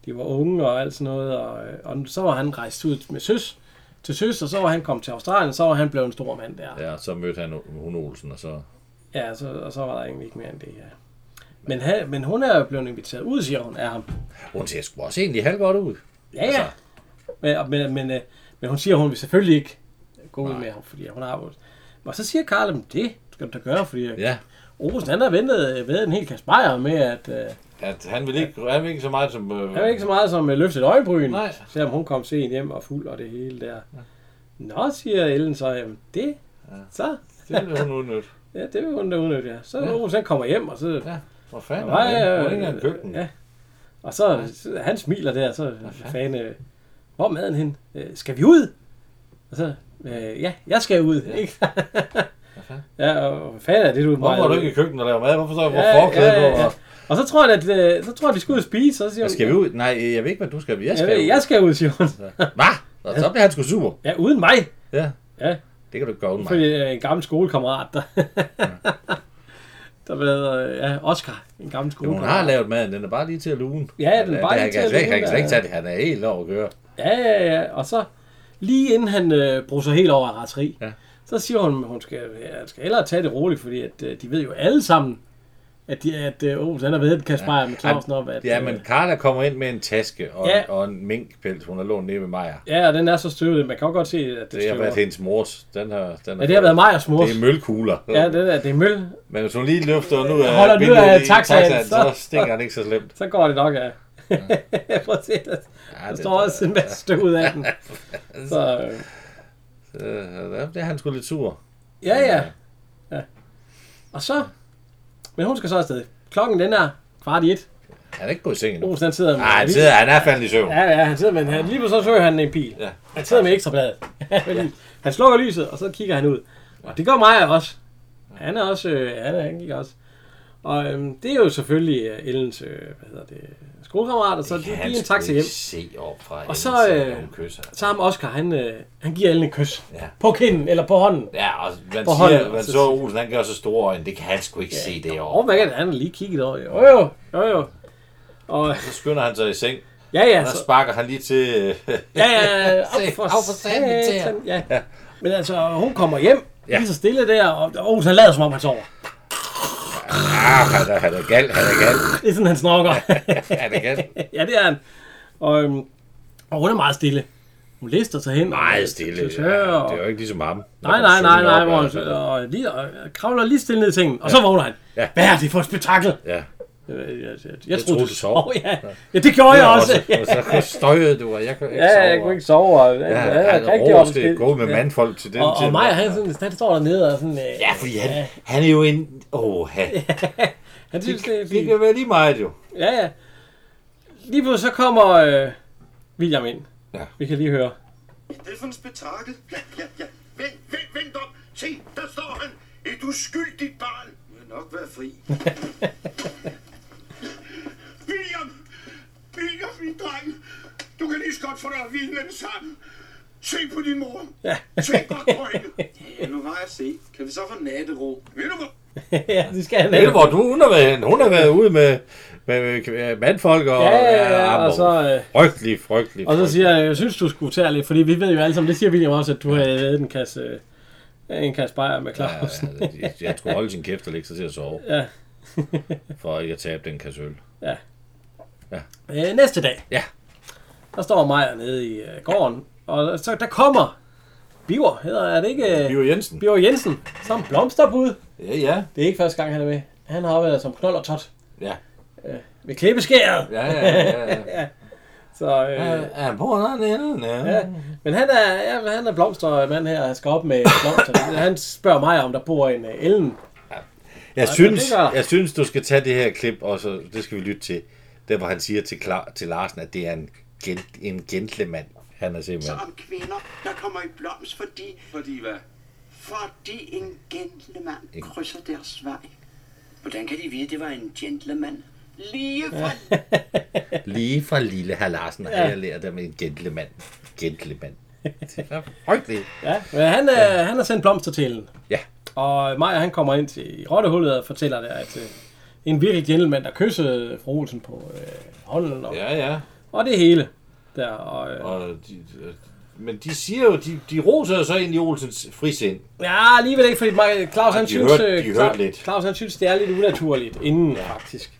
Speaker 1: de var unge og alt sådan noget. Og, øh, og så var han rejst ud med søs, til søs, og så var han kommet til Australien, så var han blevet en stor mand der.
Speaker 2: ja så mødte han hun Olsen, og så...
Speaker 1: Ja, så, og så var der egentlig ikke mere end det, ja. Men, han, men hun er jo blevet inviteret ud, siger hun, af ham.
Speaker 2: Hun ser sgu også egentlig halvgodt ud.
Speaker 1: Ja, ja.
Speaker 2: Altså-
Speaker 1: Men, og- men, men, øh, men hun siger, at hun vil selvfølgelig ikke gå ud med ham, fordi hun har vores. Og så siger Karl, at det skal du da gøre, fordi ja.
Speaker 2: Ja,
Speaker 1: Olsen, han har ventet øh, ved en hel kasse bajer med, at øh,
Speaker 2: at han vil ikke, han vil ikke så meget som... Øh,
Speaker 1: han er ikke så meget som øh, løftet øjenbryn,
Speaker 2: Nej.
Speaker 1: selvom hun kom sent hjem og fuld og det hele der. Nå, siger Ellen så, jamen det, ja. så,
Speaker 2: Det vil hun udnytte.
Speaker 1: ja, det vil hun da udnytte, ja. Så ja. Olsen, han kommer hjem, og så,
Speaker 2: Ja, hvor fanden
Speaker 1: Nej,
Speaker 2: er
Speaker 1: ja,
Speaker 2: han? Hun er
Speaker 1: ja,
Speaker 2: ikke engang i køkkenet.
Speaker 1: ja. Og så, så han smiler der, så fan, øh, hvor er maden hen? Øh, skal vi ud? Og så, øh, ja, jeg skal ud, ja. ikke? (laughs) ja, og hvad fanden er det, du
Speaker 2: Hvorfor
Speaker 1: mejer
Speaker 2: er du
Speaker 1: ud?
Speaker 2: ikke i køkkenet og laver mad? Hvorfor så hvor forklæde på? og-
Speaker 1: Og så tror han, at øh, så tror han, de skal ud og spise, og så siger
Speaker 2: Hvad
Speaker 1: hun,
Speaker 2: Skal vi ud? Nej, jeg ved ikke, hvad du skal. Jeg
Speaker 1: jeg,
Speaker 2: skal
Speaker 1: ved-
Speaker 2: ud. Altså.
Speaker 1: jeg skal ud, siger hun.
Speaker 2: Hvad? Nå, så bliver han sgu super.
Speaker 1: Ja, uden mig,
Speaker 2: Ja.
Speaker 1: Ja.
Speaker 2: Det kan du ikke gøre uden mig.
Speaker 1: fordi jeg er en gammel skolekammerat, der... (laughs) der hedder, øh, ja, Oscar, en gammel
Speaker 2: Hun har
Speaker 1: skolekammerat.
Speaker 2: lavet maden, den er bare lige til at lune.
Speaker 1: Ja, den er
Speaker 2: Han
Speaker 1: bare
Speaker 2: han
Speaker 1: lige
Speaker 2: kan
Speaker 1: til at
Speaker 2: slet altså ikke-
Speaker 1: lune,
Speaker 2: Han kan slet ikke
Speaker 1: ja.
Speaker 2: tage det, han er helt over at køre.
Speaker 1: Ja, ja, ja. Og så lige inden han øh, bruser helt over af raseri, ja.
Speaker 2: Ja.
Speaker 1: så siger hun, at hun skal, ja, han skal hellere tage det roligt, fordi at, øh, de ved jo alle sammen, at, de, at øh, Aarhus, han har ved, at Kasper ja. med Clausen om, at...
Speaker 2: Ja, men
Speaker 1: Øh,
Speaker 2: Carla kommer ind med en taske og,
Speaker 1: Ja.
Speaker 2: ja. og en minkpels, hun har lånt nede ved Maja.
Speaker 1: ja, og den er så støvet, man kan jo godt se, at det,
Speaker 2: Det har
Speaker 1: støver.
Speaker 2: været hendes mors. Den har, den
Speaker 1: Ja, det har været Majers mors.
Speaker 2: Det er mølkugler.
Speaker 1: Ja, det er, det er møl.
Speaker 2: Men hvis hun lige løfter nu af
Speaker 1: Holder den ud af
Speaker 2: vinduet i
Speaker 1: taxaen,
Speaker 2: så
Speaker 1: så-
Speaker 2: stikker han ikke så slemt.
Speaker 1: Så går det nok af. (laughs) Prøv at se, der,
Speaker 2: Ja,
Speaker 1: der
Speaker 2: det-
Speaker 1: står også en masse støv ud af
Speaker 2: (laughs)
Speaker 1: den. Så, øh,
Speaker 2: Øh, ja, det er han sgu lidt sur.
Speaker 1: ja, ja, ja. Og så... Men hun skal så afsted. Klokken den er kvart i et.
Speaker 2: Han er ikke gået i seng endnu.
Speaker 1: Olsen, han sidder med...
Speaker 2: Nej, han, sidder, han er faldet i søvn.
Speaker 1: Oh, Ja, ja, han sidder med en, han, lige på så søger han en pil.
Speaker 2: Ja.
Speaker 1: Han sidder med ekstrabladet. ja. Han slukker lyset, og så kigger han ud. Og det gør Maja også. Han er også, øh, han, er, han kigger også. Og øhm, det er jo selvfølgelig øh, Ellens, øh, hvad hedder det, skolekammerat, og så de, de er en taxa hjem.
Speaker 2: se op fra
Speaker 1: Og så, øh, så ham Oscar, han, øh, han giver Ellen et kys.
Speaker 2: Ja.
Speaker 1: På kinden, eller på hånden.
Speaker 2: Ja, og man
Speaker 1: På
Speaker 2: siger,
Speaker 1: hånden,
Speaker 2: man
Speaker 1: så-
Speaker 2: så Olsen, han gør så store øjne, det kan han sgu ikke se det
Speaker 1: Og
Speaker 2: år.
Speaker 1: hvad kan det, han har lige kigget over? Jo, jo, jo, jo. Og
Speaker 2: Så skynder han sig i seng,
Speaker 1: ja, ja,
Speaker 2: og der
Speaker 1: så,
Speaker 2: sparker han lige til... øh, (laughs)
Speaker 1: Ja, ja, ja.
Speaker 2: Se,
Speaker 1: Op for
Speaker 2: op for satan,
Speaker 1: satan. Ja. Men altså, hun kommer hjem, ja.
Speaker 2: Ja.
Speaker 1: lige så stille der, og Aarhus han lader som om han sover.
Speaker 2: Ah, han er, han er gal, han er gal,
Speaker 1: Det er sådan, han
Speaker 2: (laughs)
Speaker 1: snakker.
Speaker 2: han er gal.
Speaker 1: ja, det er han. Og, øhm, og hun er meget stille. Hun lister sig hen.
Speaker 2: Meget
Speaker 1: og-
Speaker 2: stille.
Speaker 1: til
Speaker 2: Ja,
Speaker 1: søger, og-
Speaker 2: det er jo ikke ligesom ham.
Speaker 1: Nej, nej, nej, nej, hvor han og, lige, og kravler lige stille ned i sengen, og så vågner han.
Speaker 2: Ja.
Speaker 1: Hvad er det for et spektakel?
Speaker 2: Ja,
Speaker 1: Jeg, jeg, jeg, jeg,
Speaker 2: troede, du sov.
Speaker 1: Oh, ja. ja, det gjorde jeg
Speaker 2: og
Speaker 1: også.
Speaker 2: så- og (laughs) så støjede du, og jeg kunne ikke
Speaker 1: Ja,
Speaker 2: sove.
Speaker 1: jeg kunne ikke sove. og-
Speaker 2: Ja,
Speaker 1: Ja,
Speaker 2: han
Speaker 1: jeg
Speaker 2: er
Speaker 1: kan ikke
Speaker 2: råst, det er
Speaker 1: opskille.
Speaker 2: gået med mandfolk til den
Speaker 1: Og,
Speaker 2: tid.
Speaker 1: og Maja, han, sådan, han står dernede og sådan... øh,
Speaker 2: Ja, fordi han, han er jo en... Åh, han,
Speaker 1: Han synes, det er
Speaker 2: det
Speaker 1: fint.
Speaker 2: kan være lige meget jo.
Speaker 1: Ja, ja. Lige pludselig så kommer øh, William ind.
Speaker 2: Ja.
Speaker 1: Vi kan lige høre. (laughs)
Speaker 3: Det er for en spektakel. Ja, ja, ja. Vent, vent, vent op. Se, der står han. Et uskyldigt barn. Må jeg nok være fri. (laughs) William! William, min dreng. Du kan lige så godt få dig at vide med det samme. Se på din mor.
Speaker 1: Ja.
Speaker 3: Se godt på hende. Ja, nu har jeg set. Kan vi så få nattero? Ved du hvad?
Speaker 1: ja, det skal han
Speaker 2: Det
Speaker 1: have.
Speaker 2: hvor du, hun har været, hun har været ude med, med, med mandfolk og,
Speaker 1: Ja, ja, ja,
Speaker 2: armbånd.
Speaker 1: og så, øh,
Speaker 2: frygtelig, frygtelig.
Speaker 1: Og så
Speaker 2: frygtelig.
Speaker 1: siger jeg, jeg synes, du skulle tage lidt, fordi vi ved jo alle sammen, det siger William også, at du har lavet en kasse øh, En kan spejre med
Speaker 2: Ja, ja,
Speaker 1: Clausen.
Speaker 2: ja, jeg- jeg skulle holde sin kæft og lægge sig til at sove,
Speaker 1: Ja.
Speaker 2: for ikke at tabe den kassøl.
Speaker 1: ja.
Speaker 2: Ja.
Speaker 1: Øh, næste dag,
Speaker 2: Ja,
Speaker 1: der står Majer nede i øh, gården, og så der kommer Biver, hedder er det ikke? øh,
Speaker 2: Biver Jensen.
Speaker 1: Biver Jensen, som blomsterbud.
Speaker 2: Ja, ja.
Speaker 1: Det er ikke første gang, han er med. Han har været som knold og tot
Speaker 2: Ja,
Speaker 1: ved klippeskæret.
Speaker 2: ja, ja. ja, ja.
Speaker 1: Så, øh,
Speaker 2: Ja, ja, på den anden ende, ja.
Speaker 1: Ja, (laughs) men han er, ja, han er blomstermand her, han skal op med blomster. Han spørger mig, om der bor en øh, Ellen.
Speaker 2: Jeg
Speaker 1: Ej,
Speaker 2: synes,
Speaker 1: men det gør-
Speaker 2: jeg synes, du skal tage det her klip, og så det skal vi lytte til. Der, hvor han siger til, Klar, til Larsen, at det er en, gen, en gentleman. Han er
Speaker 4: Så
Speaker 2: simpelthen...
Speaker 4: om kvinder, der kommer i blomst, fordi,
Speaker 3: Fordi hvad?
Speaker 4: fordi en gentleman krydser deres vej.
Speaker 6: Hvordan kan de vide, det var en gentleman?
Speaker 4: Lige fra
Speaker 2: Lige fra lille herr Larsen har jeg lært om en gentleman. Gentleman. Det er frygteligt.
Speaker 1: Ja, men han, øh, han har sendt blomster til Ellen.
Speaker 2: Ja.
Speaker 1: Og Maja, han kommer ind til rottehullet og fortæller der, at øh, en virkelig gentleman, der kyssede fru Olsen på øh, hånden og, ja.
Speaker 2: ja.
Speaker 1: og det hele. Der, og, øh,
Speaker 2: Og de, øh, men de siger jo, de, de roser jo så egentlig Olsens frisind.
Speaker 1: ja, alligevel ikke, fordi Maja, Claus,
Speaker 2: Ej,
Speaker 1: han
Speaker 2: de
Speaker 1: synes,
Speaker 2: hørte- de
Speaker 1: øh,
Speaker 2: hørte
Speaker 1: Cla-
Speaker 2: lidt.
Speaker 1: Claus, han synes, det er lidt unaturligt inden, ja. faktisk.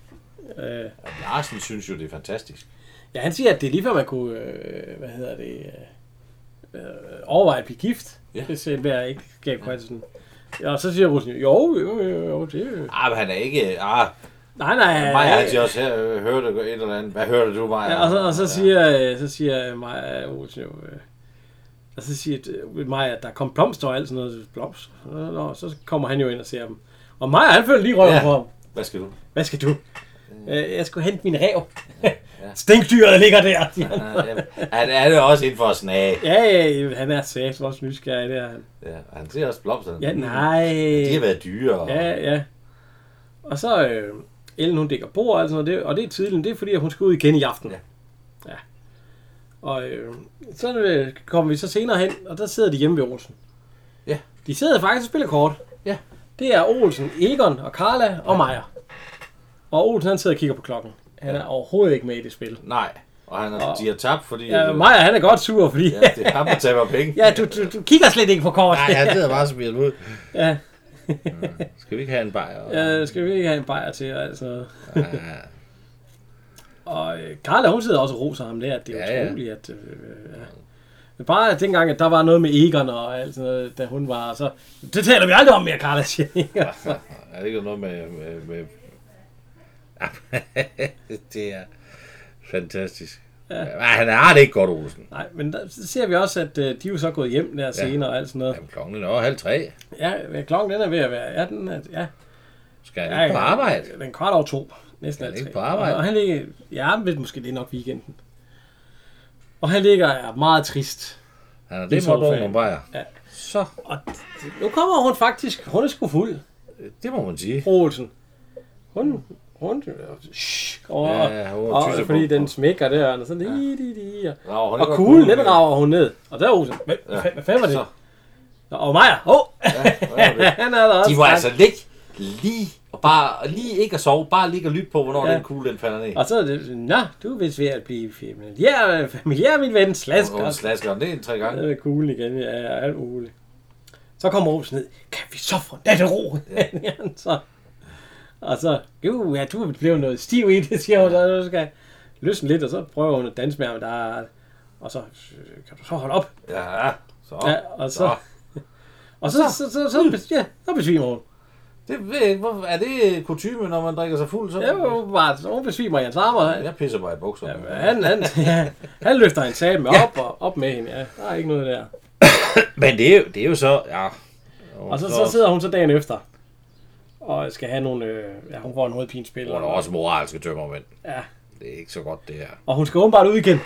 Speaker 1: Øh,
Speaker 2: Og Larsen synes jo, det er fantastisk.
Speaker 1: Ja, han siger, at det er lige før, man kunne, øh, hvad hedder det, øh, øh, overveje at blive gift,
Speaker 2: Ja.
Speaker 1: ja. hvis en hver ikke gav Christensen. Ja, og så siger Rusen, jo, jo, jo, jo, det er jo.
Speaker 2: Ah, men han er ikke... Ah,
Speaker 1: Nej, nej.
Speaker 2: Maja har altid også her, øh, hørte et eller andet. Hvad hørte du, Maja?
Speaker 1: Ja, og så, og så siger, øh, så siger Maja Olsen jo, øh, og så siger øh, Maja, at der kom blomster og alt sådan noget, blomster, og så kommer han jo ind og ser dem. Og Maja, han føler lige røven
Speaker 2: Ja.
Speaker 1: ja. på ham.
Speaker 2: Hvad skal du?
Speaker 1: Hvad skal du? Øh, jeg skulle hente min rev. (laughs) Stinkdyret ligger der, siger
Speaker 2: (laughs)
Speaker 1: han.
Speaker 2: Ah, jamen, han er det også inden for at snage.
Speaker 1: Ja, ja, han er sæt, også nysgerrig, det er han.
Speaker 2: Ja, og han ser også blomsterne.
Speaker 1: Ja, nej.
Speaker 2: De har været dyre. Og...
Speaker 1: Ja, ja. Og så øh, Ellen, hun dækker bord og alt sådan noget, det, og det er tidligt, det er fordi, at hun skal ud igen i aften.
Speaker 2: Ja.
Speaker 1: Ja. ja. Og øh, så øh, kommer vi så senere hen, og der sidder de hjemme ved Olsen.
Speaker 2: Ja.
Speaker 1: De sidder faktisk og spiller kort.
Speaker 2: Ja.
Speaker 1: Det er Olsen, Egon og Karla og Maja. Og Olsen han sidder og kigger på klokken. Han er overhovedet ikke med i det spil.
Speaker 2: Nej, og han er, de har tabt, fordi...
Speaker 1: Ja, Maja han er godt sur, fordi...
Speaker 2: Ja,
Speaker 1: Ja,
Speaker 2: det er ham, der taber penge.
Speaker 1: (laughs) ja du, du, du, kigger slet ikke på kort.
Speaker 2: Nej, han sidder bare og spiller ud.
Speaker 1: Ja.
Speaker 2: (laughs) Skal vi ikke have en bajer? Og...
Speaker 1: ja, skal vi ikke have en bajer til altså? og alt sådan noget.
Speaker 2: Ja,
Speaker 1: Og øh, Carla, hun sidder også og roser ham der, at det er
Speaker 2: Ja, ja.
Speaker 1: ja, utroligt, at... Øh, øh, ja. Men bare dengang, at der var noget med Egon og alt sådan noget, da hun var, så... Det taler vi aldrig om mere, Carla, siger Egon. Så,
Speaker 2: (laughs) er det ikke noget med... med, med... (laughs) Ja, det er fantastisk. Ja. han har det ikke godt, Olsen.
Speaker 1: nej, men der, så ser vi også, at øh, de er jo så gået hjem der senere og alt sådan noget.
Speaker 2: Jamen, klokken er over halv tre.
Speaker 1: Ja, ja, klokken den er ved at være... Ja, den er, ja,
Speaker 2: Skal han
Speaker 1: ja,
Speaker 2: ikke på arbejde?
Speaker 1: Den er kvart over to. Næsten
Speaker 2: Han er
Speaker 1: halv
Speaker 2: ikke
Speaker 1: tre.
Speaker 2: på arbejde.
Speaker 1: Og han ligger... Ja, men måske det er nok weekenden. Og han ligger er meget trist.
Speaker 2: Han er
Speaker 1: Det er
Speaker 2: det, må du
Speaker 1: sofaen.
Speaker 2: nogle bajer.
Speaker 1: Ja.
Speaker 2: Så,
Speaker 1: Og nu kommer hun faktisk... Hun er sgu fuld.
Speaker 2: det må man sige.
Speaker 1: Fru Olsen. Hun, hun, shh, og,
Speaker 2: Ja,
Speaker 1: ja,
Speaker 2: hun
Speaker 1: hun
Speaker 2: tysser
Speaker 1: og,
Speaker 2: på.
Speaker 1: fordi den smækker der, og sådan, ja. di, di, og,
Speaker 2: Rager hun
Speaker 1: og
Speaker 2: ikke
Speaker 1: kuglen,
Speaker 2: kuglen
Speaker 1: den rager hun ned. Og der er Olsen, hvad, ja. hvad fanden var det?
Speaker 2: Så.
Speaker 1: Så. Og Maja, åh, oh,
Speaker 2: Ja, det-
Speaker 1: (laughs) han er der også.
Speaker 2: De var
Speaker 1: Tak.
Speaker 2: altså ligge lige, og bare og lige ikke at sove, bare ligge og lytte på, hvornår ja.
Speaker 1: Ja.
Speaker 2: den kugle den falder ned.
Speaker 1: Og så er det, nå, du er vist ved at blive familiær, familiær min ven, slask.
Speaker 2: Og hun
Speaker 1: Og
Speaker 2: slasker den en tre gange.
Speaker 1: ned med kuglen igen, ja, ja, alt muligt. Så kommer Olsen ned, kan vi så få natte ro? (laughs) Ja. så, og så, jo, ja, du er blevet noget stiv i det, (laughs) siger hun, så nu skal jeg løsne lidt, og så prøver hun at danse med ham, der, er- og så, øh, kan du så holde op?
Speaker 2: Ja, så.
Speaker 1: Ja, og så, og så, så, så, så, så, ja, så besvimer hun.
Speaker 2: Det, ved- hvor- er det kutume, når man drikker sig fuld? Så?
Speaker 1: Ja, hun, bare, så hun besvimer i hans arme, og
Speaker 2: Jeg pisser bare i bukserne.
Speaker 1: ja, han, han, (laughs) ja, han løfter en sabel op og op med hende, ja, der er ikke noget der.
Speaker 2: Men det er, jo, det er jo så... Ja.
Speaker 1: Og så, så sidder hun så dagen efter. Og skal have nogle... Øh, ja, hun får en hovedpinespil.
Speaker 2: Hun er også moralske tømmermænd.
Speaker 1: Ja.
Speaker 2: Det er ikke så godt, det her.
Speaker 1: Og hun skal åbenbart ud igen.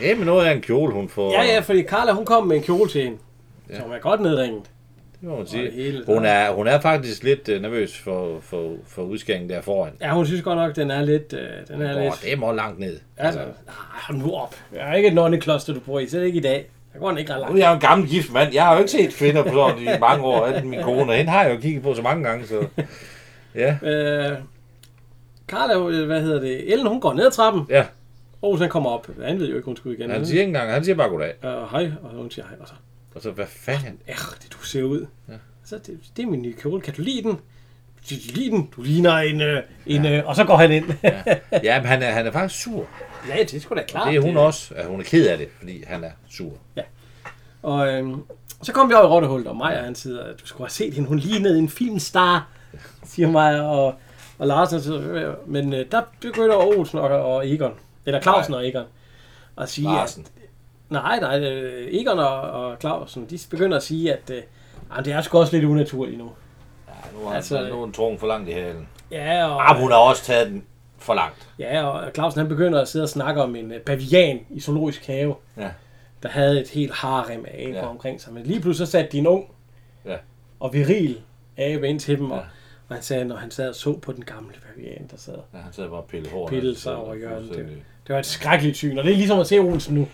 Speaker 2: Det er med noget af en kjole, hun får.
Speaker 1: Ja, ja, fordi Carla, hun kom med en kjole til hende. Ja. Som er godt nedringet.
Speaker 2: Det må man
Speaker 1: Og det
Speaker 2: sige.
Speaker 1: hele-
Speaker 2: Hun er, hun er faktisk lidt øh, nervøs for, for, for udskæringen der foran.
Speaker 1: Ja, hun synes godt nok, den er lidt... Øh, den er
Speaker 2: Åh,
Speaker 1: lidt...
Speaker 2: det er meget langt ned.
Speaker 1: Altså, nej, nu op. Jeg er ikke et nonnekloster, du bor i. Selv ikke i dag. Der går den ikke ret
Speaker 2: Nu
Speaker 1: langt.
Speaker 2: er jeg jo en gammel gift mand. Jeg har jo ikke set kvinder på sådan i mange år. Enten min kone, og hende har jeg jo kigget på så mange gange. Så. Ja,
Speaker 1: Øh, Carla, hun- hvad hedder det? Ellen, hun går ned ad trappen.
Speaker 2: ja.
Speaker 1: Og så kommer op. Han ved jo ikke, hun skal ud igen.
Speaker 2: Han siger ikke engang, han siger bare goddag.
Speaker 1: Øh, hej, og hun siger hej, og så.
Speaker 2: Og så, hvad fanden?
Speaker 1: Ja, det du ser ud. Ja. Så det, det er min nye kjole. Kan du lide den? Kan du lide den? Du ligner en... Øh, en ja. øh, og så går han ind. ja,
Speaker 2: Ja, men han er, han er faktisk sur.
Speaker 1: (laughs) ja det er sgu da klart.
Speaker 2: Ah, Det er hun også. Ja, hun er ked af det, fordi han er sur.
Speaker 1: Og øhm, så kom vi over i Rottehullet, og Maja han siger, at du skulle have set hende, hun lignede en filmstar, siger Maja, og, og Larsen siger, "Øh, men øh, der begynder Olsen og, og Egon, eller Clausen og Egon, at sige, at,
Speaker 2: Larsen.
Speaker 1: nej, nej, øh, Egon og, og Clausen, de begynder at sige, at øh, "Jamen, det er sgu også lidt unaturligt nu.
Speaker 2: Ja, nu har han,
Speaker 1: Altså-
Speaker 2: nu er den trungen for langt i halen.
Speaker 1: Ja, og,
Speaker 2: Ah, hun har også taget den for langt.
Speaker 1: ja, og Clausen han begynder at sidde og snakke om en øh, pavian i zoologisk have,
Speaker 2: Ja.
Speaker 1: der havde et helt harem af aber ja.
Speaker 2: Ja.
Speaker 1: omkring sig. Men lige pludselig så satte de en ung
Speaker 2: Ja.
Speaker 1: og viril abe ind til dem, og,
Speaker 2: Ja.
Speaker 1: og han sagde, når han sad og så på den gamle pavian, der sad og
Speaker 2: ja han sidder bare og piller hårdt.
Speaker 1: pillede sig over hjørnet. Det, det var et skrækkeligt syn, og det er ligesom at se Olsen nu,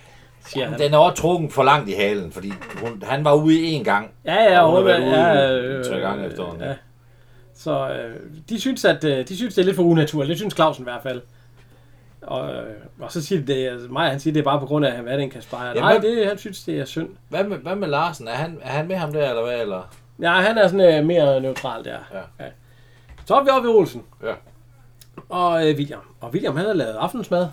Speaker 1: siger han.
Speaker 2: Den er også trukket for langt i halen, fordi hun, han var ude en gang.
Speaker 1: Ja, ja,
Speaker 2: Og hun
Speaker 1: og
Speaker 2: har
Speaker 1: hun
Speaker 2: været ude
Speaker 1: ja, øh,
Speaker 2: en tre gange efterhånden, ja.
Speaker 1: Ja. Så øh, de synes, at øh, de synes, det er lidt for unaturligt. Det synes Clausen i hvert fald. Og, øh, og så siger de, det, altså, Maja, han siger, det er bare på grund af, at han var den Kasper. Nej,
Speaker 2: Jamen-
Speaker 1: det, han synes, det er synd.
Speaker 2: Hvad med, hvad med Larsen? Er han, er han med ham der, eller hvad? Eller?
Speaker 1: Ja, han er sådan øh, mere neutral der.
Speaker 2: Ja.
Speaker 1: ja. Så er vi oppe ved Olsen
Speaker 2: Ja.
Speaker 1: og øh, William. Og William, han har lavet aftensmad.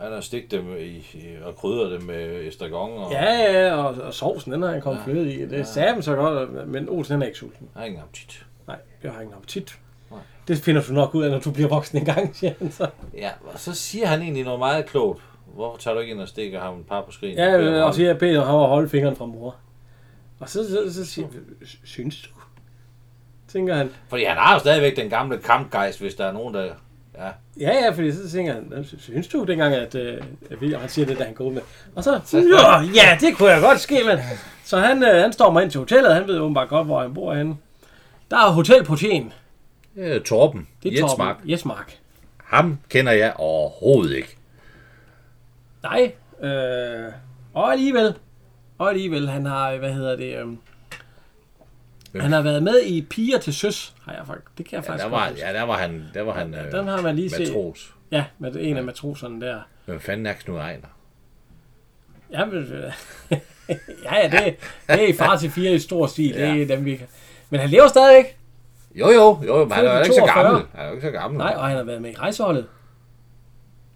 Speaker 2: Han har stegt dem i, i- og krydret dem med estragon, og
Speaker 1: Ja, ja, og, og sovsen, den har han kommet ja. fløde i. Det er sammen så godt, men Olsen, han er ikke sulten.
Speaker 2: har ingen appetit.
Speaker 1: Nej, jeg har ingen appetit.
Speaker 2: Nej.
Speaker 1: Det finder du nok ud af, når du bliver voksen engang, siger han så.
Speaker 2: Ja, og så siger han egentlig noget meget klogt. Hvorfor tager du ikke ind og stikker ham et par på skrinet?
Speaker 1: Ja,
Speaker 2: Beder
Speaker 1: øh,
Speaker 2: ham-
Speaker 1: og siger, jeg beder ham at holde fingeren fra mor. Og så, så, så siger synes du? Tænker han.
Speaker 2: Fordi han har jo stadigvæk den gamle kampgejst, hvis der er nogen, der... Ja,
Speaker 1: Ja, ja, fordi så tænker han, "Nå, synes du dengang, at, øh, at William han siger det, der han går ud med? Og så, "Nå, ja, det kunne jeg godt ske, men... Så han, øh, han stormer ind til hotellet, han ved åbenbart godt, hvor han bor henne. Der er Hotel Protein.
Speaker 2: det er Torben.
Speaker 1: Det er
Speaker 2: Jetsmark.
Speaker 1: Torben. Jesmark.
Speaker 2: Ham kender jeg overhovedet ikke.
Speaker 1: Nej. Øh, og alligevel. Og alligevel, han har, hvad hedder det... Øh,
Speaker 2: Hvem?
Speaker 1: han har været med i Piger til Søs, har jeg faktisk. Det kan jeg
Speaker 2: Ja,
Speaker 1: faktisk
Speaker 2: der var,
Speaker 1: godt huske.
Speaker 2: ja, der var han, der var han øh,
Speaker 1: Den har man lige set.
Speaker 2: matros.
Speaker 1: Ja, med en af matroserne der.
Speaker 2: Hvem fanden er Knud Ejner?
Speaker 1: Ja, men, (laughs) øh, ja, ja, det, det er i far til fire i stor stil. Ja. Det er dem, vi kan. Men han lever stadigvæk.
Speaker 2: Jo, jo, jo, men han er jo
Speaker 1: Født i
Speaker 2: ikke så
Speaker 1: 42.
Speaker 2: gammel. Han er jo ikke så gammel.
Speaker 1: Nej, og han har været med i rejseholdet.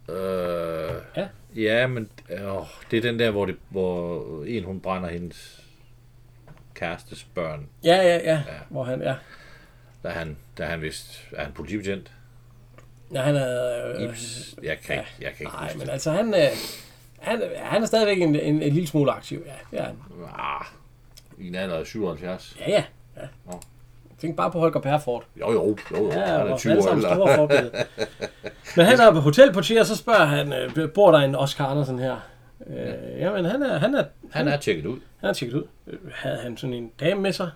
Speaker 2: Øh,
Speaker 1: Ja.
Speaker 2: ja. ja, men øh, det er den der, hvor, det, hvor en hun brænder hendes kærestes børn,
Speaker 1: Ja, ja, ja, ja. Hvor han, ja.
Speaker 2: da han, da han vist er han politibetjent.
Speaker 1: ja han er, øh,
Speaker 2: Ips, jeg kan ikke, jeg kan ikke
Speaker 1: nej,
Speaker 2: huske
Speaker 1: men
Speaker 2: det.
Speaker 1: altså, han, øh, han, han er stadigvæk en, en, en lille smule aktiv. Ja, det er han.
Speaker 2: Ah, i en alder af 77.
Speaker 1: Ja, ja. ja.
Speaker 2: Nå.
Speaker 1: Tænk bare på Holger Perfort.
Speaker 2: Jo, jo, jo, jo,
Speaker 1: Ja,
Speaker 2: han er
Speaker 1: vores
Speaker 2: 20
Speaker 1: alle
Speaker 2: år
Speaker 1: sammen
Speaker 2: ældre.
Speaker 1: store
Speaker 2: (laughs)
Speaker 1: forbillede. Men han er på hotel på Tier, og så spørger han, øh, bor der en Oscar Andersen her? Øh, jamen, han er, han er,
Speaker 2: Han er tjekket ud.
Speaker 1: han er tjekket ud. Øh, Havde han sådan en dame med sig?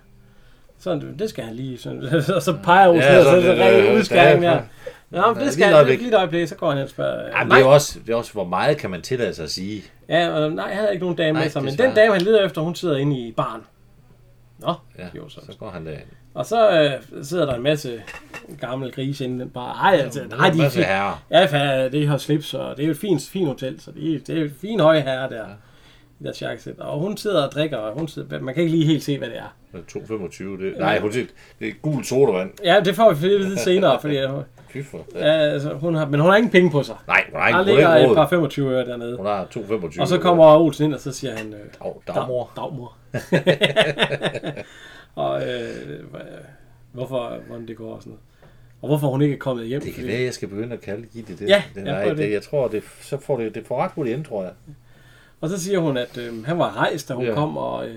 Speaker 1: Sådan, det skal han lige. Sådan, (laughs) og så peger hun
Speaker 2: Ja,
Speaker 1: ja, sådan,
Speaker 2: sådan
Speaker 1: sådan,
Speaker 2: lidt,
Speaker 1: sådan,
Speaker 2: øh,
Speaker 1: udskæring
Speaker 2: ja.
Speaker 1: der. Nå, men
Speaker 2: lige
Speaker 1: det skal
Speaker 2: et
Speaker 1: han
Speaker 2: øjeblik.
Speaker 1: lige et øjeblik, så går han hen og spørger. øh,
Speaker 2: Ja, men
Speaker 1: nej,
Speaker 2: det er, også, det er også, hvor meget kan man tillade sig at sige?
Speaker 1: Ja, og øh, nej, han havde ikke nogen dame
Speaker 2: Nej,
Speaker 1: med sig, men
Speaker 2: desværre.
Speaker 1: den dame, han leder efter, hun sidder inde i baren. Nå,
Speaker 2: Ja,
Speaker 1: jo, så.
Speaker 2: så går han derhen.
Speaker 1: Og så øh, sidder der en masse gamle grise inden den bare. Ej, altså, nej, de er
Speaker 2: Masse
Speaker 1: fint.
Speaker 2: herrer.
Speaker 1: Ja, fa- det har slips, og det er jo et fint, fint hotel, så det er, det er et fint høje herre der. Ja. I deres jakkesæt. Og hun sidder og drikker, og hun sidder, man kan ikke lige helt se, hvad det er.
Speaker 2: 2,25, det, nej, hun siger, det er gul sodavand.
Speaker 1: Ja, det får vi lidt senere, fordi øh,
Speaker 2: Fy for.
Speaker 1: ja, altså, hun har, men hun har ingen penge på sig.
Speaker 2: Nej, hun har
Speaker 1: Der
Speaker 2: ikke, hun har
Speaker 1: ligger
Speaker 2: ikke
Speaker 1: et par
Speaker 2: råd.
Speaker 1: 25 øre dernede.
Speaker 2: Hun har 2,25.
Speaker 1: Og så kommer Olsen ind, og så siger han, øh,
Speaker 2: Dag,
Speaker 1: Dag- (laughs)
Speaker 2: dagmor. (laughs)
Speaker 1: Dagmor. og øh, hva- hvorfor, hvordan det går og sådan noget. Og hvorfor hun ikke er kommet hjem.
Speaker 2: Det kan
Speaker 1: fordi-
Speaker 2: være, jeg skal begynde at kalde Gitte det.
Speaker 1: Ja,
Speaker 2: det,
Speaker 1: ja,
Speaker 2: nej,
Speaker 1: prøv
Speaker 2: det.
Speaker 1: det.
Speaker 2: det. Jeg tror, det, så får det, det får ret hurtigt ind, tror jeg.
Speaker 1: Og så siger hun, at øh, han var rejst, da hun ja.
Speaker 2: Ja.
Speaker 1: kom, og, øh,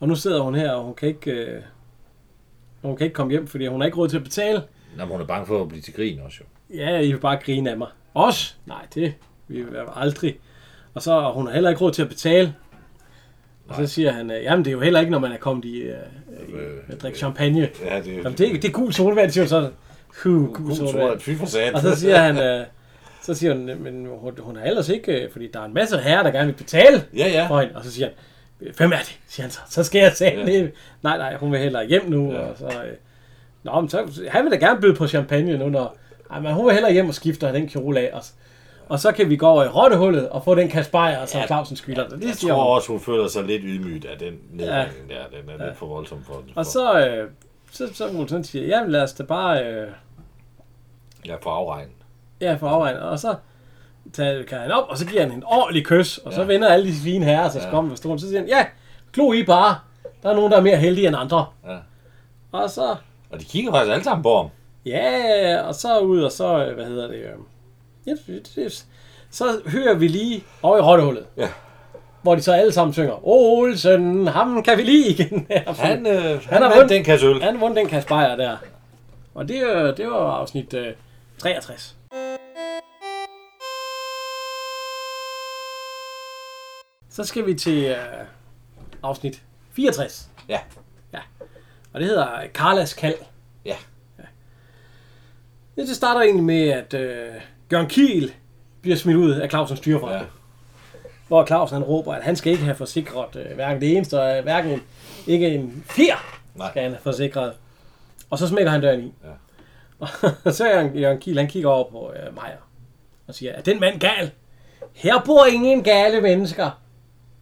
Speaker 1: og nu sidder hun her, og hun kan ikke... Øh, hun kan ikke komme hjem, fordi hun har ikke råd til at betale.
Speaker 2: Nå, men hun er bange for at blive til grin også, jo.
Speaker 1: Ja, I vil bare grine af mig. Os? Nej, det vil vi aldrig. Og så og hun har heller ikke råd til at betale. Og så siger han, øh, jamen det er jo heller ikke, når man er kommet i, øh,
Speaker 2: Øh,
Speaker 1: øh, at drikke champagne.
Speaker 2: Ja, det,
Speaker 1: Jamen, det, er- det er gul solvand, siger hun så. Huh, gul solvand.
Speaker 2: Fy for sat.
Speaker 1: Og så siger han, øh, så siger hun, "Øh, men hun, hun er ellers ikke, øh, fordi der er en masse herrer, der gerne vil betale
Speaker 2: Ja, ja.
Speaker 1: for hende. Og så siger han, "Øh, hvem er det? Siger han så. Så skal jeg sige, ja. nej, nej, hun vil hellere hjem nu. Ja. Og så, øh, Nå, men så, han vil da gerne byde på champagne nu, når... Ej, men hun vil hellere hjem og skifte og have den kjole af. Og, så- Og så kan vi gå over i rottehullet og få den Kasper, som Clausen skylder. Ja,
Speaker 2: Jeg tror også, hun føler sig lidt ydmygt af den nedgang der. Den er lidt for voldsom for den.
Speaker 1: Og så, øh, så, så må hun sådan sige, jamen lad os da bare øh,
Speaker 2: Ja, for afregnen.
Speaker 1: ja, få afregnet. Og så tager Karin op, og så giver han en ordentlig kys, og så vender alle de fine herrer sig ja. skommen ved stolen. Så siger han, ja, klo I bare. Der er nogen, der er mere heldige end andre.
Speaker 2: Ja.
Speaker 1: Og så,
Speaker 2: Og de kigger faktisk alle sammen på ham.
Speaker 1: ja, og så ud, og så, øh, hvad hedder det, øh, ja, det- det- så hører vi lige over i rottehullet.
Speaker 2: Ja.
Speaker 1: Hvor de så alle sammen synger, Olsen, ham kan vi lige igen. (laughs)
Speaker 2: Han, øh, han,
Speaker 1: Han har
Speaker 2: han
Speaker 1: vundet.
Speaker 2: vandt den kasse øl.
Speaker 1: Han vundet den kasse bajer der. Og det, øh, det var afsnit øh, 63. Så skal vi til øh, afsnit 64.
Speaker 2: Ja.
Speaker 1: Og det hedder øh, Carlas kald.
Speaker 2: Ja.
Speaker 1: Ja, Det starter egentlig med, at øh, Jørgen Kiel bliver smidt ud af Clausens styreforretning.
Speaker 2: Ja.
Speaker 1: Hvor Clausen han råber, at han skal ikke have forsikret øh, hverken det eneste, øh, hverken en, ikke en fjer
Speaker 2: Nej.
Speaker 1: skal han have forsikret. Og så smækker han døren i.
Speaker 2: Ja.
Speaker 1: (laughs) Og så er Jørgen, Jørgen Kiel, han kigger over på øh, Meier og siger, er den mand gal? Her bor ingen gale mennesker.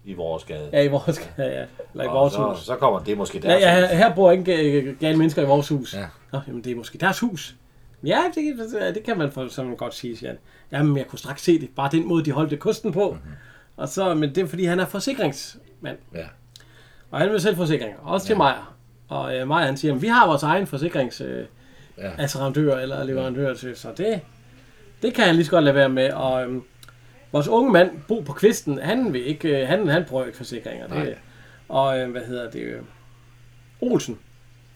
Speaker 2: I vores gade.
Speaker 1: Ja, i vores, (laughs) ja, ja. Eller i
Speaker 2: Og
Speaker 1: vores
Speaker 2: så,
Speaker 1: hus.
Speaker 2: så kommer det måske der.
Speaker 1: Ja, ja, her bor ikke øh, gale mennesker i vores hus.
Speaker 2: Ja.
Speaker 1: Nå, jamen det er måske deres hus. Ja, det, det- det kan man for, som godt sige, siger han. Jamen, jeg kunne straks se det. Bare den måde, de holdt kosten på. Mm-hmm. Og så, men det er, fordi han er forsikringsmand.
Speaker 2: Mhm. ja.
Speaker 1: Og han vil selv forsikringer. Også til Meier. Og øh, Meier han siger, at vi har vores egen forsikrings... Øh,
Speaker 2: Ja.
Speaker 1: asserandør eller leverandør til, så det, det kan han lige så godt lade være med. Og øhm, vores unge mand, Bo på Kvisten, han, vil ikke, øh, han, han prøver ikke forsikringer. Det,
Speaker 2: Nej.
Speaker 1: og øh, hvad hedder det? Øh, Olsen.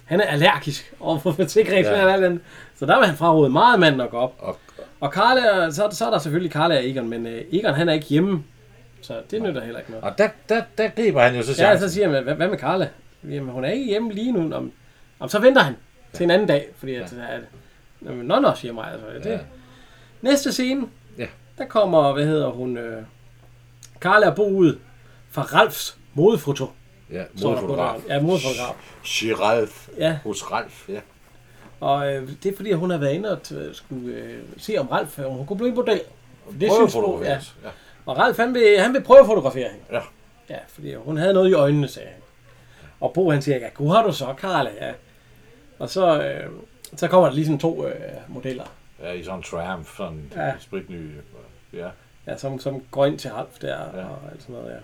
Speaker 1: Han er allergisk over for forsikringer.
Speaker 2: Ja.
Speaker 1: Ja. Så der vil han fraråde meget manden at gå op.
Speaker 2: Og,
Speaker 1: Og Karla, så, så er der selvfølgelig Karla og Egon, men øh, Egon han er ikke hjemme. Så det nytter heller ikke noget.
Speaker 2: og der, der, der griber han jo så
Speaker 1: Ja,
Speaker 2: chancen.
Speaker 1: så siger man, hvad, hvad med Carla? Jamen, hun er ikke hjemme lige nu. Om, om så venter han til en anden dag, fordi at, ja. at, at nå, nå, siger mig. Altså, det.
Speaker 2: Ja.
Speaker 1: Ja. Næste scene,
Speaker 2: Ja.
Speaker 1: der kommer, hvad hedder hun, øh, Carla og Bo ud fra Ralfs modefoto.
Speaker 2: ja,
Speaker 1: står der på
Speaker 2: modfotograf.
Speaker 1: døren. Ja, modefotograf.
Speaker 2: Giralf.
Speaker 1: Ja.
Speaker 2: Hos Ralf, ja.
Speaker 1: Og øh, det er fordi, at hun har været inde og øh, skulle øh, se om Ralf, om hun kunne blive model. Det
Speaker 2: Prøv at
Speaker 1: synes
Speaker 2: få
Speaker 1: hun, ja.
Speaker 2: ja.
Speaker 1: Og Ralf, han vil, han vil prøve at fotografere hende.
Speaker 2: Ja.
Speaker 1: Ja, fordi hun havde noget i øjnene, sagde han. Og Bo han siger, ja, gud har du så, Karla, ja. Og så, øh, så kommer der lige sådan to øh, modeller,
Speaker 2: ja. i sådan en Triumph, sådan en
Speaker 1: Ja.
Speaker 2: ja. spritny. Ja.
Speaker 1: ja, som, som går ind til Ralf der ja.
Speaker 2: Ja.
Speaker 1: og alt sådan noget, ja.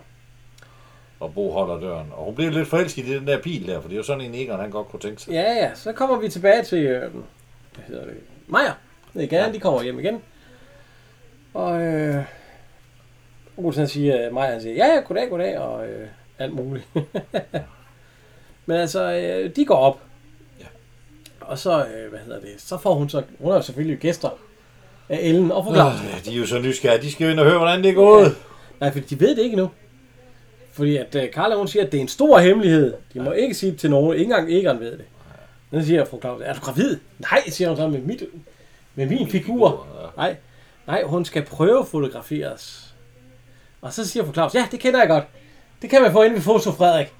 Speaker 2: Og Bo holder døren. Og hun bliver lidt forelsket i den der bil der, for det er jo sådan en Egon, han godt kunne tænke sig.
Speaker 1: Ja, ja, så kommer vi tilbage til, øh, hvad hedder det, Maja. Det er gerne, ja. de kommer hjem igen. Og øh, Olsen han siger, Maja han siger, ja, ja, goddag, goddag, og øh, alt muligt. (laughs) Men altså, øh, de går op.
Speaker 2: Ja.
Speaker 1: Og så, øh, hvad hedder det, så får hun så, hun har jo selvfølgelig gæster af Ellen og forklarer. Øh.
Speaker 2: Øh, de er jo så nysgerrige. De skal jo ind og høre, hvordan det er gået.
Speaker 1: Nej, fordi de ved det ikke nu. Fordi at øh, Carla, hun siger, at det er en stor hemmelighed. De må ikke sige det til nogen. Ikke engang Egon ved det. Så siger fru Claus, er du gravid? Nej, siger hun så med, mit, med min figur.
Speaker 2: figur,
Speaker 1: Nej, nej, hun skal prøve fotograferes. Og så siger fru Claus, ja, det kender jeg godt. Det kan man få inde ved Foto Frederik.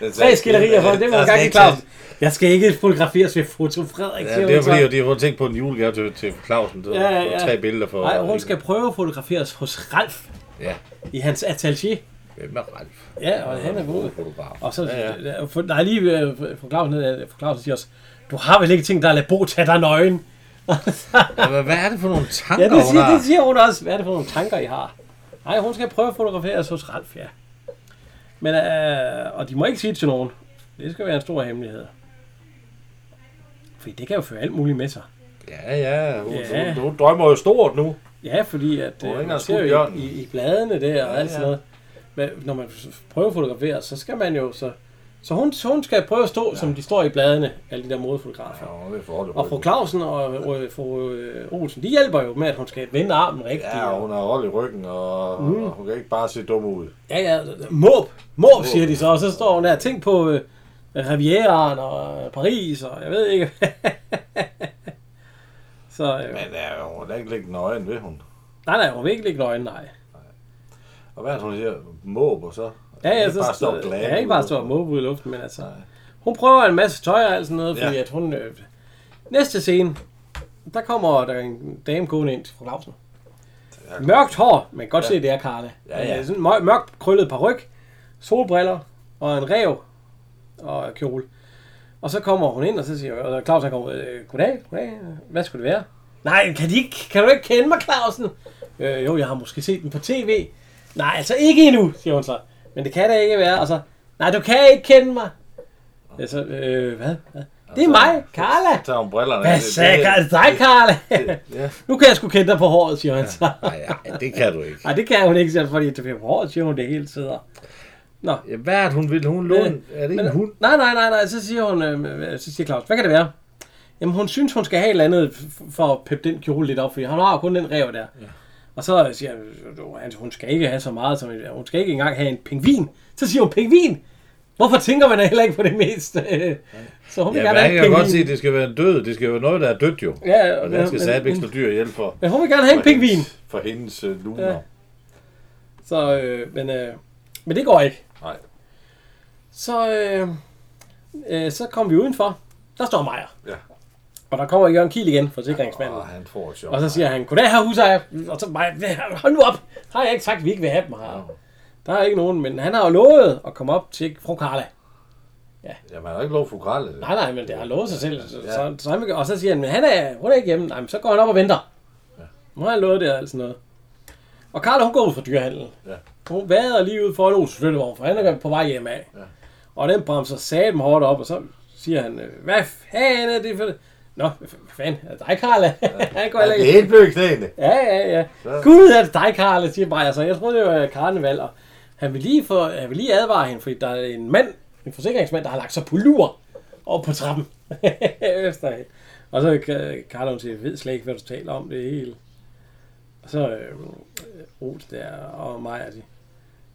Speaker 2: Den sagde-
Speaker 1: Tre skillerier for, det må
Speaker 2: Der
Speaker 1: man
Speaker 2: skal
Speaker 1: gang i
Speaker 2: ikke
Speaker 1: Claus. Jeg skal ikke fotograferes ved Foto Frederik,
Speaker 2: Ja,
Speaker 1: siger
Speaker 2: det er
Speaker 1: hun så.
Speaker 2: fordi, de har tænkt på en julegave til, til Clausen. Det
Speaker 1: Ja,
Speaker 2: ja,
Speaker 1: ja.
Speaker 2: ja. tre billeder for...
Speaker 1: Nej, hun skal prøve fotograferes hos Ralf
Speaker 2: Ja,
Speaker 1: i hans atelier.
Speaker 2: hvem er Ralf?
Speaker 1: Ja, og han er god.
Speaker 2: fotograf.
Speaker 1: Og så,
Speaker 2: ja, ja.
Speaker 1: ja, ja. For, nej, lige øh, for- for Clausen, øh, for Clausen siger også, du har vel ikke tænkt dig at lade Bo tage dig nøgen?
Speaker 2: Ja, men Hvad er det for nogle tanker,
Speaker 1: Ja, det
Speaker 2: hun har?
Speaker 1: siger, det siger hun også. Hvad er det for nogle tanker, I har? Nej, hun skal prøve at fotografere os hos Ralf, ja. Men, øh, og de må ikke sige det til nogen. Det skal være en stor hemmelighed. Fordi det kan jo føre alt muligt med sig.
Speaker 2: Ja, ja. Hun,
Speaker 1: Ja.
Speaker 2: ja. Hun, hun, drømmer jo stort nu.
Speaker 1: Ja, fordi at,
Speaker 2: Hun
Speaker 1: øh,
Speaker 2: er ikke
Speaker 1: man
Speaker 2: engang
Speaker 1: ser
Speaker 2: skudt
Speaker 1: jo
Speaker 2: bjørnen.
Speaker 1: i, i, i bladene der og
Speaker 2: Ja,
Speaker 1: alt sådan
Speaker 2: ja.
Speaker 1: noget. Men når man prøver at fotografere, så skal man jo... Så, så hun, hun skal prøve at stå, ja. som de står i bladene, alle de der modefotografer.
Speaker 2: Ja, hun vil forholde
Speaker 1: Og fru Clausen og øh, fru øh, Olsen, de hjælper jo med, at hun skal vende armen rigtigt.
Speaker 2: Ja, og hun har hold i ryggen, og, mm. og hun kan ikke bare se dum ud.
Speaker 1: ja, ja. Måb, måb, siger de så. Og så står hun der, tænk på øh, Rivieraen og øh, Paris, og jeg ved ikke. (laughs) så øh,
Speaker 2: Men ja, hun er ikke lægge nøgen, vil hun?
Speaker 1: nej, nej, hun vil ikke ligge nøgen, nej.
Speaker 2: Og hvad er det, hun siger? Måb og så?
Speaker 1: Ja, ja,
Speaker 2: Ikke
Speaker 1: så
Speaker 2: bare stå og glade
Speaker 1: jeg er ikke bare
Speaker 2: ud.
Speaker 1: stå og måbe ud i luften, men altså... Hun prøver en masse tøj og alt sådan noget, fordi ja.
Speaker 2: Ja.
Speaker 1: at hun... Øh, næste scene, der kommer der en dame gående ind til fru Clausen. Mørkt hår, man kan godt ja. se, det er Karla.
Speaker 2: Ja, ja.
Speaker 1: Øh, Sådan en mør- mørkt krøllet paryk, solbriller og en rev og kjole. Og så kommer hun ind, og så siger og Claus, han kommer, øh, goddag, goddag, øh, hvad skulle det være? Nej, kan, de ikke, kan du ikke kende mig, Clausen? Øh, jo, jeg har måske set den på tv. Nej, altså ikke endnu, siger hun så. Men det kan da ikke være, og så, nej, du kan ikke kende mig. Altså, øh, hvad? hvad? Det er mig, Carla.
Speaker 2: Så tager hun brillerne af.
Speaker 1: Hvad
Speaker 2: Altså, Det-
Speaker 1: sagde
Speaker 2: det-
Speaker 1: Carla? Det er dig, Carla.
Speaker 2: Ja.
Speaker 1: (laughs) Nu kan jeg sgu kende dig på håret, siger han så.
Speaker 2: Nej, ja, det kan du ikke.
Speaker 1: Nej, det kan hun ikke, siger han, fordi det er på håret, siger hun det hele tiden.
Speaker 2: Ja, Hvad er det, hun vil? Hun låne? Er det en hund?
Speaker 1: Nej, nej, nej, nej. Så siger hun, øh, så siger Claus, hvad kan det være? Jamen, hun synes, hun skal have et eller andet f- for at peppe den kjole lidt op, fordi han har jo kun den rev der. Ja. Og så siger han, "Jo, altså, hun skal ikke have så meget, som en- hun skal ikke engang have en pingvin. Så siger hun, pingvin! Hvorfor tænker man da heller ikke på det mest? (laughs) så hun vil
Speaker 2: Ja,
Speaker 1: gerne
Speaker 2: men
Speaker 1: have
Speaker 2: han
Speaker 1: en
Speaker 2: kan
Speaker 1: pingvin.
Speaker 2: godt se, at det skal være en død. Det skal være noget, der er dødt jo.
Speaker 1: Ja,
Speaker 2: og
Speaker 1: men-
Speaker 2: den skal
Speaker 1: men-
Speaker 2: satme ikke slå dyr ihjel for.
Speaker 1: Men hun vil gerne have en
Speaker 2: for hendes-
Speaker 1: pingvin.
Speaker 2: For hendes øh, luner.
Speaker 1: Ja. Så, øh, men, øh, men det går ikke.
Speaker 2: Nej.
Speaker 1: Så, øh, øh, så kom vi udenfor. Der står Majer.
Speaker 2: Ja.
Speaker 1: Og der kommer Jørgen Kiel igen, forsikringsmanden.
Speaker 2: Og han får et chok.
Speaker 1: Og så siger han, goddag her husejer. Og så bare, hold nu op. Har jeg ikke sagt, at vi ikke vil have dem her? Der er ikke nogen, men han har jo lovet at komme op til fru Carla.
Speaker 2: Jamen, han har ikke lov for Karla. det.
Speaker 1: Nej, nej, men det har lovet sig selv. Så,
Speaker 2: Ja.
Speaker 1: så, så han vil, og så siger han, men han er, hun er ikke hjemme. Nej, men så går han op og venter. Nu har han lovet det og alt sådan noget. Og Carla, hun går ud fra dyrehandlen.
Speaker 2: Ja.
Speaker 1: Hun vader lige ud for en Olsen flyttevogn, for han er på vej hjem af. Ja. Og den bremser satme hårdt op, og så siger han, øh, hvad fanden er det for... Nå, hvad fanden, er det dig, Carla? Ja. (laughs) han går
Speaker 2: Ja,
Speaker 1: heller
Speaker 2: det
Speaker 1: ikke
Speaker 2: er helt blevet knæene.
Speaker 1: Ja, ja, ja.
Speaker 2: Så-
Speaker 1: Gud, er det dig, Karl, siger Maja. Så jeg troede, det var karneval. Og han vil lige, for, han vil lige advare hende, fordi der er en mand, en forsikringsmand, der har lagt sig på lur op på trappen. (laughs) Efter hende. Og så kan Karla, hun siger, jeg ved slet ikke, hvad du taler om, det hele. Og så øh, Ols der, og Maja, de,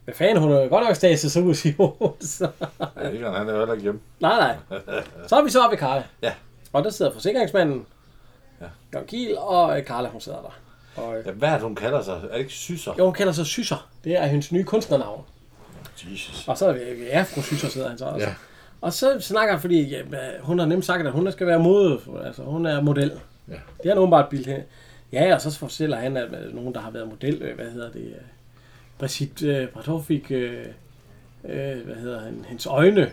Speaker 1: hvad fanden, hun har godt nok staset sig ud, siger Ols.
Speaker 2: Ja, ikke, han er jo heller ikke hjemme.
Speaker 1: (laughs) nej, nej. Så er vi så oppe i Karla.
Speaker 2: Ja.
Speaker 1: Og der sidder forsikringsmanden, ja. Jørgen Kiel, og øh, Karla, hun sidder der. Og, øh,
Speaker 2: Ja, hvad er det, hun kalder sig? Er det ikke Syser?
Speaker 1: jo, hun kalder sig Syser. Det er hendes nye kunstnernavn.
Speaker 2: Jesus.
Speaker 1: Og så øh, ja, fru Syser sidder han så også.
Speaker 2: Ja.
Speaker 1: Ja. Og så snakker han, fordi ja, hun har nemt sagt, at hun skal være mode, altså hun er model.
Speaker 2: Ja.
Speaker 1: Ja. Det er nogen bare et billede hende. Ja, og så fortæller han, at øh, nogen, der har været model, øh, hvad hedder det, øh, Brigitte øh, Bardot øh, øh, hvad hedder han, hendes øjne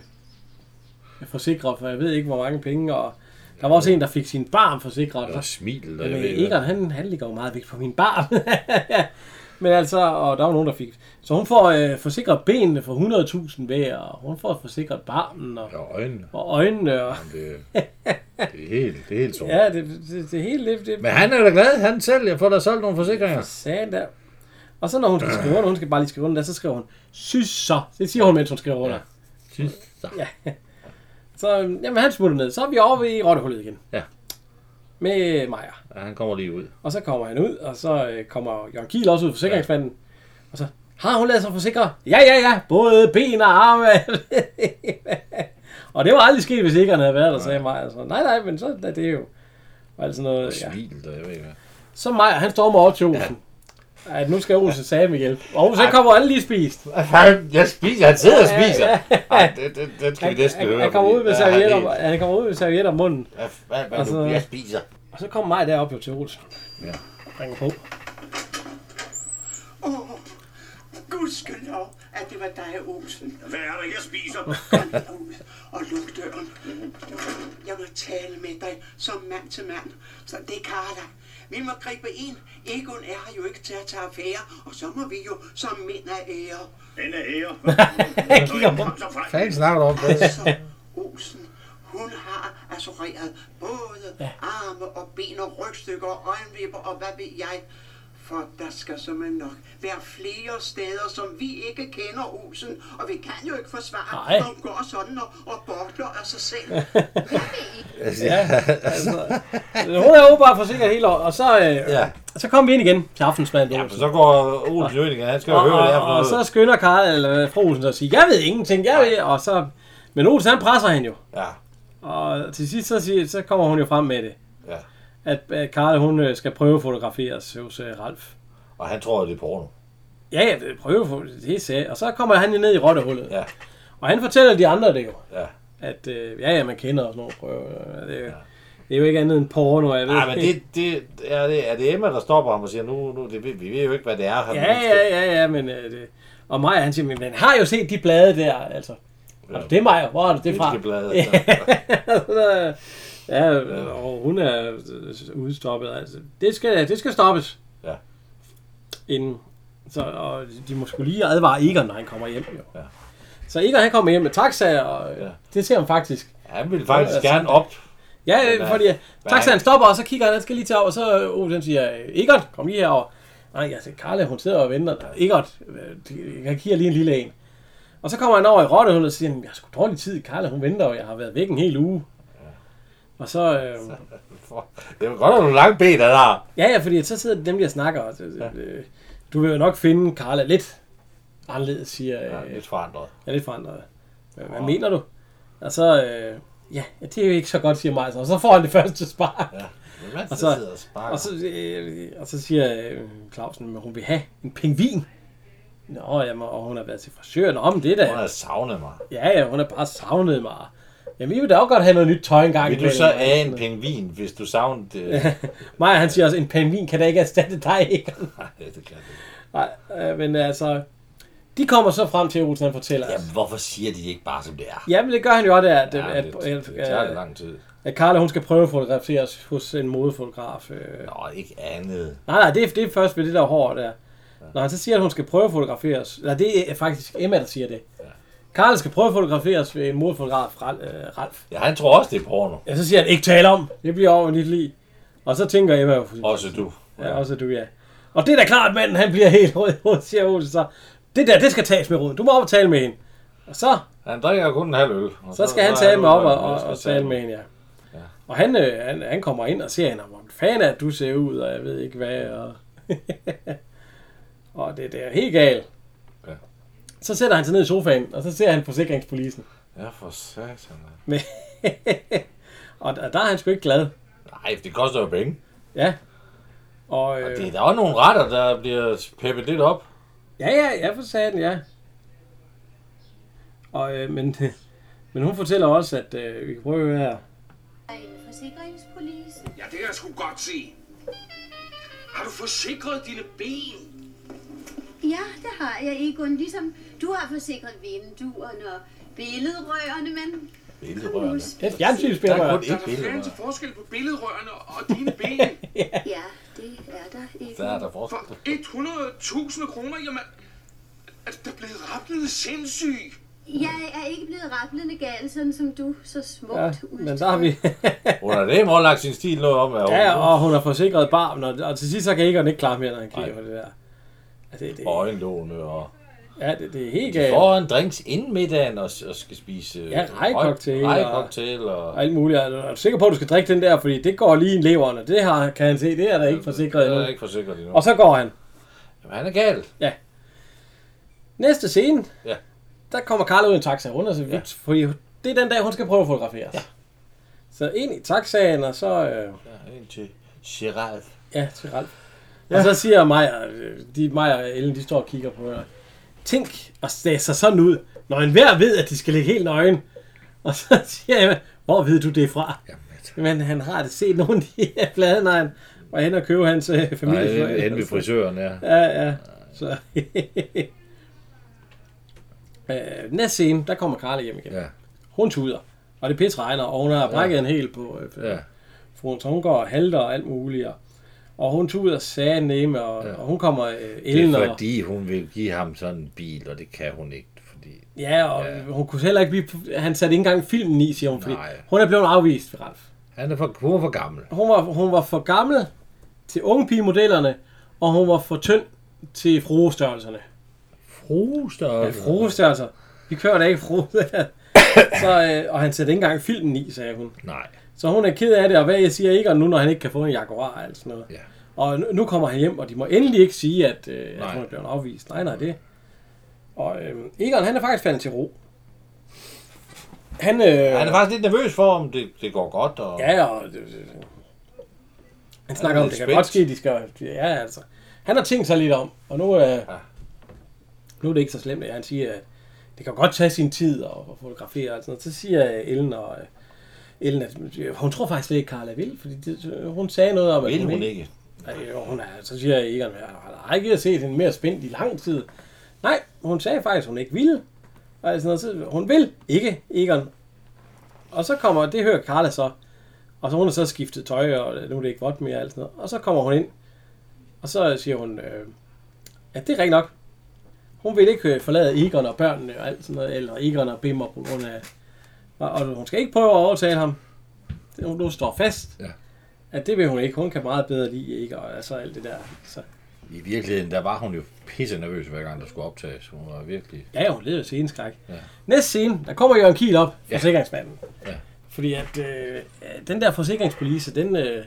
Speaker 1: forsikret for jeg ved ikke, hvor mange penge, og der var også en, der fik sin barm forsikret.
Speaker 2: Og smil, der
Speaker 1: Jamen,
Speaker 2: jeg ved,
Speaker 1: Egon, han, han ligger jo meget væk på min barm. (laughs) Men altså, og der var nogen, der fik... Så hun får øh, forsikret benene for 100.000 hver, og hun får forsikret barmen og,
Speaker 2: Og øjnene.
Speaker 1: og øjnene. Og,
Speaker 2: Det,
Speaker 1: (laughs)
Speaker 2: det er helt, det er helt sort.
Speaker 1: ja, det, det, det hele det... det
Speaker 2: Men han er da glad. Han sælger, for der er solgt nogle forsikringer.
Speaker 1: sagen der. Og så når hun skal skrive under, hun skal bare lige skrive under, der, så skriver hun, sys så. Det siger hun, mens hun skriver under.
Speaker 2: Syser.
Speaker 1: Så øhm, jamen, han smutter ned. Så er vi over ved Rottehullet igen.
Speaker 2: Ja.
Speaker 1: Med Maja.
Speaker 2: Ja, han kommer lige ud.
Speaker 1: Og så kommer han ud, og så øh, kommer Jørgen Kiel også ud fra forsikringsmanden. Og så, har hun lavet sig forsikre? Ja, ja, ja, både ben og arme. (laughs) og det var aldrig sket, hvis ikke han havde været der, sagde Maja. Så, nej, nej, men så er det jo. Og alt sådan noget, ja.
Speaker 2: Smil, der jeg ved ikke hvad.
Speaker 1: Så Maja, han står med over til Olsen. At nu skal Olsen sammen hjælpe. Og Olsen han kommer aldrig lige spist.
Speaker 2: Han, jeg spiser, han sidder og spiser.
Speaker 1: Ja,
Speaker 2: Ej, det, det, det skal
Speaker 1: Han,
Speaker 2: vi næsten
Speaker 1: han,
Speaker 2: høre.
Speaker 1: han, kommer ud med
Speaker 2: fordi- Ja,
Speaker 1: servietter,
Speaker 2: det-
Speaker 1: om- han kommer ud med servietter om munden.
Speaker 2: Hvad, hvad, hvad
Speaker 1: Altså-
Speaker 2: nu? Jeg spiser.
Speaker 1: Og så kommer Maja derop jo til Olsen.
Speaker 2: Ja.
Speaker 1: Ringer på.
Speaker 4: Åh, oh, gudskelov, at det var dig, Olsen.
Speaker 3: Hvad er det, jeg spiser?
Speaker 4: Kom ud og luk døren. Jeg må tale med dig som mand til mand. Så det er Karla. Vi må gribe ind. Egon er her jo ikke til at tage affære, og så må vi jo som mænd af ære.
Speaker 3: Den er
Speaker 1: (laughs)
Speaker 3: ære.
Speaker 1: Han kigger på.
Speaker 3: Kom så frem.
Speaker 2: Fanden snakker du om det?
Speaker 4: Altså, Olsen, hun har assureret både ja. arme og ben og rygstykker og øjenvipper og hvad ved jeg. For der skal simpelthen nok være flere steder, som vi ikke kender, Olsen. Og vi kan jo ikke forsvare,
Speaker 1: Nej.
Speaker 4: når hun går sådan og, og bortler af sig selv.
Speaker 1: Ja, altså, hun er åbenbart forsikret hele året, og så, øh,
Speaker 2: Ja.
Speaker 1: ja. så kom vi ind igen til aftensmaden. Ja,
Speaker 2: Jamen, så går Ole Jødinger, han skal jo
Speaker 1: og,
Speaker 2: høre, hvad det er
Speaker 1: og,
Speaker 2: for
Speaker 1: og, og, så
Speaker 2: noget.
Speaker 1: skynder Karl, eller hvad, fru Olsen, så at sige, jeg ved ingenting, jeg ved, og så... Men Olsen, han presser hende jo,
Speaker 2: Ja,
Speaker 1: og til sidst så, siger, så kommer hun jo frem med det,
Speaker 2: ja.
Speaker 1: at, at Karl, hun øh, skal prøve at fotograferes hos øh, Ralf.
Speaker 2: Og han tror, det er porno.
Speaker 1: Ja, jeg vil prøve at få det, det sagde. Og så kommer han jo ned i rottehullet.
Speaker 2: Ja.
Speaker 1: Og han fortæller de andre det jo.
Speaker 2: Ja.
Speaker 1: At øh, ja, ja, man kender også nogle prøver. øh, Det, ja. Det er jo ikke andet end porno, jeg ved.
Speaker 2: Nej, men det, det, er, det, er det Emma, der stopper ham og siger, nu, nu det, vi ved jo ikke, hvad det
Speaker 1: (laughs)
Speaker 2: er. Han
Speaker 1: Ja, ja, ja, ja, men... Øh, det... Og Maja, han siger, men man har jo set de blade der, altså. Ja. Det er Maja, hvor er det, det fra?
Speaker 2: Hvilke blade?
Speaker 1: Ja, (laughs) ja, og hun er øh, udstoppet. Altså. Det, skal, det skal stoppes.
Speaker 2: Ja.
Speaker 1: Inden. Så, og de må skulle lige advare Egon, når han kommer hjem. Jo.
Speaker 2: Ja.
Speaker 1: Så Egon han kommer hjem med taxaer, og øh,
Speaker 2: Ja.
Speaker 1: det ser han faktisk.
Speaker 2: Han ville faktisk
Speaker 1: Altså,
Speaker 2: gerne op.
Speaker 1: Ja,
Speaker 2: Men,
Speaker 1: øh,
Speaker 2: øh,
Speaker 1: fordi øh,
Speaker 2: hvad-
Speaker 1: taxaen stopper, og så kigger han, han skal lige tage over, og så øh, Olsen siger, øh, Egon, kom lige herover. Nej, altså, Karla, hun sidder og venter. Egon, øh, de- jeg giver lige en lille en. Og så kommer han over i rottehullet og siger, "Jamen, jeg har sgu dårlig tid, Karla, hun venter, og jeg har været væk en hel uge. Og så, øh,
Speaker 2: Det var godt, at du langt ben er der.
Speaker 1: ja, ja, fordi så sidder de nemlig og snakker, og så, øh, du vil jo nok finde Karla lidt anderledes, siger
Speaker 2: Ja,
Speaker 1: øh,
Speaker 2: lidt forandret.
Speaker 1: Jeg er lidt forandret. Hvad, hvad mener du? Og så, øh, ja, det er jo ikke så godt, siger Majs. Og så får han det første spark. Ja.
Speaker 2: Men mens
Speaker 1: Og
Speaker 2: og
Speaker 1: så-
Speaker 2: så, sidder og sparker.
Speaker 1: Og så, øh, og så siger øh, Clausen, at hun vil have en pingvin. Nå, jamen, og hun har været til frisøren om det
Speaker 2: Hun
Speaker 1: der.
Speaker 2: har savnet mig.
Speaker 1: Ja, ja, hun har bare savnet mig. Jamen, I vil da også godt have noget nyt tøj engang.
Speaker 2: Vil du så af en pingvin, hvis du savnede
Speaker 1: (laughs)
Speaker 2: det?
Speaker 1: Maja, han siger også, en pingvin kan da ikke erstatte dig, (laughs) ikke?
Speaker 2: Nej, det kan det. ikke.
Speaker 1: Nej, øh, men altså... De kommer så frem til, at Olsen han fortæller os.
Speaker 2: Jamen, hvorfor siger de det ikke bare, som det er?
Speaker 1: Jamen, det gør han jo også, at,
Speaker 2: Ja,
Speaker 1: at,
Speaker 2: det,
Speaker 1: at, at,
Speaker 2: det, det tager det lang tid.
Speaker 1: at Carla, hun skal prøve at fotograferes hos en modefotograf. Øh.
Speaker 2: Nå, ikke andet.
Speaker 1: Nej, nej, det er, det er først ved det der hår der. Når han så siger, at hun skal prøve at fotograferes. Nej, det er faktisk Emma, der siger det. Karl skal prøve at fotograferes ved en modfotograf, Ral- øh, Ralf.
Speaker 2: Ja, han tror også, det er porno.
Speaker 1: Ja, så siger han, ikke tale om. Det bliver over dit lige. Og så tænker Emma jo...
Speaker 2: Også du.
Speaker 1: Ja, også du, ja. Og det er da klart, manden han bliver helt rød, i hovedet, siger Olsen så. Det der, det skal tages med roden. Du må op og tale med hende. Og så
Speaker 2: Han drikker kun en halv øl. og
Speaker 1: Så skal han
Speaker 2: er
Speaker 1: tale med
Speaker 2: du-
Speaker 1: op og, og,
Speaker 2: skal
Speaker 1: og tale med hende, ja. Og han, øh, han, han kommer ind og ser hende, hvor fan er du ser ud, og jeg ved ikke hvad, og... (laughs) og det, det er helt galt.
Speaker 2: Ja.
Speaker 1: Så sætter han sig ned i sofaen, og så ser han forsikringspolisen.
Speaker 2: Ja, for satan. da.
Speaker 1: Men og der, der er han sgu ikke glad.
Speaker 2: Nej, det koster jo penge.
Speaker 1: Ja. Og,
Speaker 2: Og
Speaker 1: øh,
Speaker 2: det er der også nogle retter, der bliver peppet lidt op.
Speaker 1: Ja, ja, ja, for satan, ja. Og, øh, men, (laughs) men hun fortæller også, at øh, vi kan prøve at høre her.
Speaker 5: Forsikringspolisen.
Speaker 3: Ja, det kan jeg sgu godt se. Har du forsikret dine ben?
Speaker 5: Ja, det har jeg, Egon. Ligesom du har forsikret vinduerne og billedrørene, men... Kom nu,
Speaker 2: Billedrørene.
Speaker 5: spis.
Speaker 1: Et fjernsynsspiller.
Speaker 2: Der er kun
Speaker 3: Der er
Speaker 2: et
Speaker 3: da fanden
Speaker 2: billedrør.
Speaker 3: til forskel på billedrørene og dine ben.
Speaker 5: Ja, det er der,
Speaker 2: Der er
Speaker 5: Egon.
Speaker 2: der forskel.
Speaker 3: For 100.000 kroner, jamen... Er du da blevet rapplet sindssyg?
Speaker 5: Jeg er ikke blevet rablende gal, sådan som du så smukt
Speaker 1: Ja, men der har
Speaker 5: udtrykker.
Speaker 1: vi...
Speaker 2: Hun har det måde lagt sin stil noget om. at hun-
Speaker 1: Ja, og hun har forsikret barmen, og, og til sidst så kan Egon ikke klare mere, når han kigger
Speaker 2: Nej.
Speaker 1: på det der. Altså, det, det,
Speaker 2: Og øjenlåne og...
Speaker 1: ja, det, det er helt
Speaker 2: De
Speaker 1: galt.
Speaker 2: får en drinks inden middagen og, og skal spise... øh,
Speaker 1: Ja, rejecocktail og-
Speaker 2: Rejcocktail og...
Speaker 1: Og alt muligt. Er du, er du sikker på, at du skal drikke den der? Fordi det går lige i leveren, og det har, kan han se, det er der ikke forsikret
Speaker 2: Det er
Speaker 1: endnu.
Speaker 2: ikke forsikret endnu.
Speaker 1: Og så går han.
Speaker 2: Jamen, han er gal.
Speaker 1: Næste scene,
Speaker 2: Ja.
Speaker 1: der kommer Karla ud i en taxa. Hun er så vidt, ja. fordi det er den dag, hun skal prøve at fotograferes. Ja. Så ind i taxaen, og så... Øh,
Speaker 2: Ja, en til Gerard.
Speaker 1: ja, til Ralf. Ja. Og så siger Maja, øh, de, Maja og Ellen, de står og kigger på hende. Tænk at stæse sig sådan ud, når enhver ved, at de skal ligge helt nøgen. Og så (laughs) siger Emma, hvor ved du det fra? Men han har det set nogen, de er flade, når han var hen og købe hans øh,
Speaker 2: Nej,
Speaker 1: familie.
Speaker 2: hen ved frisøren, ja.
Speaker 1: Ja, ja. Så. (laughs) øh, næste scene, der kommer Karla hjem igen.
Speaker 2: Ja.
Speaker 1: Hun tuder, og det pis regner, og hun har brækket ja. en hel på øh,
Speaker 2: Ja.
Speaker 1: ja. fruen, så hun går og halter og alt muligt. Og, og hun tuder sagen nemme, og, ja. og hun kommer øh,
Speaker 2: Det
Speaker 1: ellen,
Speaker 2: er
Speaker 1: og,
Speaker 2: fordi, hun vil give ham sådan en bil, og det kan hun ikke, fordi...
Speaker 1: ja, og ja. hun kunne heller ikke blive, han satte ikke engang filmen i, siger hun, fordi
Speaker 2: Nej.
Speaker 1: hun er blevet afvist, Ralf.
Speaker 2: Han er for, hun er for gammel.
Speaker 1: hun var, hun var for gammel til ungepigemodellerne, og hun var for tynd til fruestørrelserne.
Speaker 2: Fruster.
Speaker 1: Ja, fruestørrelser. Vi kører da ikke frue. (laughs) så, øh, og han sætter ikke engang filmen i, sagde hun.
Speaker 2: Nej.
Speaker 1: Så hun er ked af det, og hvad jeg siger ikke, og nu når han ikke kan få en jaguar og alt sådan noget.
Speaker 2: Ja.
Speaker 1: Og nu, nu kommer han hjem, og de må endelig ikke sige, at, øh, at
Speaker 2: Nej.
Speaker 1: hun er blevet afvist. Nej, nej, det. Og øh, Egon, han er faktisk faldet til ro. Han, øh,
Speaker 2: Han er faktisk lidt nervøs for, om det, det går godt. Og...
Speaker 1: Ja, og det, det, det. han snakker
Speaker 2: er
Speaker 1: om, det
Speaker 2: lidt
Speaker 1: kan
Speaker 2: spændt.
Speaker 1: godt ske, de skal... Ja, altså. Han har tænkt sig lidt om, og nu, øh, ja. nu er det ikke så slemt, at han siger, at det kan godt tage sin tid at at fotografere. Og sådan noget. Så siger Ellen og, øh, Ellen, er- hun tror faktisk slet ikke, Karla vil, fordi det, hun sagde noget om, at
Speaker 2: Vil hun ikke?
Speaker 1: Ej, jo, hun er, så siger jeg Egon, jeg har ikke set hende mere spændt i lang tid. Nej, hun sagde faktisk, hun ikke ville. Og sådan noget, så, hun vil ikke, Egon. Og så kommer, det hører Karla så, og så hun har så skiftet tøj, og nu er det ikke vådt mere, og alt sådan noget. Og så kommer hun ind, og så siger hun, øh, at det er rigtigt nok. Hun vil ikke øh, forlade Egon og børnene og alt sådan noget, eller Egon og Bimmer på grund af... Og og hun skal ikke prøve at overtale ham. Hun, hun står fast.
Speaker 2: Ja.
Speaker 1: At det vil hun ikke. Hun kan meget bedre lide ikke, og altså alt det der. Så,
Speaker 2: I virkeligheden, der var hun jo pisse nervøs, hver gang der skulle optages. Hun var virkelig...
Speaker 1: ja, ja, hun leder jo sceneskræk. Ja. Næste scene, der kommer Jørgen Kiel op, ja. forsikringsmanden.
Speaker 2: Ja.
Speaker 1: Fordi at øh, den der forsikringspolice, den, øh,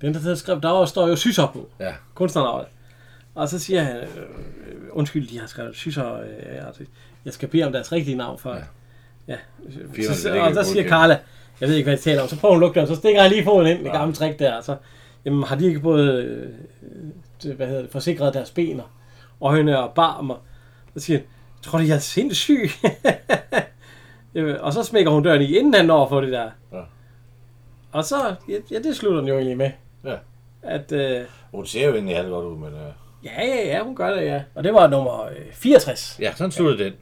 Speaker 1: den der skrev derovre, står jo syser på.
Speaker 2: Ja.
Speaker 1: kunstnernavnet. Og så siger han, øh, undskyld, de har skrevet syser, øh, altså, jeg skal bede om deres rigtige navn før. Ja. ja.
Speaker 2: Firmaet,
Speaker 1: Så,
Speaker 2: det
Speaker 1: så,
Speaker 2: ligger
Speaker 1: og så
Speaker 2: i
Speaker 1: siger
Speaker 2: bogen.
Speaker 1: Karla, jeg ved ikke, hvad de taler om. Så prøver hun at lukke døren, så stikker han lige foden ind, det gamle trick der. og Så, jamen, har de ikke både øh, det- hvad hedder det, forsikret deres ben og øjne og barm? Og, så siger han, tror du, jeg er sindssyg? (laughs) Jamen, og så smækker hun døren i, inden han når for det der.
Speaker 2: Ja.
Speaker 1: Og så, ja, ja, det slutter den jo egentlig med.
Speaker 2: Ja.
Speaker 1: At, øh,
Speaker 2: Hun ser jo egentlig halvt godt ud, men... Øh...
Speaker 1: Ja, ja, ja, hun gør det, ja. Og det var nummer øh, 64.
Speaker 2: Ja, sådan sluttede den.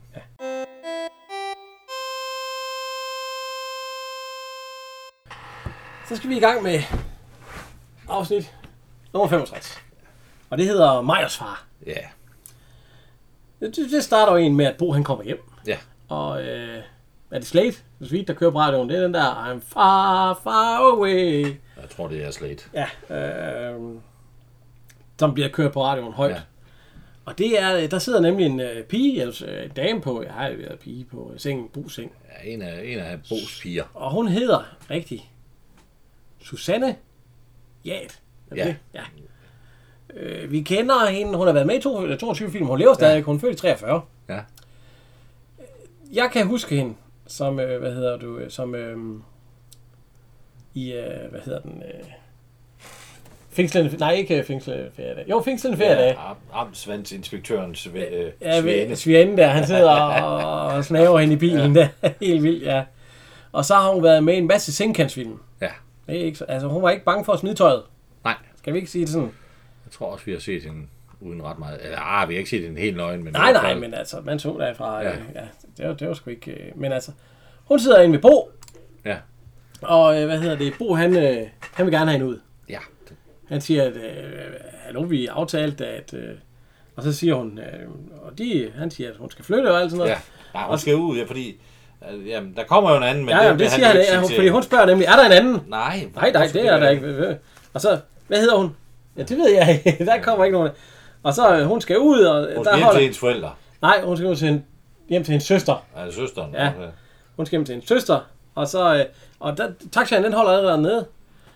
Speaker 1: Så skal vi i gang med afsnit nummer 65. Og det hedder Majers far.
Speaker 2: Ja.
Speaker 1: Det, det det starter jo en med, at Bo han kommer hjem.
Speaker 2: Ja.
Speaker 1: Og øh, er det Slate? Hvis vi der kører på radioen, det er den der I'm far, far away.
Speaker 2: Jeg tror, det er slet.
Speaker 1: Ja, øh, som bliver kørt på radioen højt. Ja.
Speaker 2: Ja.
Speaker 1: Og det er, der sidder nemlig en øh, pige, altså øh, en dame på, jeg har jo været pige på øh, sengen, Bo's seng.
Speaker 2: Ja, en af, en af Bo's piger.
Speaker 1: Og hun hedder rigtig Susanne Jat. Er det
Speaker 2: Ja.
Speaker 1: det? ja. Øh, vi kender hende. Hun har været med i to- eller 22 film. Hun lever stadig. Hun er født i 43.
Speaker 2: Ja.
Speaker 1: Jeg kan huske hende som, øh, hvad hedder du, øh, som øh, i, øh, hvad hedder den, øh, fængslende, nej ikke øh, fængslende feriedag. Jo, fængslende feriedag.
Speaker 2: Am- Amtsvandsinspektøren Sve, øh,
Speaker 1: Ja,
Speaker 2: Svane.
Speaker 1: Svende. Svende der, han sidder og,
Speaker 2: (laughs)
Speaker 1: og snaver hende i bilen ja. der. (laughs) Helt vildt, ja. Og så har hun været med i en masse sengkantsfilm.
Speaker 2: Ja.
Speaker 1: Det er ikke, så- altså, hun var ikke bange for at smide tøjet.
Speaker 2: Nej,
Speaker 1: Skal vi ikke sige det sådan?
Speaker 2: jeg tror også, vi har set hende uden ret meget. Eller, ah, vi har ikke set hende helt nøgen. Men i
Speaker 1: Nej,
Speaker 2: hvert
Speaker 1: nej,
Speaker 2: fald-
Speaker 1: men altså, man så derfra. Ja.
Speaker 2: Ja.
Speaker 1: Øh, ja det, var, det var sgu ikke... Øh, men altså, hun sidder inde ved Bo,
Speaker 2: Ja.
Speaker 1: og øh, hvad hedder det? Bo, han, øh, han vil gerne have hende ud.
Speaker 2: Ja.
Speaker 1: Han siger, at øh, hallo, vi aftalte, at... Øh, og så siger hun, øh, og de, han siger, at hun skal flytte og alt sådan noget.
Speaker 2: ja. Nej, hun skal ud, ja, fordi... øh, Jamen, der kommer jo en anden, men
Speaker 1: ja, ja det, det siger han,
Speaker 2: jo
Speaker 1: han
Speaker 2: sige
Speaker 1: hun,
Speaker 2: til
Speaker 1: fordi
Speaker 2: hende.
Speaker 1: hun spørger nemlig, er der en anden?
Speaker 2: Nej,
Speaker 1: Nej, nej, det er der ikke. Og så, hvad hedder hun? Ja, det ved jeg ikke. (laughs) Der kommer ikke nogen. Og så, øh, hun skal ud, og
Speaker 2: Hun
Speaker 1: der
Speaker 2: skal hjem til
Speaker 1: holder...
Speaker 2: hendes forældre.
Speaker 1: Nej, hun skal ud til en, hjem til hendes søster.
Speaker 2: Altså søsteren.
Speaker 1: Ja.
Speaker 2: Okay.
Speaker 1: Hun skal hjem til en søster, og så... Øh, og der, taxaen, den holder allerede nede.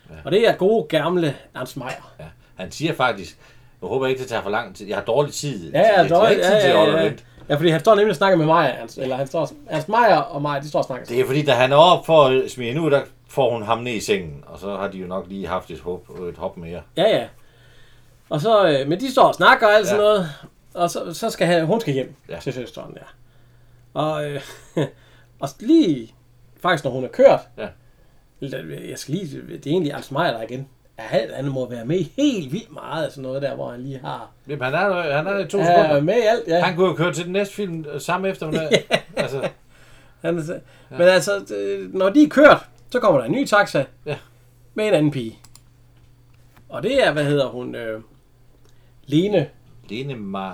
Speaker 1: Ja. Og det er gode, gamle Ernst Meier.
Speaker 2: Ja. Han siger faktisk, jeg håber ikke, det tager for lang tid. Jeg har dårlig tid.
Speaker 1: Ja, ja,
Speaker 2: jeg har
Speaker 1: dårlig,
Speaker 2: ikke tid til at
Speaker 1: ja,
Speaker 2: holde
Speaker 1: ja,
Speaker 2: og
Speaker 1: ja.
Speaker 2: vente.
Speaker 1: ja, fordi han står nemlig og snakker med Meier, Ernst, eller han står, Ernst Meier og Meier, de står og snakker.
Speaker 2: Det er fordi, da han er op for at smide hende ud, der får hun ham ned i sengen. Og så har de jo nok lige haft et hop, et hop mere.
Speaker 1: Ja, ja. Og så, øh, men de står og snakker og alt sådan
Speaker 2: Ja.
Speaker 1: noget. Og så, så skal han, hun skal hjem ja.
Speaker 2: Ja.
Speaker 1: til søsteren, ja. Og, øh, (laughs) og lige, faktisk når hun er kørt,
Speaker 2: Ja.
Speaker 1: eller, jeg skal lige, det er egentlig Ernst Meier der er igen. Ja, han, han må være med i helt vildt meget af sådan noget der, hvor han lige har
Speaker 2: Jamen, han er, der- han er der i to
Speaker 1: ja,
Speaker 2: sekunder.
Speaker 1: med i alt. Ja.
Speaker 2: Han kunne jo køre til den næste film øh, samme eftermiddag. altså,
Speaker 1: Han, er så- Men altså, det- når de er kørt, så kommer der en ny taxa
Speaker 2: Ja.
Speaker 1: med en anden pige. Og det er, hvad hedder hun, øh, Lene
Speaker 2: Lene Ma,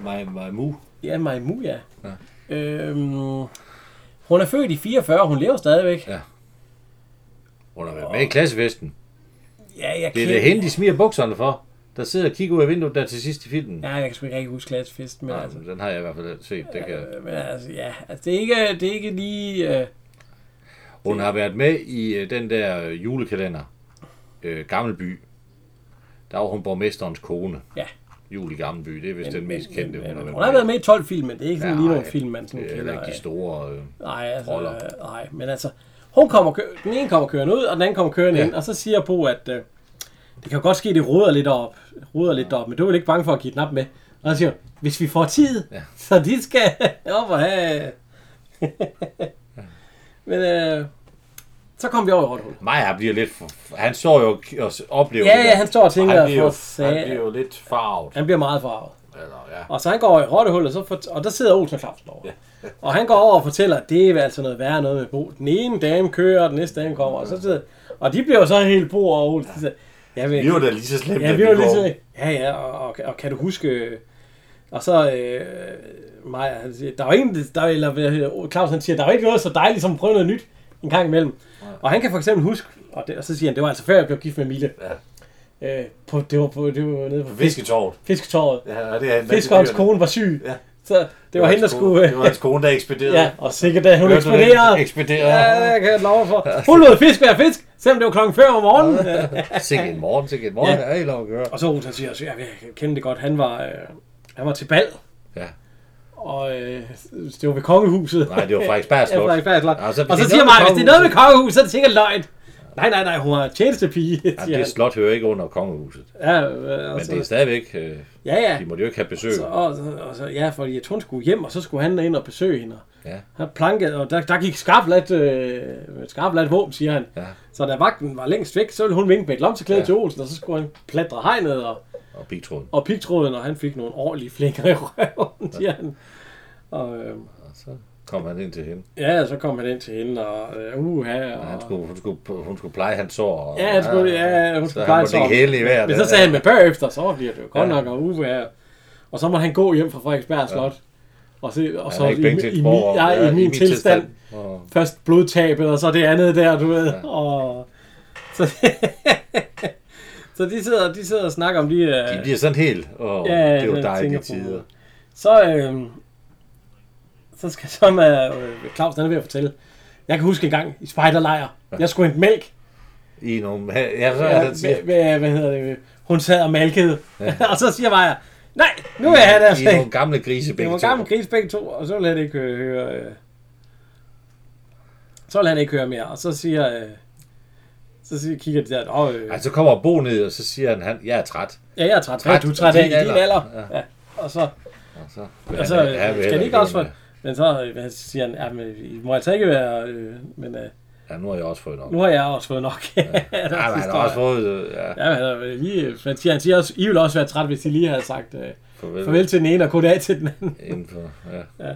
Speaker 2: Ma, Ma, Mu.
Speaker 1: Ja, Maimu, ja. ja. Øhm, hun er født i 44, hun lever stadigvæk.
Speaker 2: Ja. Hun har været med i klassefesten.
Speaker 1: Ja, jeg
Speaker 2: Det er
Speaker 1: kan-
Speaker 2: det hende, de smiger bukserne for. Der sidder og kigger ud af vinduet der til sidst i filmen.
Speaker 1: Ja, jeg kan sgu ikke rigtig huske klassefest, men,
Speaker 2: Nej,
Speaker 1: altså,
Speaker 2: men den har jeg i hvert fald set. Det kan...
Speaker 1: øh, men altså, ja, altså, det er ikke, det er ikke lige... Øh,
Speaker 2: Hun har været med i øh, den der øh, julekalender. Øh, Gammelby. Der var hun borgmesterens kone.
Speaker 1: Ja.
Speaker 2: Jul i Gammelby, det er vist den mest kendte.
Speaker 1: men,
Speaker 2: hun,
Speaker 1: hun har været med i 12 film, men det er ikke sådan lige
Speaker 2: Nej,
Speaker 1: nogle Ligesom film, man sådan
Speaker 2: Det er heller ikke
Speaker 1: øh.
Speaker 2: de store... Øh...
Speaker 1: Nej, altså,
Speaker 2: roller.
Speaker 1: øh, nej, men altså, hun kommer, kø- den ene kommer kørende ud, og den anden kommer kørende ja.
Speaker 2: Ja.
Speaker 1: ind, og så siger Bo, at øh, det kan jo godt ske, det ruder lidt op, ruder lidt op, men du er vel ikke bange for at give den op med? Og så siger hun, hvis vi får tid, ja. (laughs) så de (laughs) skal op og have... men øh, Så kom vi over i Rottehul.
Speaker 2: Maja bliver lidt... For, han står jo og s- oplever
Speaker 1: Ja,
Speaker 2: det
Speaker 1: ja,
Speaker 2: der.
Speaker 1: han står og tænker,
Speaker 2: han bliver,
Speaker 1: for
Speaker 2: jo, han
Speaker 1: satan.
Speaker 2: bliver jo lidt farvet.
Speaker 1: Han bliver meget farvet.
Speaker 2: Eller, ja.
Speaker 1: Og så han går over i Rottehullet, så fort- og der sidder Olsen og Clausen over. Og han går over og fortæller, at det er altså noget værre noget med Bo. Den ene dame kører, og den næste dame kommer, og så sidder... Og de bliver jo så helt Bo og Olsen. Så, jeg vil,
Speaker 2: Vi var da lige så slemme,
Speaker 1: ja,
Speaker 2: da
Speaker 1: vi var lige
Speaker 2: går.
Speaker 1: så... Ja, ja, og, og, og, kan du huske... øh, Og så... Øh, Maja, han siger, der er jo ikke, der, eller hvad hedder- Claus han siger, der er jo ikke noget så dejligt som at prøve noget nyt en gang imellem. Og han kan for eksempel huske, og, det, og så siger han, det var altså før jeg blev gift med Mille. Ja. Øh, på, det var på, det var nede på fisk,
Speaker 2: Fisketårnet.
Speaker 1: fisketåret.
Speaker 2: Ja, og det er han-
Speaker 1: Fiskerens
Speaker 2: det er-
Speaker 1: kone var syg.
Speaker 2: Ja.
Speaker 1: Så det var
Speaker 2: hans
Speaker 1: hende, der
Speaker 2: kone-
Speaker 1: skulle... øh,
Speaker 2: Det var hans kone, der
Speaker 1: (laughs)
Speaker 2: ekspederede.
Speaker 1: ja, og sikkert da hun
Speaker 2: Hørte du det?
Speaker 1: eksploderede.
Speaker 2: Ekspederede.
Speaker 1: Ja, det kan jeg love for. Hun lod fisk være fisk, selvom det var klokken 5 om morgenen.
Speaker 2: Sikke en morgen, sikke en morgen.
Speaker 1: Ja.
Speaker 2: Ja. Ej, lov at gøre.
Speaker 1: (laughs) og så Olsen han siger, at jeg kender det godt, han var, øh, han var til bal.
Speaker 2: Ja.
Speaker 1: Og øh, det var ved kongehuset.
Speaker 2: Nej, det var Frederiksberg
Speaker 1: (laughs)
Speaker 2: Slot.
Speaker 1: Ja, Frederiksberg Slot.
Speaker 2: Ja,
Speaker 1: Og
Speaker 2: så
Speaker 1: så,
Speaker 2: hvis
Speaker 1: og
Speaker 2: det
Speaker 1: så
Speaker 2: er
Speaker 1: siger
Speaker 2: noget
Speaker 1: Maja,
Speaker 2: med
Speaker 1: hvis det er noget med kongehuset, så er det sikkert løgn. Nej, nej, nej, hun er tjenestepige,
Speaker 2: Ja,
Speaker 1: siger
Speaker 2: det
Speaker 1: han.
Speaker 2: slot hører ikke under kongehuset.
Speaker 1: Ja, øh, og
Speaker 2: Men det er
Speaker 1: så,
Speaker 2: stadigvæk... Øh,
Speaker 1: ja, ja.
Speaker 2: de måtte jo ikke have besøg.
Speaker 1: Så, og, og, og, så, ja, fordi at hun skulle hjem, og så skulle han ind og besøge hende.
Speaker 2: Ja.
Speaker 1: Han plankede, og der, der gik skarpladt, øh, skarpladt våben, siger han.
Speaker 2: Ja.
Speaker 1: Så da vagten var længst væk, så ville hun vinke med et lomteklæde
Speaker 2: Ja.
Speaker 1: ja. til Olsen, og så skulle han platre hegnet og,
Speaker 2: Og pigtråden.
Speaker 1: og pigtråden, og han fik nogle ordentlige flækker i røven, siger han. Og, øh,
Speaker 2: Og så kom han ind til hende.
Speaker 1: ja, så kom han ind til hende, og øh, uha,
Speaker 2: Og han
Speaker 1: og...
Speaker 2: skulle, hun, skulle, hun skulle pleje hans sår. Og,
Speaker 1: Ja, han skulle, ja, hun
Speaker 2: så
Speaker 1: skulle
Speaker 2: han
Speaker 1: pleje
Speaker 2: måtte
Speaker 1: sig om.
Speaker 2: ikke hele i hver.
Speaker 1: Men så sagde han med bagefter, så bliver det jo godt nok, og uha. Og så må han gå hjem fra Frederiksberg Slot. Og, se, og
Speaker 2: Han
Speaker 1: så
Speaker 2: har
Speaker 1: i,
Speaker 2: ikke
Speaker 1: i,
Speaker 2: penge til et
Speaker 1: min-
Speaker 2: sprog,
Speaker 1: ja,
Speaker 2: ja,
Speaker 1: i, min tilstand,
Speaker 2: Og,
Speaker 1: først blodtabet, og så det andet der, du ved. Ja. Og, så, (laughs) så de, sidder, de sidder og snakker om de... øh,
Speaker 2: de bliver sådan helt. Og
Speaker 1: Ja,
Speaker 2: ja, det er jo
Speaker 1: jeg
Speaker 2: dejlige
Speaker 1: tænker på-
Speaker 2: tider.
Speaker 1: Så, øh, så skal så med øh, Claus, han er ved at fortælle. Jeg kan huske en gang i spejderlejr. Jeg skulle hente mælk.
Speaker 2: I nogle... Ja, så
Speaker 1: Ja,
Speaker 2: er han siger...
Speaker 1: hvad, hvad, hvad hedder det? Hun sad og malkede. (laughs) og så siger Maja, nej, nu vil jeg have deres
Speaker 2: I er nogle
Speaker 1: mælk.
Speaker 2: gamle grise
Speaker 1: Det
Speaker 2: begge
Speaker 1: var
Speaker 2: to.
Speaker 1: gammel gris begge to, og så vil han ikke øh, høre... Øh, så vil han ikke høre mere. Og så siger... Øh, så siger, kigger de der, åh, øh,
Speaker 2: Ej, så kommer Bo ned, og så siger han, han jeg er træt.
Speaker 1: ja, jeg er træt.
Speaker 2: træt,
Speaker 1: træt du er træt
Speaker 2: og
Speaker 1: af
Speaker 2: din
Speaker 1: i din
Speaker 2: alder.
Speaker 1: alder. Ja. Og så,
Speaker 2: Og så,
Speaker 1: og så
Speaker 2: han- han
Speaker 1: ja, Altså,
Speaker 2: vil
Speaker 1: skal
Speaker 2: heller
Speaker 1: de ikke også
Speaker 2: være
Speaker 1: få... Men så øh, hvad siger han, ja, men, I må altså ikke være... Øh, men øh,
Speaker 2: med. Ja, nu har jeg også fået nok.
Speaker 1: nu har jeg også fået nok. (laughs) Ja,
Speaker 2: Ja, men han har også fået... øh, Ja,
Speaker 1: Ja, men han, er lige, han, siger, han siger også, I vil også være træt, hvis I lige havde sagt øh,
Speaker 2: farvel.
Speaker 1: farvel til den ene og goddag til den anden.
Speaker 2: Inden for, ja.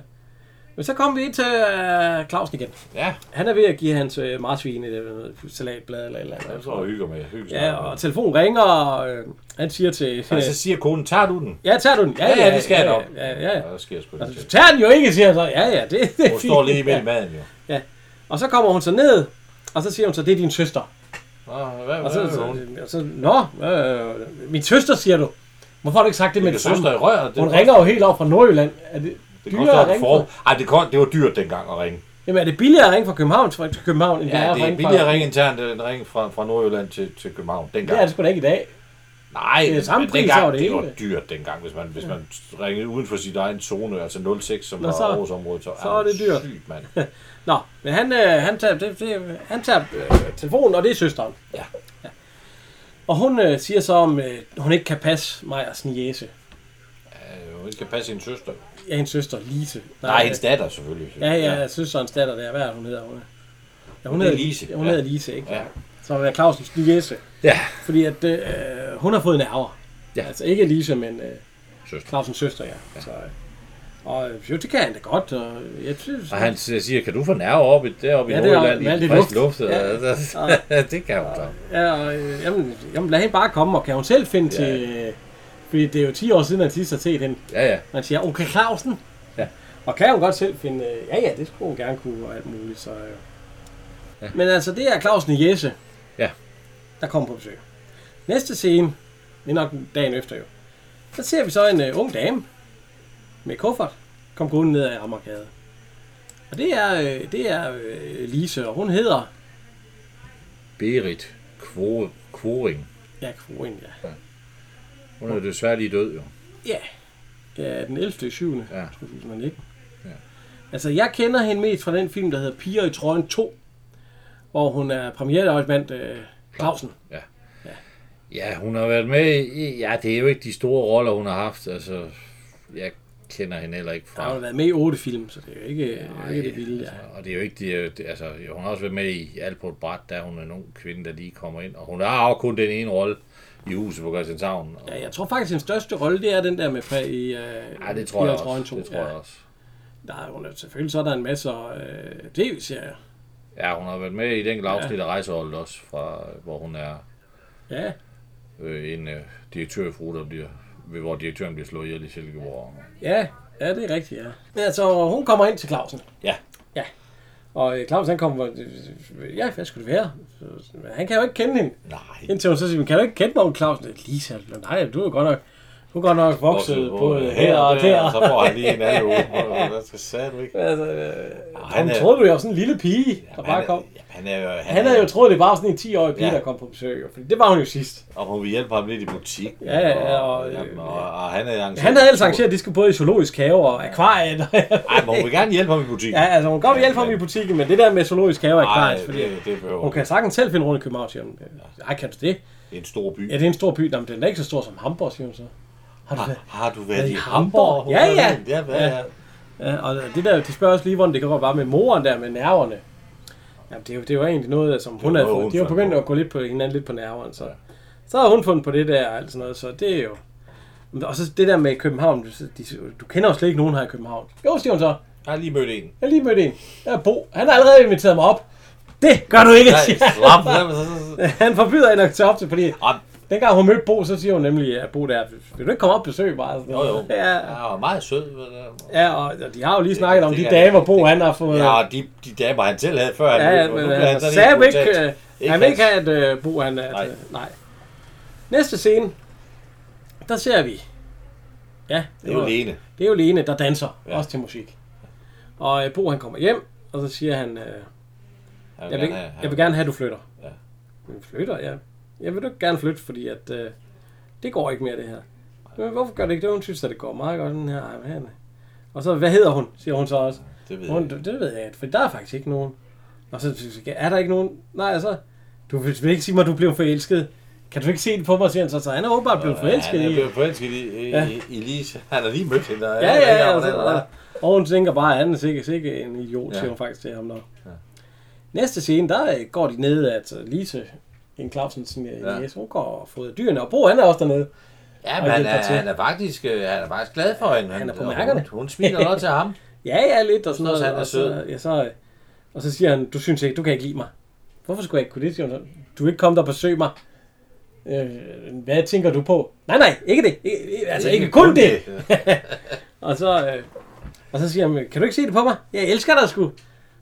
Speaker 1: Men så kom vi ind til øh, Clausen igen.
Speaker 2: ja,
Speaker 1: Han er ved at give hans øh, marsvin et øh, noget salatblad eller et eller
Speaker 2: han
Speaker 1: andet.
Speaker 2: så og hygger med. Hygger sig
Speaker 1: Ja,
Speaker 2: med.
Speaker 1: og telefonen ringer, og øh, han siger til... Øh,
Speaker 2: Og så siger konen, tager du den?
Speaker 1: (laughs) ja, tager du den? Ja,
Speaker 2: Ja, ja, det skal
Speaker 1: ja,
Speaker 2: jeg nok.
Speaker 1: Ja, ja, ja.
Speaker 2: Der sker sgu
Speaker 1: Altså,
Speaker 2: lidt
Speaker 1: du
Speaker 2: til.
Speaker 1: tager den jo ikke, siger han så. Ja, ja, det, det er
Speaker 2: Hun står
Speaker 1: fint.
Speaker 2: lige midt i maden, jo.
Speaker 1: Ja. Og så kommer hun så ned, og så siger hun så, det er din søster.
Speaker 2: Nå, hvad,
Speaker 1: Og
Speaker 2: hvad,
Speaker 1: så,
Speaker 2: hvad, hun?
Speaker 1: så, og så nå, øh, min søster, siger du. Hvorfor har du ikke sagt det med
Speaker 2: Min
Speaker 1: det
Speaker 2: søster
Speaker 1: samme?
Speaker 2: i røret. Det
Speaker 1: Hun
Speaker 2: koster-
Speaker 1: ringer jo helt op fra Nordjylland. Er det,
Speaker 2: Det
Speaker 1: dyrere
Speaker 2: koster
Speaker 1: at
Speaker 2: en
Speaker 1: ringe
Speaker 2: for.
Speaker 1: fra,
Speaker 2: Ej, det, kost, det var dyrt dengang at ringe.
Speaker 1: jamen, er det billigere at ringe fra København til til København, end
Speaker 2: Ja,
Speaker 1: det er at
Speaker 2: det er
Speaker 1: ringe fra...
Speaker 2: billigere at ringe internt end at ringe fra, fra Nordjylland til, til København
Speaker 1: Det
Speaker 2: dengang.
Speaker 1: er det sgu da ikke i dag.
Speaker 2: Nej,
Speaker 1: det er
Speaker 2: men-
Speaker 1: samme
Speaker 2: men
Speaker 1: pris
Speaker 2: dengang,
Speaker 1: over det
Speaker 2: det
Speaker 1: hele.
Speaker 2: var dyrt dengang, hvis man, hvis man ringede uden for sit egen zone, altså 06, som
Speaker 1: Nå,
Speaker 2: var
Speaker 1: så-
Speaker 2: Aarhus område. Så,
Speaker 1: så er det dyrt.
Speaker 2: Sygt,
Speaker 1: (laughs)
Speaker 2: mand.
Speaker 1: Nå, men han, øh, han tager, det, det, han tager øh, telefonen, og det er søsteren.
Speaker 2: Ja.
Speaker 1: Og hun øh, siger så, om øh, hun ikke kan passe mig og Snijese.
Speaker 2: Øh, Hun ikke kan passe sin søster.
Speaker 1: Ja, hendes søster, Lise.
Speaker 2: Nej, hendes datter selvfølgelig.
Speaker 1: Ja, ja, ja. søsterens datter der, hvad er hun hedder? Hun, er- ja, hun,
Speaker 2: hedder
Speaker 1: hedder
Speaker 2: Lise,
Speaker 1: Hun
Speaker 2: ja.
Speaker 1: hedder Lise, ikke?
Speaker 2: Ja.
Speaker 1: Så er Clausens Lise.
Speaker 2: Ja,
Speaker 1: Fordi at øh, hun har fået nerver.
Speaker 2: Ja.
Speaker 1: Ja. Altså ikke Lise, men øh,
Speaker 2: søster.
Speaker 1: Clausens søster, ja. ja. Så, øh, og øh, jo, det kan han da godt. Og, jeg synes,
Speaker 2: Og han siger, kan du få nerver op i, deroppe
Speaker 1: Ja,
Speaker 2: i
Speaker 1: det er
Speaker 2: Nordjylland
Speaker 1: med
Speaker 2: i
Speaker 1: alt det
Speaker 2: frisk luft?
Speaker 1: luft.
Speaker 2: (laughs) luft.
Speaker 1: Ja.
Speaker 2: Ja. det kan hun da.
Speaker 1: Ja, og, øh, jamen, jamen, lad hende bare komme, og kan hun selv finde
Speaker 2: Ja.
Speaker 1: ja. til... Øh, fordi det er jo 10 år siden, han sidst har set hende.
Speaker 2: Ja, ja.
Speaker 1: Man siger, onkel Clausen.
Speaker 2: Ja.
Speaker 1: Og kan hun godt selv finde... Øh, ja, ja, det skulle hun gerne kunne, og alt muligt, så... Øh. Ja. Men altså, det er Clausen i Jesse.
Speaker 2: Ja.
Speaker 1: Der kommer på besøg. Næste scene, det er nok dagen efter jo. Så ser vi så en øh, ung dame med kuffert, kom gående ned ad Amagergade. Og det er, øh, det er øh, Lise, og hun hedder
Speaker 2: Berit Kvor, Kvoring.
Speaker 1: Ja, Kvorin, ja.
Speaker 2: Hun er jo desværre lige død, jo.
Speaker 1: Ja. Ja, den 11. 7.
Speaker 2: Ja.
Speaker 1: Ja. 2019.
Speaker 2: Ja.
Speaker 1: Ja. Altså, jeg kender hende mest fra den film, der hedder Piger i trøjen 2, hvor hun er premiereløjtnant øh, Clausen.
Speaker 2: Ja, hun har været med i... Ja, det er jo ikke de store roller, hun har haft. Altså, jeg kender hende heller ikke
Speaker 1: Der har
Speaker 2: fra.
Speaker 1: jo været med i otte film, så det er jo ikke, Nej, ikke det vilde.
Speaker 2: altså,
Speaker 1: Ja.
Speaker 2: og det er jo ikke, det er jo, det, altså, hun har også været med i Alt på et bræt, der er hun en ung kvinde, der lige kommer ind, og hun har jo kun den ene rolle i huset på Christianshavn. Og,
Speaker 1: ja, jeg tror faktisk, at den største rolle, det er den der med præ i... Øh,
Speaker 2: ja, det tror jeg
Speaker 1: i Trøjen
Speaker 2: også.
Speaker 1: to.
Speaker 2: Det tror jeg
Speaker 1: ja.
Speaker 2: også.
Speaker 1: Der er jo selvfølgelig så er der en masse øh, tv-serier.
Speaker 2: Ja, hun har været med i den enkelt afsnit af Rejseholdet også, fra, øh, hvor hun er
Speaker 1: Ja,
Speaker 2: øh, en øh, direktør for der bliver, ved- hvor direktøren bliver slået ihjel i Silkeborg.
Speaker 1: ja, ja, det er rigtigt, ja. Men altså, hun kommer ind til Clausen.
Speaker 2: Ja.
Speaker 1: Ja. Og øh, Claus han kommer, øh, ja, hvad skulle det være? Så- men Han kan jo ikke kende hende.
Speaker 2: Nej.
Speaker 1: Indtil hun så siger, "Men kan du ikke kende nogen Clausen? Lisa, nej, du er godt nok, du er godt nok vokset både øh, her og der.
Speaker 2: Så får han lige en anden uge. Hvad skal sagde du
Speaker 1: (laughs)
Speaker 2: ikke?
Speaker 1: Altså, øh,
Speaker 2: han
Speaker 1: han
Speaker 2: er-
Speaker 1: troede du, jeg var sådan en lille pige, der bare kom.
Speaker 2: ja, han er jo...
Speaker 1: Han havde jo troet, det var sådan en 10-årig pige,
Speaker 2: Ja.
Speaker 1: der kom på besøg. jo, Fordi det var hun jo sidst.
Speaker 2: Og hun vil hjælpe ham lidt i butik.
Speaker 1: Ja, ja, og-
Speaker 2: jamen, og, og han havde arrangeret...
Speaker 1: Han havde ellers arrangeret, at de skulle både i zoologisk have og akvariet. (laughs)
Speaker 2: Ej, men hun vil gerne hjælpe ham i butik.
Speaker 1: ja, altså hun kan godt hjælpe ham i butikken, men det der med zoologisk have og
Speaker 2: Ej,
Speaker 1: akvariet,
Speaker 2: det,
Speaker 1: fordi
Speaker 2: det, det behøver
Speaker 1: hun kan sagtens selv finde rundt i København, siger hun. Ej, kan du det?
Speaker 2: En stor by.
Speaker 1: Ja, det er en stor by. Nå, men den er ikke så stor som Hamburg, siger hun så. Har du
Speaker 2: Har,
Speaker 1: det?
Speaker 2: har du været
Speaker 1: Ja, i
Speaker 2: i
Speaker 1: Hamburg?
Speaker 2: Hamburg?
Speaker 1: Ja, ja.
Speaker 2: Ja, hvad
Speaker 1: Ja.
Speaker 2: er...
Speaker 1: Ja, og det der, de spørger også lige, hvordan det går bare med moren der med nerverne. Jamen, det er jo, det er jo egentlig noget, som hun
Speaker 2: noget,
Speaker 1: havde
Speaker 2: hun
Speaker 1: fundet. De har
Speaker 2: fandt
Speaker 1: begyndt
Speaker 2: på.
Speaker 1: at gå lidt på hinanden, lidt på nerverne. Så, så har hun fundet på det der og alt sådan noget, så det er jo... Og så det der med København, du, de- du kender jo slet ikke nogen her i København. Jo, siger hun så.
Speaker 2: Jeg har lige mødt
Speaker 1: (laughs)
Speaker 2: en.
Speaker 1: Jeg har lige mødt en. Der er Bo. Han har allerede inviteret mig op. Det gør du ikke,
Speaker 2: Nej,
Speaker 1: siger han.
Speaker 2: slap. jamen, så- så-
Speaker 1: (laughs)
Speaker 2: så-
Speaker 1: Han forbyder hende at tage op til, fordi
Speaker 2: Jamen,
Speaker 1: dengang hun mødte Bo, så siger hun nemlig, at Bo der, vil du ikke komme op og besøge mig? Og sådan
Speaker 2: Jo, jo.
Speaker 1: noget. Ja,
Speaker 2: Jeg var meget sød. ved det.
Speaker 1: ja og, og de har jo lige snakket om
Speaker 2: det
Speaker 1: de
Speaker 2: kan-
Speaker 1: dage, hvor Bo
Speaker 2: det-
Speaker 1: han har fået...
Speaker 2: Ja, og de, de damer, han selv havde før.
Speaker 1: Ja, ja,
Speaker 2: nu- nu
Speaker 1: men øh,
Speaker 2: blev
Speaker 1: han
Speaker 2: sådan
Speaker 1: sagde
Speaker 2: en
Speaker 1: jo ikke,
Speaker 2: brutal-
Speaker 1: øh, han vil ikke
Speaker 2: hans-
Speaker 1: have, at øh, Bo han er...
Speaker 2: Nej.
Speaker 1: Nej. nej. Næste scene, der ser vi... Ja,
Speaker 2: Det er jo
Speaker 1: var-
Speaker 2: Lene.
Speaker 1: det er jo Lene, der danser,
Speaker 2: Ja.
Speaker 1: ja. også til musik. Og øh, Bo han kommer hjem, og så siger han, øh,
Speaker 2: Han
Speaker 1: jeg, vil,
Speaker 2: gerne have- han
Speaker 1: jeg vil gerne have, at du flytter.
Speaker 2: Ja.
Speaker 1: Men flytter, ja. Jeg vil da gerne flytte, fordi at, øh, det går ikke mere, det her. Men hvorfor gør det ikke det? Hun synes, at det går meget godt, den her. Ej, men han- Og så, hvad hedder hun, siger hun så også.
Speaker 2: Det ved jeg
Speaker 1: Hun, det ved jeg ikke, for der er faktisk ikke nogen. Og så synes jeg, er der ikke nogen? Nej, altså, du vil vil ikke sige mig, at du blev forelsket. Kan du ikke se det på mig, siger han så. Så han er åbenbart blevet forelsket
Speaker 2: Han er
Speaker 1: i.
Speaker 2: blevet forelsket i, i,
Speaker 1: Ja.
Speaker 2: i, i Lise. Han har lige mødt hende. og
Speaker 1: Ja,
Speaker 2: jeg ved ikke,
Speaker 1: ja, ja. Og,
Speaker 2: hvordan det var.
Speaker 1: så, og hun tænker bare, at han er sikkert, sikkert en idiot,
Speaker 2: Ja.
Speaker 1: ja. siger hun faktisk til ham nok. Ja. Næste scene, der øh, går de ned, at øh, Lise, en Clausen, sin
Speaker 2: Ja.
Speaker 1: ja. yes, hun går og fodrer dyrene, og Bo, han er også dernede.
Speaker 2: Ja, men
Speaker 1: og
Speaker 2: han
Speaker 1: hjælper
Speaker 2: er,
Speaker 1: til.
Speaker 2: han er faktisk, øh, han er faktisk glad for hende.
Speaker 1: Han er på
Speaker 2: og
Speaker 1: mærkerne.
Speaker 2: Hun, hun smiler også til ham.
Speaker 1: Ja, ja, lidt, og sådan
Speaker 2: Synes
Speaker 1: noget.
Speaker 2: også,
Speaker 1: og,
Speaker 2: han er
Speaker 1: så, ja, så, øh, og så siger han, du synes ikke, du kan ikke lide mig. Hvorfor skulle jeg ikke kunne det, siger hun så. Du vil ikke komme der og besøge mig. Øh, hvad tænker du på? Nej, nej, ikke det. Ikke, (laughs) altså ikke, kun, det.
Speaker 2: (laughs)
Speaker 1: Og så, øh, og så siger han, kan du ikke se det på mig? Jeg elsker dig sgu.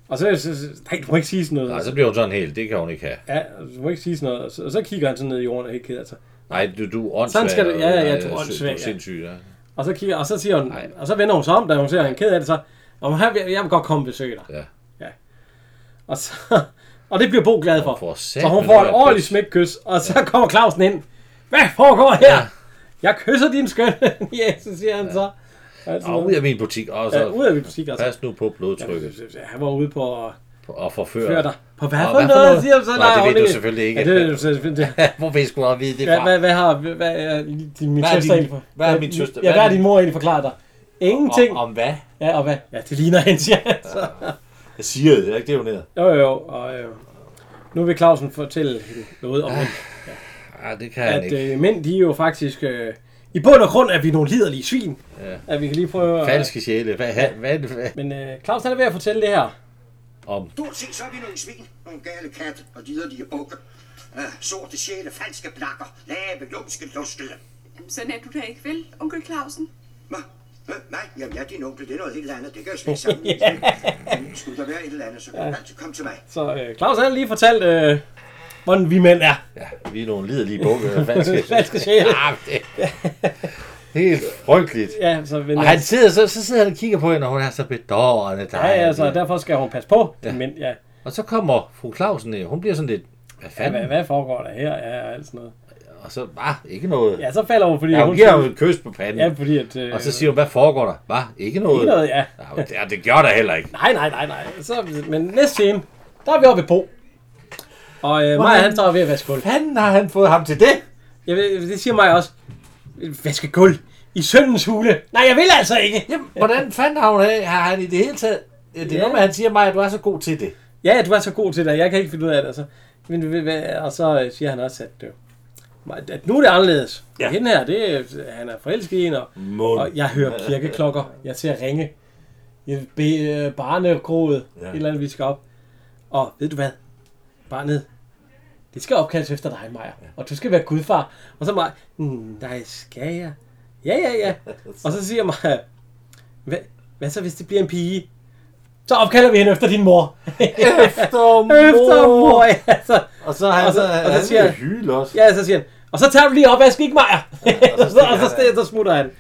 Speaker 1: Og så, så, så nej, du må ikke sige sådan noget.
Speaker 2: Nej, så bliver hun sådan helt. Det kan hun ikke have.
Speaker 1: Ja, du må ikke sige sådan noget. Og så, og så kigger han sådan ned i jorden og er helt ked af sig.
Speaker 2: Nej, du, du er
Speaker 1: Sådan
Speaker 2: åndssvag.
Speaker 1: skal det- ja, ja, ja, du er
Speaker 2: og- og-
Speaker 1: åndssvag,
Speaker 2: Du er
Speaker 1: ja.
Speaker 2: sindssyg, ja.
Speaker 1: Og så, kigger, og så, siger hun,
Speaker 2: Ej.
Speaker 1: og så vender hun sig om, da hun ser, at han er ked af det. Så, og her, vil- jeg vil godt komme og besøge dig.
Speaker 2: Ja.
Speaker 1: ja. Og, så, (laughs) og det bliver Bo glad for.
Speaker 2: Hun får
Speaker 1: så
Speaker 2: satme
Speaker 1: hun får
Speaker 2: noget
Speaker 1: et
Speaker 2: af et
Speaker 1: ordentligt
Speaker 2: kys.
Speaker 1: smækkys, og så kommer Clausen ind. Hvad foregår her? Ja. Jeg kysser din (laughs) skønne. ja, så siger han så. Altså,
Speaker 2: Og ud af min butik. Og så,
Speaker 1: ja, ud af min butik. Altså.
Speaker 2: Pas nu på blodtrykket.
Speaker 1: Han var ude på at
Speaker 2: Og forfør.
Speaker 1: føre dig. På hvad
Speaker 2: Og
Speaker 1: for noget, siger du så?
Speaker 2: Nej, det
Speaker 1: hun
Speaker 2: ved du
Speaker 1: ikke.
Speaker 2: selvfølgelig ikke.
Speaker 1: Ja, det, er jo selvfølgelig- det,
Speaker 2: Hvor vi skulle have vide det
Speaker 1: Hvad,
Speaker 2: fra.
Speaker 1: hvad, hvad har hvad er din, min
Speaker 2: Hvad er
Speaker 1: søster
Speaker 2: din-
Speaker 1: egentlig for?
Speaker 2: hvad er min søster-
Speaker 1: Ja,
Speaker 2: hvad
Speaker 1: hvad
Speaker 2: er
Speaker 1: har din mor egentlig forklaret dig? Ingenting.
Speaker 2: Om, om hvad?
Speaker 1: Ja, og hvad? Ja, det ligner hende, siger han så.
Speaker 2: Jeg siger det, er ikke det, hun hedder?
Speaker 1: Jo, jo, jo, og øh, nu vil Clausen fortælle hende noget om, mænd.
Speaker 2: Nej, Ah, det kan han
Speaker 1: at
Speaker 2: ikke.
Speaker 1: øh, mænd, de er jo faktisk... Øh, I bund og grund er vi nogle liderlige svin.
Speaker 2: Ja.
Speaker 1: At vi kan lige prøve at...
Speaker 2: Falske sjæle. Hvad, hvad, hvad, hvad?
Speaker 1: Men øh, Clausen han er ved at fortælle det her.
Speaker 2: Om
Speaker 3: Stort set så er vi nogle svin, nogle gale katte og liderlige bukker. Uh, sorte sjæle, falske plakker, lave, lumske lustede.
Speaker 7: Jamen, sådan er du da ikke, vel, onkel Clausen?
Speaker 3: Hva? Hva? Nej, jamen jeg er din onkel, det er noget helt andet, det kan jeg slet
Speaker 1: (laughs)
Speaker 3: ikke sammenligne. Men Skulle der være et eller andet, så kan du altid komme til mig.
Speaker 1: Så øh, Claus han har lige fortalt, øh, hvordan vi mænd er.
Speaker 2: Ja, vi er nogle liderlige bukke. og Falske
Speaker 1: Falske
Speaker 2: (laughs)
Speaker 1: sjæle.
Speaker 2: Ja, Ah, det. Helt frygteligt.
Speaker 1: Ja, så... Men, øh,
Speaker 2: Og han sidder, så, så sidder han og kigger på hende, og hun er så bedårende
Speaker 1: ja,
Speaker 2: dejlig.
Speaker 1: ja, så derfor skal hun passe på. Ja. Men ja,
Speaker 2: Og så kommer fru Clausen ned, og hun bliver sådan lidt, hvad
Speaker 1: ja hvad,
Speaker 2: fanden?
Speaker 1: hvad foregår der her? Ja, og alt sådan noget.
Speaker 2: Og så, ah, ikke noget.
Speaker 1: Ja, så falder hun, fordi
Speaker 2: Ja, hun
Speaker 1: hun...
Speaker 2: giver ham
Speaker 1: synes-
Speaker 2: et kys på panden.
Speaker 1: Ja, fordi at... Øh,
Speaker 2: Og så siger hun, hvad foregår der? Hvad? Ikke noget?
Speaker 1: Ikke noget, ja.
Speaker 2: Ja, men det, ja, det gjorde der heller ikke.
Speaker 1: Nej, nej, nej, nej. Så, men næste scene, der er vi oppe i Bo. Og øh, Maja, han står ved at vaske gulv.
Speaker 2: Fanden har han fået ham til det?
Speaker 1: Jeg, ved- det siger mig også. Vaske gulv. I søndens hule. Nej, jeg vil altså ikke.
Speaker 2: Jamen, hvordan fandt har hun af? Har han i det hele taget... Ja, Det
Speaker 1: Ja.
Speaker 2: er ja. noget med, at han siger mig, at du er så god til det.
Speaker 1: Ja, du er så god til det, jeg kan ikke finde ud af det. Altså. Men, ved- ved- og så siger han også, at, øh, at nu er det anderledes. Ja.
Speaker 2: Ja.
Speaker 1: Hende her, det, er- han er forelsket i hende, og,
Speaker 2: Mund.
Speaker 1: og jeg hører kirkeklokker. Jeg ser ringe. Jeg be, øh, barnekroget. Ja.
Speaker 2: Ja.
Speaker 1: Et eller andet, vi skal op. Og ved du hvad? Barnet, det skal opkaldes efter dig, Maja. Og du skal være gudfar. Og så Maja, "Mm, nej, skal jeg? Ja, ja,
Speaker 2: (laughs)
Speaker 1: ja. Og så siger Maja, hvad, hvad så hvis det bliver en pige? Så opkalder vi hende efter din mor. (laughs)
Speaker 2: Efter mor.
Speaker 1: Efter mor, ja. Så,
Speaker 2: Og så, han,
Speaker 1: Og så-
Speaker 2: så,
Speaker 1: og så
Speaker 2: han
Speaker 1: siger-
Speaker 2: siger, hyl også.
Speaker 1: ja, så siger han, og så tager du lige op, jeg skal ikke Maja.
Speaker 2: og
Speaker 1: (laughs) og
Speaker 2: så
Speaker 1: så, og
Speaker 2: stikker
Speaker 1: så,
Speaker 2: han af.
Speaker 1: så, så smutter han.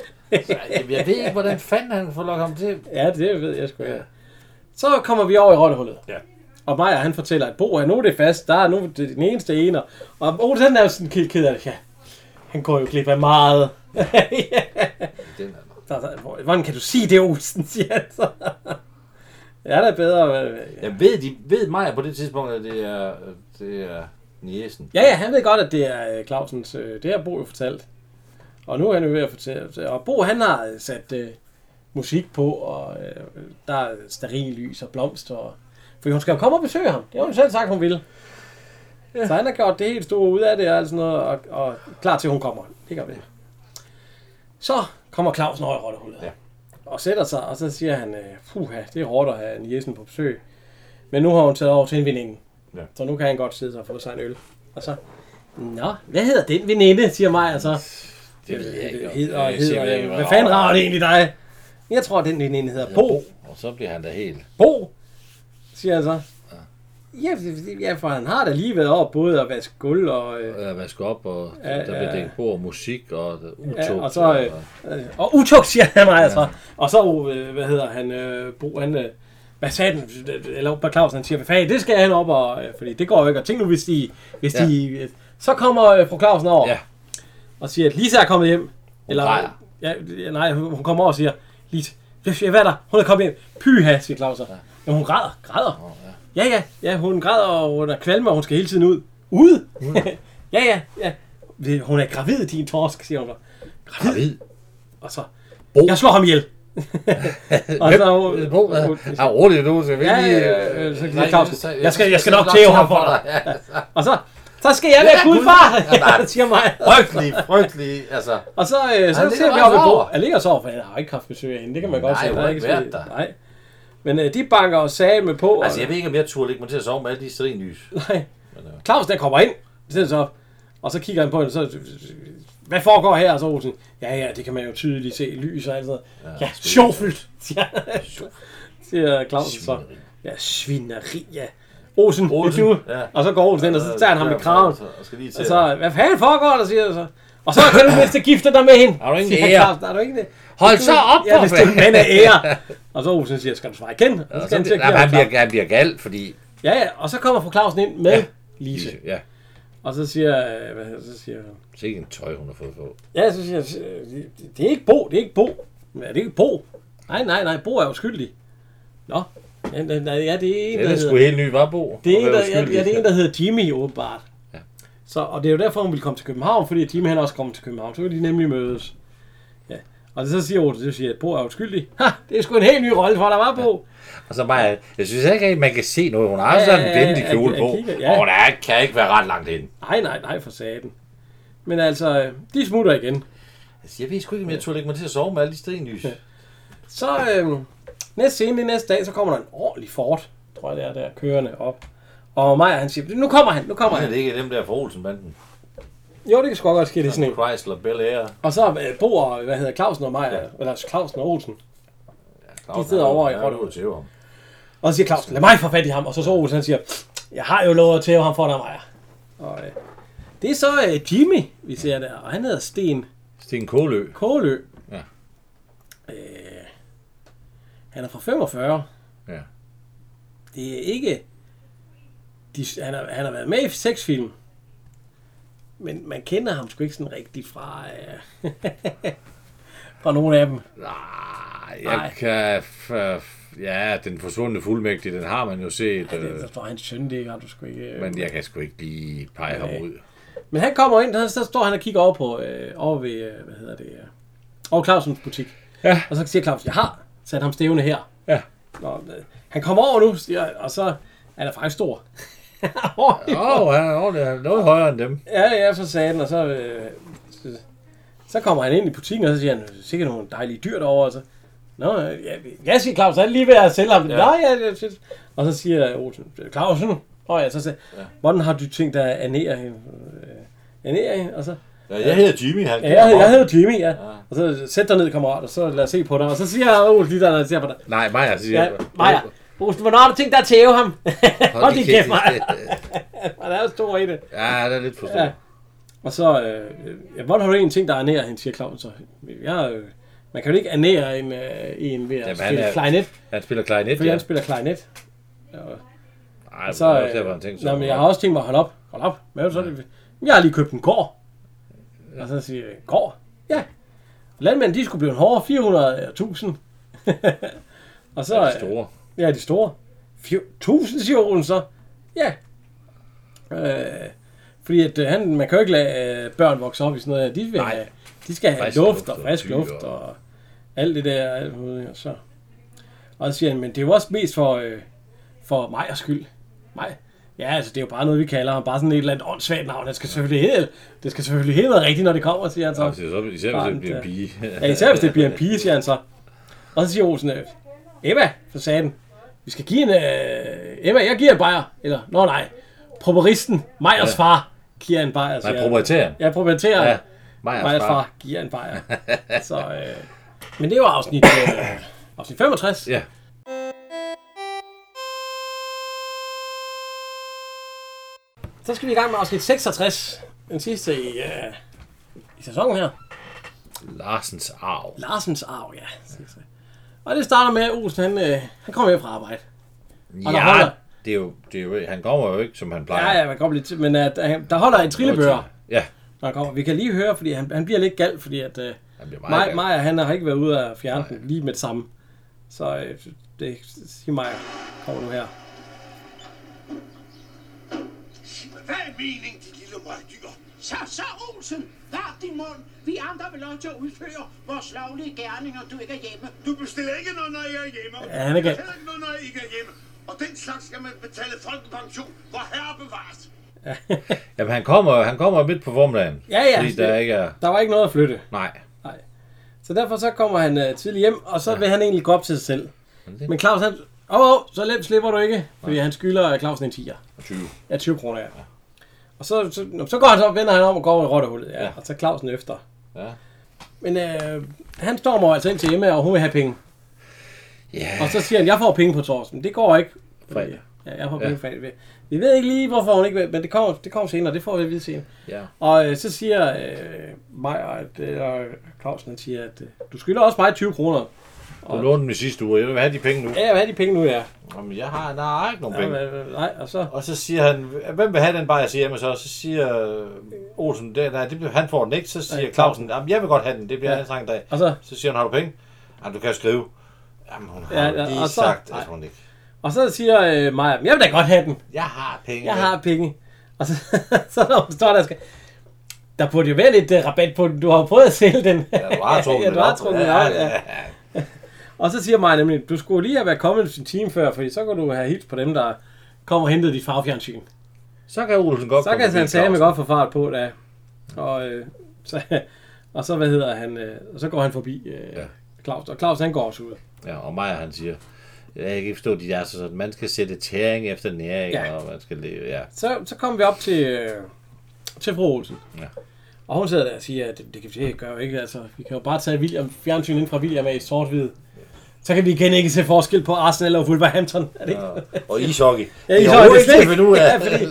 Speaker 2: Jamen, jeg ved ikke, hvordan fanden han får lukket ham til.
Speaker 1: Ja, det ved jeg sgu ikke.
Speaker 2: Ja.
Speaker 1: Så kommer vi over i rottehullet.
Speaker 2: Ja.
Speaker 1: Og Maja, han fortæller, at Bo er nu er det fast, der er nu det den eneste ener. Og Bo, den er jo sådan helt ked af det. Ja, han går jo glip af meget. (laughs)
Speaker 2: Den er nok.
Speaker 1: Så- så- hvor- Hvordan kan du sige det, Olsen, (laughs) siger han så. Ja, det er bedre. øh, ja.
Speaker 2: Jeg ved, de ved mig på det tidspunkt, at det er, det er Niesen.
Speaker 1: Ja, ja, han ved godt, at det er øh, Clausens. øh, Det har Bo jo fortalt. Og nu er han jo ved at fortælle. Og Bo, han har øh, sat øh, musik på, og øh, der er sterin lys og blomster. Og, for hun skal jo komme og besøge ham. Det har hun selv sagt, hun ville. Ja. Så han har gjort det helt store ud af det, og, alt sådan noget, og, og klar til, at hun kommer. Det gør vi. Så kommer Clausen over i rottehullet.
Speaker 2: Ja.
Speaker 1: Og sætter sig, og så siger han, øh, puha, det er hårdt at have en Jessen på besøg. Men nu har hun taget over til en veninde.
Speaker 2: Ja.
Speaker 1: Så nu kan han godt sidde og få sig en øl. Og så, Nå, hvad hedder den veninde, siger mig, og så...
Speaker 2: Det ved jeg ikke. om-
Speaker 1: Hedder, og
Speaker 2: jeg siger,
Speaker 1: hedder,
Speaker 2: jeg ikke,
Speaker 1: hedder, hvad fanden rager det egentlig dig? Jeg tror, den veninde hedder Bo.
Speaker 2: Og så bliver han da helt...
Speaker 1: Bo, siger jeg så. Ja, ja, for han har da lige været over både at vaske gulv og... Øh,
Speaker 2: Øh, man skal op, og
Speaker 1: Ja,
Speaker 2: der
Speaker 1: ja.
Speaker 2: bliver dækket bord, musik og øh, utog.
Speaker 1: Ja, og så... Øh, øh, og utug, siger han mig altså. Og så, øh, hvad hedder han, øh, Bo, han... Øh, hvad sagde den? Eller Bert Clausen, han siger, hvad fanden, det skal han op, og, øh, fordi det går jo ikke. Og tænk nu, hvis de... Hvis
Speaker 2: Ja.
Speaker 1: de øh, så kommer øh, fru Clausen over
Speaker 2: Ja.
Speaker 1: og siger, at Lisa er kommet hjem.
Speaker 2: græder.
Speaker 1: ja, ja, nej, hun hun kommer over og siger, Lisa, hvad hvad er der? Hun er kommet hjem. Pyha, siger Claus. Ja. ja, hun græder, græder. Ja, ja, ja, hun græder, og hun er kvalme, og hun skal hele tiden ud. Ud? (laughs) ja, ja, ja. Ved- Hun er gravid, din torsk, siger hun. så.
Speaker 2: Gravid.
Speaker 1: Og så,
Speaker 2: Bo.
Speaker 1: jeg slår ham
Speaker 2: (laughs)
Speaker 1: ihjel. og så,
Speaker 2: Øh, Bo, hvad?
Speaker 1: hun-
Speaker 2: Har roligt nu, så vi
Speaker 1: Ja,
Speaker 2: lige...
Speaker 1: øh, øh, så siger
Speaker 2: nej,
Speaker 1: Clausen,
Speaker 2: så-
Speaker 1: jeg skal- jeg skal nok tæve ham for dig.
Speaker 2: Ja.
Speaker 1: og så, så skal jeg være
Speaker 2: Ja, gud. Ja,
Speaker 1: gudfar,
Speaker 2: nej.
Speaker 1: (laughs) siger mig.
Speaker 2: Frygtelig, frygtelig, altså...
Speaker 1: Og så, øh, så
Speaker 2: ligger
Speaker 1: ser vi
Speaker 2: også
Speaker 1: oppe i
Speaker 2: over.
Speaker 1: Bo. Han ligger så over, for han har ikke haft besøg af hende. Det kan man
Speaker 2: Nej,
Speaker 1: godt se.
Speaker 2: hun
Speaker 1: Der
Speaker 2: har
Speaker 1: er
Speaker 2: ikke
Speaker 1: ikke
Speaker 2: været
Speaker 1: besøg-
Speaker 2: der.
Speaker 1: Nej. Men øh, de banker og sagde med på.
Speaker 2: Altså,
Speaker 1: og,
Speaker 2: jeg ved ikke, om jeg turde ligge mig til at sove med alle de strinlys.
Speaker 1: Nej. Claus, der kommer ind, sætter sig op, og så kigger han på hende, så... Hvad foregår her? Og så Olsen, ja, ja, det kan man jo tydeligt se, lys og alt sådan noget. Ja, sjovfyldt, (laughs) siger, siger Claus så.
Speaker 2: Svineri.
Speaker 1: Ja, svineri, ja. Olsen, Olsen
Speaker 2: Olsen,
Speaker 1: du?
Speaker 2: ja.
Speaker 1: Og så går Olsen ind, og så tager han ham i kraven.
Speaker 2: Og skal lige til...
Speaker 1: Og så, hvad fanden foregår der, siger jeg så. Og så kan du mindst gifte dig med hende.
Speaker 2: Har du ingen
Speaker 1: siger
Speaker 2: ære?
Speaker 1: Claus. Har du ikke det?
Speaker 2: Hold så op,
Speaker 1: Ja,
Speaker 2: for
Speaker 1: hvis det er en
Speaker 2: fanden.
Speaker 1: mand af ære. Og så Olsen siger, skal du svare igen? Og så
Speaker 2: Og
Speaker 1: skal han til at
Speaker 2: nej,
Speaker 1: give
Speaker 2: han,
Speaker 1: ham en
Speaker 2: bliver, han bliver gal, fordi...
Speaker 1: klap. Ja, ja, og så kommer fru Clausen ind med
Speaker 2: Ja.
Speaker 1: Lise.
Speaker 2: Ja,
Speaker 1: Og så siger, øh, hvad, så siger han,
Speaker 2: sikke en tøj, hun har fået på.
Speaker 1: ja, så siger han, øh, det- det er ikke Bo, det er ikke Bo. Men er det ikke Bo? Nej, nej, nej, Bo er uskyldig. Nå, ja, nej, nej, ja det er en,
Speaker 2: Det
Speaker 1: der
Speaker 2: er sgu
Speaker 1: hedder,
Speaker 2: helt ny, var Bo?
Speaker 1: det er en,
Speaker 2: Hun
Speaker 1: der, ja,
Speaker 2: uskyldig.
Speaker 1: ja, det er en, der hedder Jimmy, åbenbart. Så, og det er jo derfor, hun ville komme til København, fordi Jimmy han er også kommet til København. Så vil de nemlig mødes. Ja. Og så siger Otis, det siger, at Bo er uskyldig. Ha, det er sgu en helt ny rolle for dig, var Bo.
Speaker 2: Og så bare, jeg synes ikke, at man kan se noget. Hun har sådan en
Speaker 1: ja,
Speaker 2: vendig
Speaker 1: ja,
Speaker 2: kjole
Speaker 1: jeg
Speaker 2: på,
Speaker 1: kigger, ja.
Speaker 2: og hun er, kan ikke være ret langt inde.
Speaker 1: Nej, nej, nej, for saten. Men altså, øh, de smutter igen.
Speaker 2: Altså, jeg ved sgu ikke, om jeg turde lægge mig til at sove med alle de strinlys.
Speaker 1: Så øhm, næste scene, det er næste dag, så kommer der en ordentlig Ford, tror jeg det er der, kørende op. Og Maja, han siger, nu kommer han, nu kommer
Speaker 2: Nej, det
Speaker 1: han.
Speaker 2: er ikke dem der fra Olsenbanden.
Speaker 1: Jo, det kan sgu godt ske, det er sådan en.
Speaker 2: Chrysler Bel Air.
Speaker 1: Og så øh, bor, hvad hedder Clausen og Maja, ja. eller Clausen og Olsen. De sidder over i Rotterdam.
Speaker 2: til ham.
Speaker 1: Og så siger Clausen, lad mig få fat i ham. Og så så Olsen, han siger, jeg har jo lovet at tæve ham for dig, Maja. Og, øh, det er så øh, Jimmy, vi ser der, og han hedder Sten
Speaker 2: Sten Kålø.
Speaker 1: Kålø.
Speaker 2: Ja.
Speaker 1: Øh, han er fra 45.
Speaker 2: Ja.
Speaker 1: Det er ikke... De, han, har, han har været med i seks film. Men man kender ham sgu ikke sådan rigtig fra... Øh, (laughs) fra nogle af dem.
Speaker 2: Nej,
Speaker 1: Nej.
Speaker 2: jeg kan... f- f- Ja, den forsvundne fuldmægtige, den har man jo set.
Speaker 1: Det,
Speaker 2: Øh,
Speaker 1: der står hans søn, det har du sgu ikke... Øh. Men,
Speaker 2: men jeg kan sgu ikke lige pege ham
Speaker 1: Nej.
Speaker 2: ud.
Speaker 1: Men han kommer ind, og så står han og kigger over på... Øh, over ved... Øh, hvad hedder det? Øh, og Clausens butik.
Speaker 2: Ja.
Speaker 1: Og så siger Claus, jeg har sat ham stævne her.
Speaker 2: Ja.
Speaker 1: Nå, øh, han kommer over nu, siger, jeg, og så er der faktisk stor. (laughs) Ordentlig.
Speaker 2: Åh, oh, ja, oh, det er noget højere end dem.
Speaker 1: Ja, ja, for satan, og så, øh, så- så kommer han ind i butikken, og så siger han, sikkert nogle dejlige dyr derovre, og så, Nå, øh, ja, ja, siger Claus, han er lige ved at sælge ham. Ja. Nej, ja, det, det. Og så siger Olsen, Clausen, og ja, så siger, ja. hvordan har du tænkt dig at anere hende? Øh, Anere hende, og så,
Speaker 8: Ja, jeg hedder Jimmy. Han
Speaker 1: ja, jeg, jeg hedder Jimmy, ja. Og så, sæt dig ned, kammerat, og så lad os se på dig. Og så siger Olsen lige der, der ser på dig,
Speaker 2: Nej, Maja siger...
Speaker 1: ja, Maja, Olsen, hvornår har du tænkt dig at tæve ham? (laughs) Hold din kæft, Maja. Han er jo stor i det.
Speaker 2: Ja, det er lidt for
Speaker 1: Ja.
Speaker 2: stort.
Speaker 1: Og så, øh, øh, ja, hvordan har du en ting, der ernærer hende, siger Clausen så. Jeg, øh, man kan jo ikke ernære en, øh, en ved at
Speaker 2: Jamen,
Speaker 1: Jamen,
Speaker 2: han
Speaker 1: spille
Speaker 2: er-
Speaker 1: klarinet,
Speaker 2: Han spiller klarinet,
Speaker 1: fordi ja.
Speaker 2: ja.
Speaker 1: han spiller klarinet.
Speaker 2: Nej,
Speaker 1: Så,
Speaker 2: så,
Speaker 1: øh,
Speaker 2: det var en ting, så...
Speaker 1: Nå, men jeg har også tænkt mig, hold op, hold op. Hvad er det så? det- Jeg har lige købt en gård. Og så siger jeg, gård? Ja. Landmænd, de skulle blive en hårdere 400.000. (laughs) og så,
Speaker 2: Det er
Speaker 1: øh,
Speaker 2: store.
Speaker 1: Ja, de store. 1000 siger hun så. Ja. Øh, fordi at, øh, han, man kan jo ikke lade øh, børn vokse op i sådan noget. her. De, vil
Speaker 2: Nej.
Speaker 1: have, de skal have
Speaker 2: Frisk
Speaker 1: luft og
Speaker 2: luft og
Speaker 1: frisk
Speaker 2: dyr.
Speaker 1: luft og alt det der. Alt muligt, og, så. og så siger han, men det er jo også mest for, øh, for mig og skyld. Mig. Ja, altså det er jo bare noget, vi kalder ham. Bare sådan et eller andet åndssvagt navn. Det skal selvfølgelig hedde, det skal selvfølgelig hedde noget rigtigt, når det kommer, siger han så. øh,
Speaker 2: Ja, så, især hvis det bliver en
Speaker 1: Barnet,
Speaker 2: pige.
Speaker 1: Ja, især hvis det bliver en pige, siger han så. Og så siger Olsen, øh, Emma, så sagde den, vi skal give en, øh, Emma, jeg giver en bajer. Eller, nå nej, proberisten, Mejers
Speaker 2: Ja.
Speaker 1: far, giver en bajer.
Speaker 2: Nej,
Speaker 1: siger han.
Speaker 2: proprietæren.
Speaker 1: Ja, proprietæren.
Speaker 2: Ja,
Speaker 1: Ja,
Speaker 2: Majas
Speaker 1: Mejers
Speaker 2: far.
Speaker 1: far, giver en bajer. Så, øh, men det var afsnit, øh, afsnit 65.
Speaker 2: Ja.
Speaker 1: Så skal vi i gang med afsnit 66. Den sidste i, øh, i sæsonen her.
Speaker 2: Larsens arv.
Speaker 1: Larsens arv, ja. Og det starter med, at Olsen, han, øh, han kommer hjem fra arbejde. Og der
Speaker 2: Ja,
Speaker 1: holder-
Speaker 2: det er jo, det er jo, han kommer jo ikke, som han plejer.
Speaker 1: Ja, ja, man kommer lidt til, men at, øh, der holder en trillebøger,
Speaker 2: Ja,
Speaker 1: når han kommer. Vi kan lige høre, fordi han, han bliver lidt gal, fordi at øh,
Speaker 2: han bliver meget
Speaker 1: Maja,
Speaker 2: glad.
Speaker 1: Maja, han har ikke været ude at fjerne den lige med det samme. Så øh, det siger Maja, kommer nu her.
Speaker 3: Hvad er meningen, de lille røgdyr? Så, så, Olsen! Lad din mund! Vi andre vil lov til at udføre vores lovlige gerninger, du ikke er hjemme. Du bestiller ikke noget, når jeg er hjemme.
Speaker 1: Ja, han er
Speaker 3: Du
Speaker 1: gal.
Speaker 3: bestiller ikke noget, når jeg ikke er hjemme. Og den slags skal man betale folkepension, hvor herre bevares.
Speaker 2: Jamen, han kommer, han kommer midt på formiddagen.
Speaker 1: Ja, ja.
Speaker 2: Fordi der ikke er...
Speaker 1: Der var ikke noget at flytte.
Speaker 2: Nej.
Speaker 1: Så derfor så kommer han øh, tidligt hjem, og så ja. vil han egentlig gå op til sig selv.
Speaker 2: det-
Speaker 1: Men Claus, han, åh, oh, oh, så let slipper du ikke, fordi han skylder øh, Clausen en 10'er.
Speaker 8: 20.
Speaker 1: Ja, 20 kroner, ja. Og så, så, nå, så går han så, vender han om og går over i rottehullet, ja, ja. og så er Clausen efter.
Speaker 2: Ja.
Speaker 1: Men øh, han stormer altså ind til Emma, og hun vil have penge.
Speaker 2: Ja,
Speaker 1: Og så siger han, jeg får penge på torsdag. Men det går ikke. Fordi-
Speaker 2: Fredag.
Speaker 1: Ja, jeg får penge ja. fredag. Vi ved ikke lige, hvorfor hun ikke vil, men det kommer, det kommer senere. Det får vi at vide senere.
Speaker 2: ja.
Speaker 1: Og øh, så siger øh, Maja, at, øh, og Clausen han siger, at øh, du skylder også mig 20 kroner.
Speaker 2: Du lånte dem i sidste uge. Jeg vil have de penge nu.
Speaker 1: Ja, jeg vil have de penge nu, ja.
Speaker 2: Jamen, jeg har, der er ikke nogen
Speaker 1: ja
Speaker 2: penge.
Speaker 1: men, øh, nej, og så...
Speaker 2: Og så siger han, hvem vil have den bare, jeg siger, jamen så, så siger øh, Olsen, det, nej, det bliver, han får den ikke, så siger
Speaker 1: Nej,
Speaker 2: Clausen, jamen jeg vil godt have den, det bliver
Speaker 1: Ja.
Speaker 2: ja. hans egen dag.
Speaker 1: Og så,
Speaker 2: Så siger han, har du penge? Jamen du kan jo skrive. Jamen hun har
Speaker 1: Ja,
Speaker 2: ja,
Speaker 1: ja,
Speaker 2: lige
Speaker 1: og så-
Speaker 2: sagt,
Speaker 1: nej.
Speaker 2: at hun ikke.
Speaker 1: og så siger øh, Maja, jeg vil da godt have den.
Speaker 2: Jeg har penge.
Speaker 1: Jeg har penge. Og så, (laughs) så når hun står der, og skal, der burde jo være lidt uh, rabat på den. Du har jo prøvet at sælge den.
Speaker 2: Ja, du har trukket
Speaker 1: (laughs) ja, du har
Speaker 2: den op.
Speaker 1: trukket den
Speaker 2: Ja,
Speaker 1: op, ja. Og så siger mig nemlig, du skulle lige have været kommet en time før, for så kan du have hils på dem, der kommer og hentede dit farvefjernsyn.
Speaker 2: Så kan Olsen godt
Speaker 1: Så kan
Speaker 2: forbi
Speaker 1: han sige med
Speaker 2: Clausen.
Speaker 1: godt få fart på, da. Og, øh, så, (laughs) og så, hvad hedder han, øh, og så går han forbi øh,
Speaker 2: Ja.
Speaker 1: Claus, og Claus han går også ud.
Speaker 2: Ja, og Maja han siger, jeg kan ikke forstå de der, så sådan, man skal sætte tæring efter næring,
Speaker 1: Ja.
Speaker 2: ja. og man skal leve, ja.
Speaker 1: Så, så kommer vi op til, øh, til fru Olsen.
Speaker 2: Ja.
Speaker 1: Og hun sidder der og siger, at det, det kan vi det gør jo ikke, altså. Vi kan jo bare tage William, fjernsyn ind fra William af i sort -hvid. Så kan vi igen ikke se forskel på Arsenal og Wolverhampton. Er det ikke? Ja.
Speaker 8: Og ishockey.
Speaker 1: Ja, I
Speaker 2: Jo,
Speaker 1: så er
Speaker 2: det
Speaker 1: det
Speaker 2: skal
Speaker 1: slet
Speaker 2: vi
Speaker 1: ikke.
Speaker 2: nu, ja.
Speaker 1: (laughs) Ja, fordi, fordi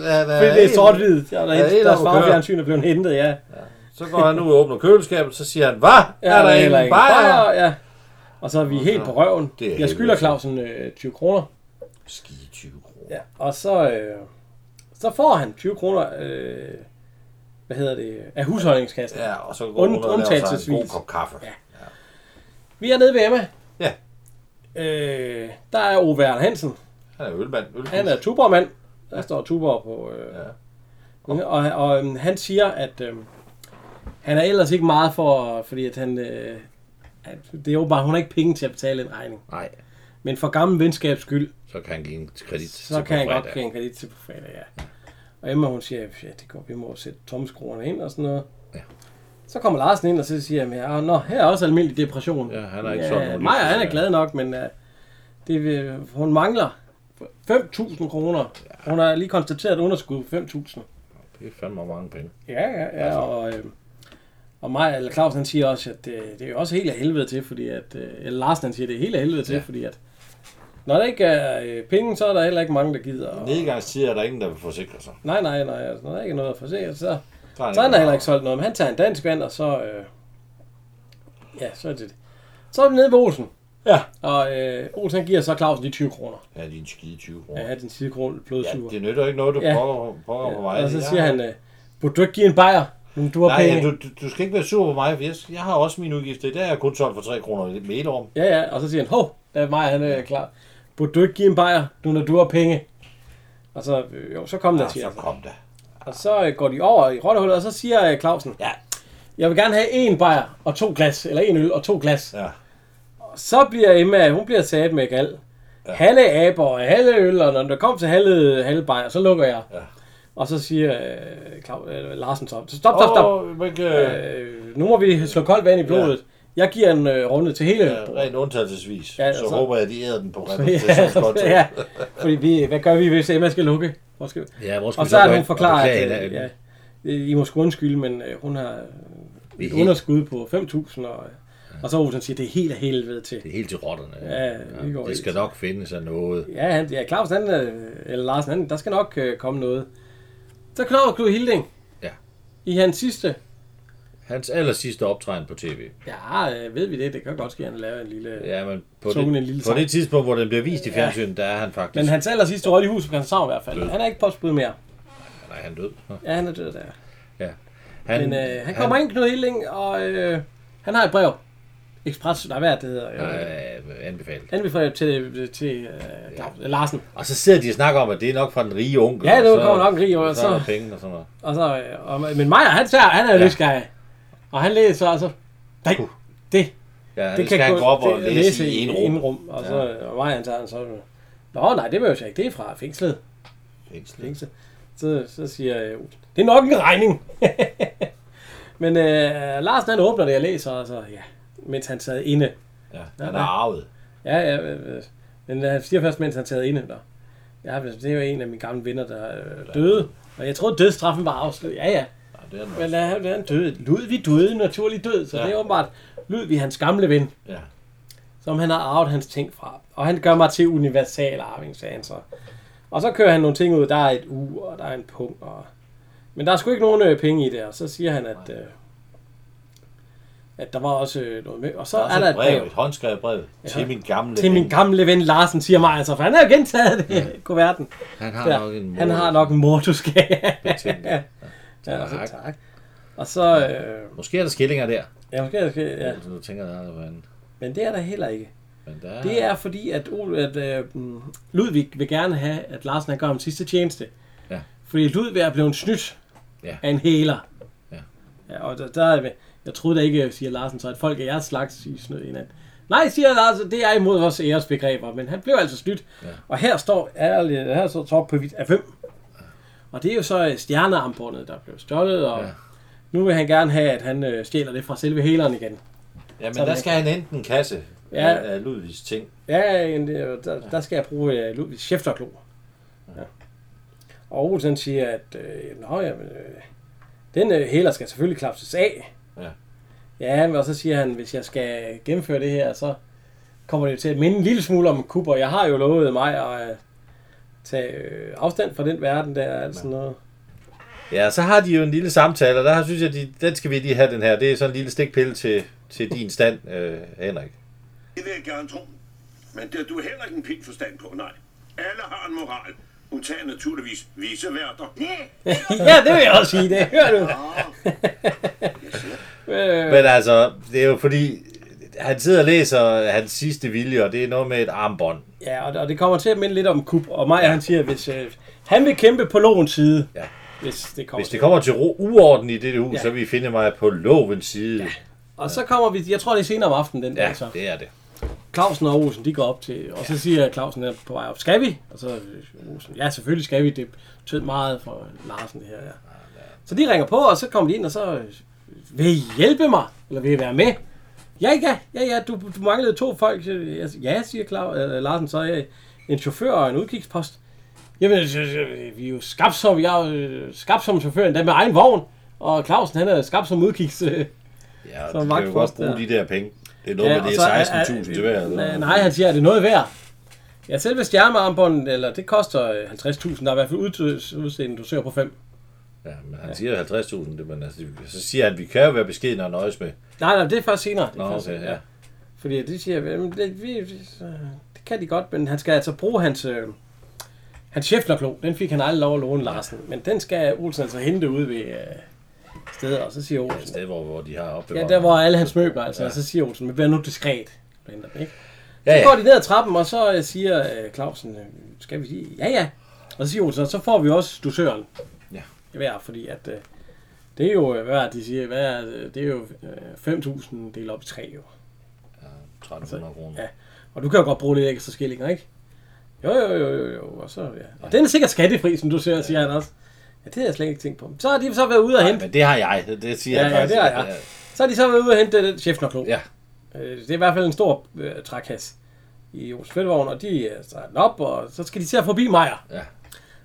Speaker 1: det er sort-hvid. Og der,
Speaker 2: Ja, det
Speaker 1: ja,
Speaker 2: er
Speaker 1: deres
Speaker 2: der, hvor
Speaker 1: farvefjernsyn er blevet hentet, ja.
Speaker 2: Så går han ud og åbner køleskabet, så siger han, hvad?
Speaker 1: Ja,
Speaker 2: er der, en bajer?
Speaker 1: bajer, Ja. Og så er vi helt på røven.
Speaker 8: Det er
Speaker 1: Jeg
Speaker 8: helt
Speaker 1: skylder
Speaker 8: vildt.
Speaker 1: Clausen øh, 20 kroner.
Speaker 8: Skide 20 kroner.
Speaker 1: Ja. Og så, øh, så får han 20 kroner øh, hvad hedder det, af husholdningskassen. Ja.
Speaker 8: Ja, og så går
Speaker 1: Und-
Speaker 8: hun ud og laver sig en god
Speaker 1: undtagelsesvis.
Speaker 8: kop kaffe.
Speaker 1: Ja. Vi er nede ved Emma.
Speaker 8: Ja.
Speaker 1: Øh, der er Ove Arne Hansen.
Speaker 8: Han er ølmand. Ølkis.
Speaker 1: Han er tuborgmand. Der står tuborg på... Øh, ja. Og, og øhm, han siger, at øhm, han er ellers ikke meget for... Fordi at han, øh, at det er jo bare, hun har ikke penge til at betale en regning.
Speaker 2: Nej,
Speaker 1: Men for gammel venskabs skyld,
Speaker 2: så kan han give en kredit
Speaker 1: så kan jeg godt kende kredit til på fredag, ja. Og Emma, hun siger, ja, det går, vi må sætte tomskruerne ind og sådan noget.
Speaker 2: Ja.
Speaker 1: Så kommer Larsen ind, og så siger han, ja, nå, her er også almindelig depression.
Speaker 2: Ja, han er ikke sådan nogen
Speaker 1: Maja, han er
Speaker 2: livsforsikring.
Speaker 1: glad nok, men uh, det, vil- hun mangler 5.000 kroner. Hun har lige konstateret et underskud på 5.000.
Speaker 2: Det er fandme mange penge.
Speaker 1: Ja, ja,
Speaker 2: Altså.
Speaker 1: ja. Og, øh, og mig, eller Claus, han siger også, at øh, det, det er jo også helt af helvede til, fordi at, øh, eller Larsen, han siger, det er helt af helvede til,
Speaker 2: Ja.
Speaker 1: fordi at, når der ikke er øh, penge, så er der heller ikke mange, der gider. Og,
Speaker 2: Nedgangstider er der ingen, der vil forsikre sig.
Speaker 1: nej, nej, nej, altså, når der ikke er noget at forse, så,
Speaker 2: Så er
Speaker 1: så han har heller ikke solgt noget. Men han tager en dansk vand, og så, øh, ja, så er det det. Så er vi nede ved Olsen.
Speaker 2: Ja.
Speaker 1: Og øh, Olsen han giver så Clausen de 20 kroner.
Speaker 2: Ja, de er en skide 20
Speaker 1: Ja,
Speaker 2: kroner.
Speaker 1: ja den sidde kroner
Speaker 2: Ja,
Speaker 1: blodsuger.
Speaker 2: det nytter ikke noget, du
Speaker 1: Ja.
Speaker 2: prøver, prøver på mig.
Speaker 1: og så
Speaker 2: Jeg
Speaker 1: siger
Speaker 2: har-
Speaker 1: han, øh, burde du ikke give en bajer? Men du har
Speaker 2: Nej,
Speaker 1: penge.
Speaker 2: ja, du, du- du, skal ikke være sur på mig, for jeg, jeg har også mine udgifter. I dag har jeg kun solgt for 3 kroner i med et om.
Speaker 1: Ja, ja, og så siger han, hov, der er mig, han er klar. Burde du ikke give en bajer, nu når du har penge? Og så, øh, jo, så kom der,
Speaker 2: Ja,
Speaker 1: siger
Speaker 2: Ah, så
Speaker 1: han.
Speaker 2: kom da.
Speaker 1: Og så øh, går de over i rottehullet, og så siger øh, Clausen,
Speaker 2: Ja.
Speaker 1: jeg vil gerne have en bajer og to glas, eller en øl og to glas.
Speaker 2: Ja.
Speaker 1: Og Så bliver Emma, hun bliver sat med gal. Halve aber og halve øl, og når der kom til halve, halve bajer, så lukker jeg.
Speaker 2: Ja.
Speaker 1: Og så siger øh, Claus, øh, Larsen så, så stop, stop, stop.
Speaker 2: Åh, men ikke, øh,
Speaker 1: Øh, nu må vi slå koldt vand i blodet. Jeg giver en øh, runde til hele
Speaker 2: ja, rent undtagelsesvis.
Speaker 1: Ja,
Speaker 2: Ja,
Speaker 1: altså.
Speaker 2: så håber jeg, at de æder
Speaker 1: (laughs)
Speaker 2: den på repræsentationskonto.
Speaker 1: ja, ja, fordi vi, hvad gør vi, hvis Emma skal lukke? Hvor skal vi?
Speaker 2: ja, hvor skal
Speaker 1: Og
Speaker 2: vi
Speaker 1: så
Speaker 2: gå
Speaker 1: er hun
Speaker 2: hen og
Speaker 1: forklaret,
Speaker 2: beklage
Speaker 1: at øh,
Speaker 2: hende?
Speaker 1: ja, I må sgu undskylde, men øh, hun har
Speaker 2: Vi er
Speaker 1: et
Speaker 2: helt-
Speaker 1: underskud på 5.000, og, og så Olsen siger, det er helt af helvede til.
Speaker 2: Det er helt til rotterne.
Speaker 1: Ja, det går
Speaker 2: det skal nok finde sig noget.
Speaker 1: Ja, han, ja Claus, han, øh, eller Larsen, han, der skal nok øh, komme noget. Så Claus Knud Hilding.
Speaker 2: Ja.
Speaker 1: I hans sidste,
Speaker 2: Hans aller sidste optræden på tv.
Speaker 1: ja, øh, ved vi det, det kan godt ske, at han laver en lille... Ja.
Speaker 2: Ja, men på,
Speaker 1: Tungen en
Speaker 2: det,
Speaker 1: lille
Speaker 2: på
Speaker 1: sang.
Speaker 2: det tidspunkt, hvor den bliver vist i fjernsynet, der er han faktisk...
Speaker 1: Men hans aller sidste rolle i huset på Christianshavn i hvert fald.
Speaker 2: Død.
Speaker 1: Han er ikke popskud mere.
Speaker 2: Nej, han er død.
Speaker 1: Ja, han er død der.
Speaker 2: Ja.
Speaker 1: Men øh, han kommer ind, Knud Hilding, og øh, han har et brev. Express, nej, hvad er det hedder? Øh,
Speaker 2: Øh, anbefalet.
Speaker 1: anbefalet til, til øh, Claus, Larsen.
Speaker 2: Og så sidder de og snakker om, at det er nok fra den rige onkel.
Speaker 1: Ja,
Speaker 2: og
Speaker 1: det
Speaker 2: så-
Speaker 1: kommer nok en rig onkel, og
Speaker 2: Så er
Speaker 1: så-
Speaker 2: der penge og sådan noget.
Speaker 1: Og så, øh, og, men Maja, han, tager, han er jo
Speaker 2: Ja.
Speaker 1: nysgerrig. Og han læser, og så... Nej, det,
Speaker 2: Ja, det,
Speaker 1: det
Speaker 2: skal han
Speaker 1: kun-
Speaker 2: gå op og
Speaker 1: det-
Speaker 2: læse, i en rum.
Speaker 1: rum. Og, så, øh, og Maja, han tager den så... øh, Nå, nej, det behøver jeg ikke. Det er fra fængslet.
Speaker 2: Fængslet.
Speaker 1: Fængslet. Så, så siger jeg, øh, det er nok en regning. (laughs) men øh, Larsen, han åbner det, jeg læser, og så... Ja, mens han sad inde.
Speaker 2: Ja, han er arvet.
Speaker 1: Ja, ja. øh, øh, Men han siger først, mens han sad inde der. Ja, men det var en af mine gamle venner, der øh, døde. Og jeg troede, dødsstraffen var afsluttet. Ja, ja.
Speaker 2: Ja, det er den
Speaker 1: Men
Speaker 2: også.
Speaker 1: øh, han han døde. Ludvig døde naturlig død, så ja.
Speaker 2: Ja.
Speaker 1: det er åbenbart Ludvig, hans gamle ven,
Speaker 2: Ja.
Speaker 1: som han har arvet hans ting fra. Og han gør mig til universal arving, sagde han så. Og så kører han nogle ting ud. Der er et ur, og der er en pung. Og... Men der er sgu ikke nogen øh, penge i det. Og så siger han, at, øh, at der var også øh, noget med. Og så
Speaker 2: Der
Speaker 1: er,
Speaker 2: er, også
Speaker 1: der
Speaker 2: et brev, et håndskrevet brev til min gamle
Speaker 1: til min
Speaker 2: ven.
Speaker 1: gamle ven Larsen, siger mig altså, for han har jo gentaget det (laughs) ja. kuverten.
Speaker 2: Han har
Speaker 1: Der.
Speaker 2: nok en
Speaker 1: Han har nok en morduskage.
Speaker 2: Betjent.
Speaker 1: ja, og så,
Speaker 2: Tak.
Speaker 1: tak. Og så, øh,
Speaker 2: Måske er der skillinger der.
Speaker 1: ja, måske, måske, ja.
Speaker 2: Ja. Så nu tænker jeg, der er en-
Speaker 1: men det er der heller ikke.
Speaker 2: Men der er...
Speaker 1: Det er fordi, at, Ol- at øh, mm, Ludvig vil gerne have, at Larsen han gør ham sidste tjeneste.
Speaker 2: Ja.
Speaker 1: Fordi Ludvig er blevet snydt
Speaker 2: Ja.
Speaker 1: af en hæler.
Speaker 2: Ja.
Speaker 1: ja og der, der, er- jeg troede da ikke, siger Larsen, så at folk af jeres slags I snød hinanden. Nej, siger Larsen, det er imod vores æresbegreber, men han blev altså snydt. Ja. Og her står, ærligt, her står top på hvidt af hvem. Og det er jo så øh, stjernearmbåndet, der blev stjålet, og ja.
Speaker 2: Ja.
Speaker 1: nu vil han gerne have, at han øh, stjæler det fra selve hæleren igen.
Speaker 2: Ja, men
Speaker 1: Sådan
Speaker 2: der
Speaker 1: er-
Speaker 2: skal han enten en kasse
Speaker 1: Ja.
Speaker 2: ja. af, af Ludvigs ting.
Speaker 1: Ja, en- det er jo- der, der skal jeg bruge uh, Ludvig Schæfterklo. Ja. Og Olsen siger, at øh, nå, jamen, øh, den øh, hæler skal selvfølgelig klapses af.
Speaker 2: Ja.
Speaker 1: Ja, men og så siger han, hvis jeg skal gennemføre det her, så kommer det jo til at minde en lille smule om Cooper. Jeg har jo lovet mig at øh, tage øh, afstand fra den verden der, og alt sådan noget.
Speaker 2: Ja, så har de jo en lille samtale, og der har- synes jeg, de, den skal vi lige have, den her. Det er sådan en lille stikpille til, til din stand, øh, Henrik.
Speaker 3: Det vil jeg gerne tro. Men det har du heller ikke en pind forstand på, nej. Alle har en moral. Hun tager naturligvis viseværter.
Speaker 6: Nej,
Speaker 1: ja, det vil jeg også sige, det hører du. øh,
Speaker 2: Men altså, det er jo fordi, han sidder og læser hans sidste vilje, og det er noget med et armbånd.
Speaker 1: ja, og, og det kommer til at minde lidt om Coop. Og Maja, han siger, hvis øh, han vil kæmpe på lovens side,
Speaker 2: Ja.
Speaker 1: hvis det kommer
Speaker 2: Hvis
Speaker 1: til
Speaker 2: det kommer til ro uorden i dette hus,
Speaker 1: Ja.
Speaker 2: ja. altså. så vil I finde mig på lovens side. Ja.
Speaker 1: Og så kommer vi, jeg tror det er senere om aftenen den ja.
Speaker 2: Ja,
Speaker 1: dag så.
Speaker 2: det er det.
Speaker 1: Clausen og Olsen, de går op til, og så siger Clausen er på vej op, skal vi? Og så øh, Olsen, ja selvfølgelig skal vi, det betød meget for Larsen det her. Ja. Så de ringer på, og så kommer de ind, og så øh, vil I hjælpe mig, eller vil I være med? Ja, ja, ja, ja, du, du manglede to folk. Så jeg siger, Ja, siger Clau, øh, Larsen, så er jeg en chauffør og en udkigspost. Jamen, øh, øh, vi er jo skabt som, jeg er jo øh, skabt som chauffør, endda med egen vogn. Og Clausen, han er skabt som udkigs... Øh,
Speaker 2: Ja,
Speaker 1: Så
Speaker 2: så de kan jo
Speaker 1: vagtpost
Speaker 2: godt bruge
Speaker 1: der.
Speaker 2: de der penge. Det er noget ja, med,
Speaker 1: og
Speaker 2: det
Speaker 1: så
Speaker 2: er 16.000 til hver.
Speaker 1: Nej,
Speaker 2: Eller?
Speaker 1: nej, han siger, er det noget værd? Ja, selve stjernearmbåndet, eller det koster øh, 50.000. Der er i hvert fald ud- udstedt, du søger på 5.
Speaker 2: Ja, men han siger 50.000, det, men altså, så siger han, at vi kan jo være beskedne og nøjes med.
Speaker 1: Nej, nej, det er først senere. Det er
Speaker 2: Nå,
Speaker 1: først,
Speaker 2: okay, ja.
Speaker 1: Fordi det siger, jamen, det, vi, vi- så- det kan de godt, men han skal altså bruge hans, øh, hans chefnerklo. Den fik han aldrig lov at låne Larsen. Men den skal Olsen altså hente ude ved øh, stedet, og så siger
Speaker 2: Et
Speaker 1: Olsen...
Speaker 2: sted, hvor, hvor de har opbevaret.
Speaker 1: Ja, der var alle hans møbler, altså, ja. og så siger Olsen, men vær nu diskret. Du henter dem, ikke?
Speaker 2: ja,
Speaker 1: Så går
Speaker 2: ja.
Speaker 1: de ned ad trappen, og så øh, siger øh, Clausen, øh, skal vi sige, ja ja. Og så siger Olsen, så får vi også dusøren.
Speaker 2: Ja.
Speaker 1: Hver, fordi at, øh, det er jo, øh, hvad er det, de siger, hvad er, det Det er jo øh, 5.000 delt op i tre jo.
Speaker 2: 1300 kroner.
Speaker 1: Ja. Og du kan jo godt bruge lidt ekstra skillinger, ikke? Jo, jo, jo, jo, jo. Og, så, ja. og den er sikkert skattefri, som du ser, siger han også. Ja, det har jeg slet ikke tænkt på. Så har de så været ude og
Speaker 2: Nej,
Speaker 1: hente.
Speaker 2: men det har jeg. Det, det siger
Speaker 1: Ja,
Speaker 2: jeg
Speaker 1: ja,
Speaker 2: faktisk.
Speaker 1: det har jeg. Så har de så været ude og hente den chef
Speaker 2: Ja.
Speaker 1: Øh, Det er i hvert fald en stor øh, trækasse i Jos Fedtvogn, og de øh, tager den op, og så skal de til at forbi Majer.
Speaker 2: Ja.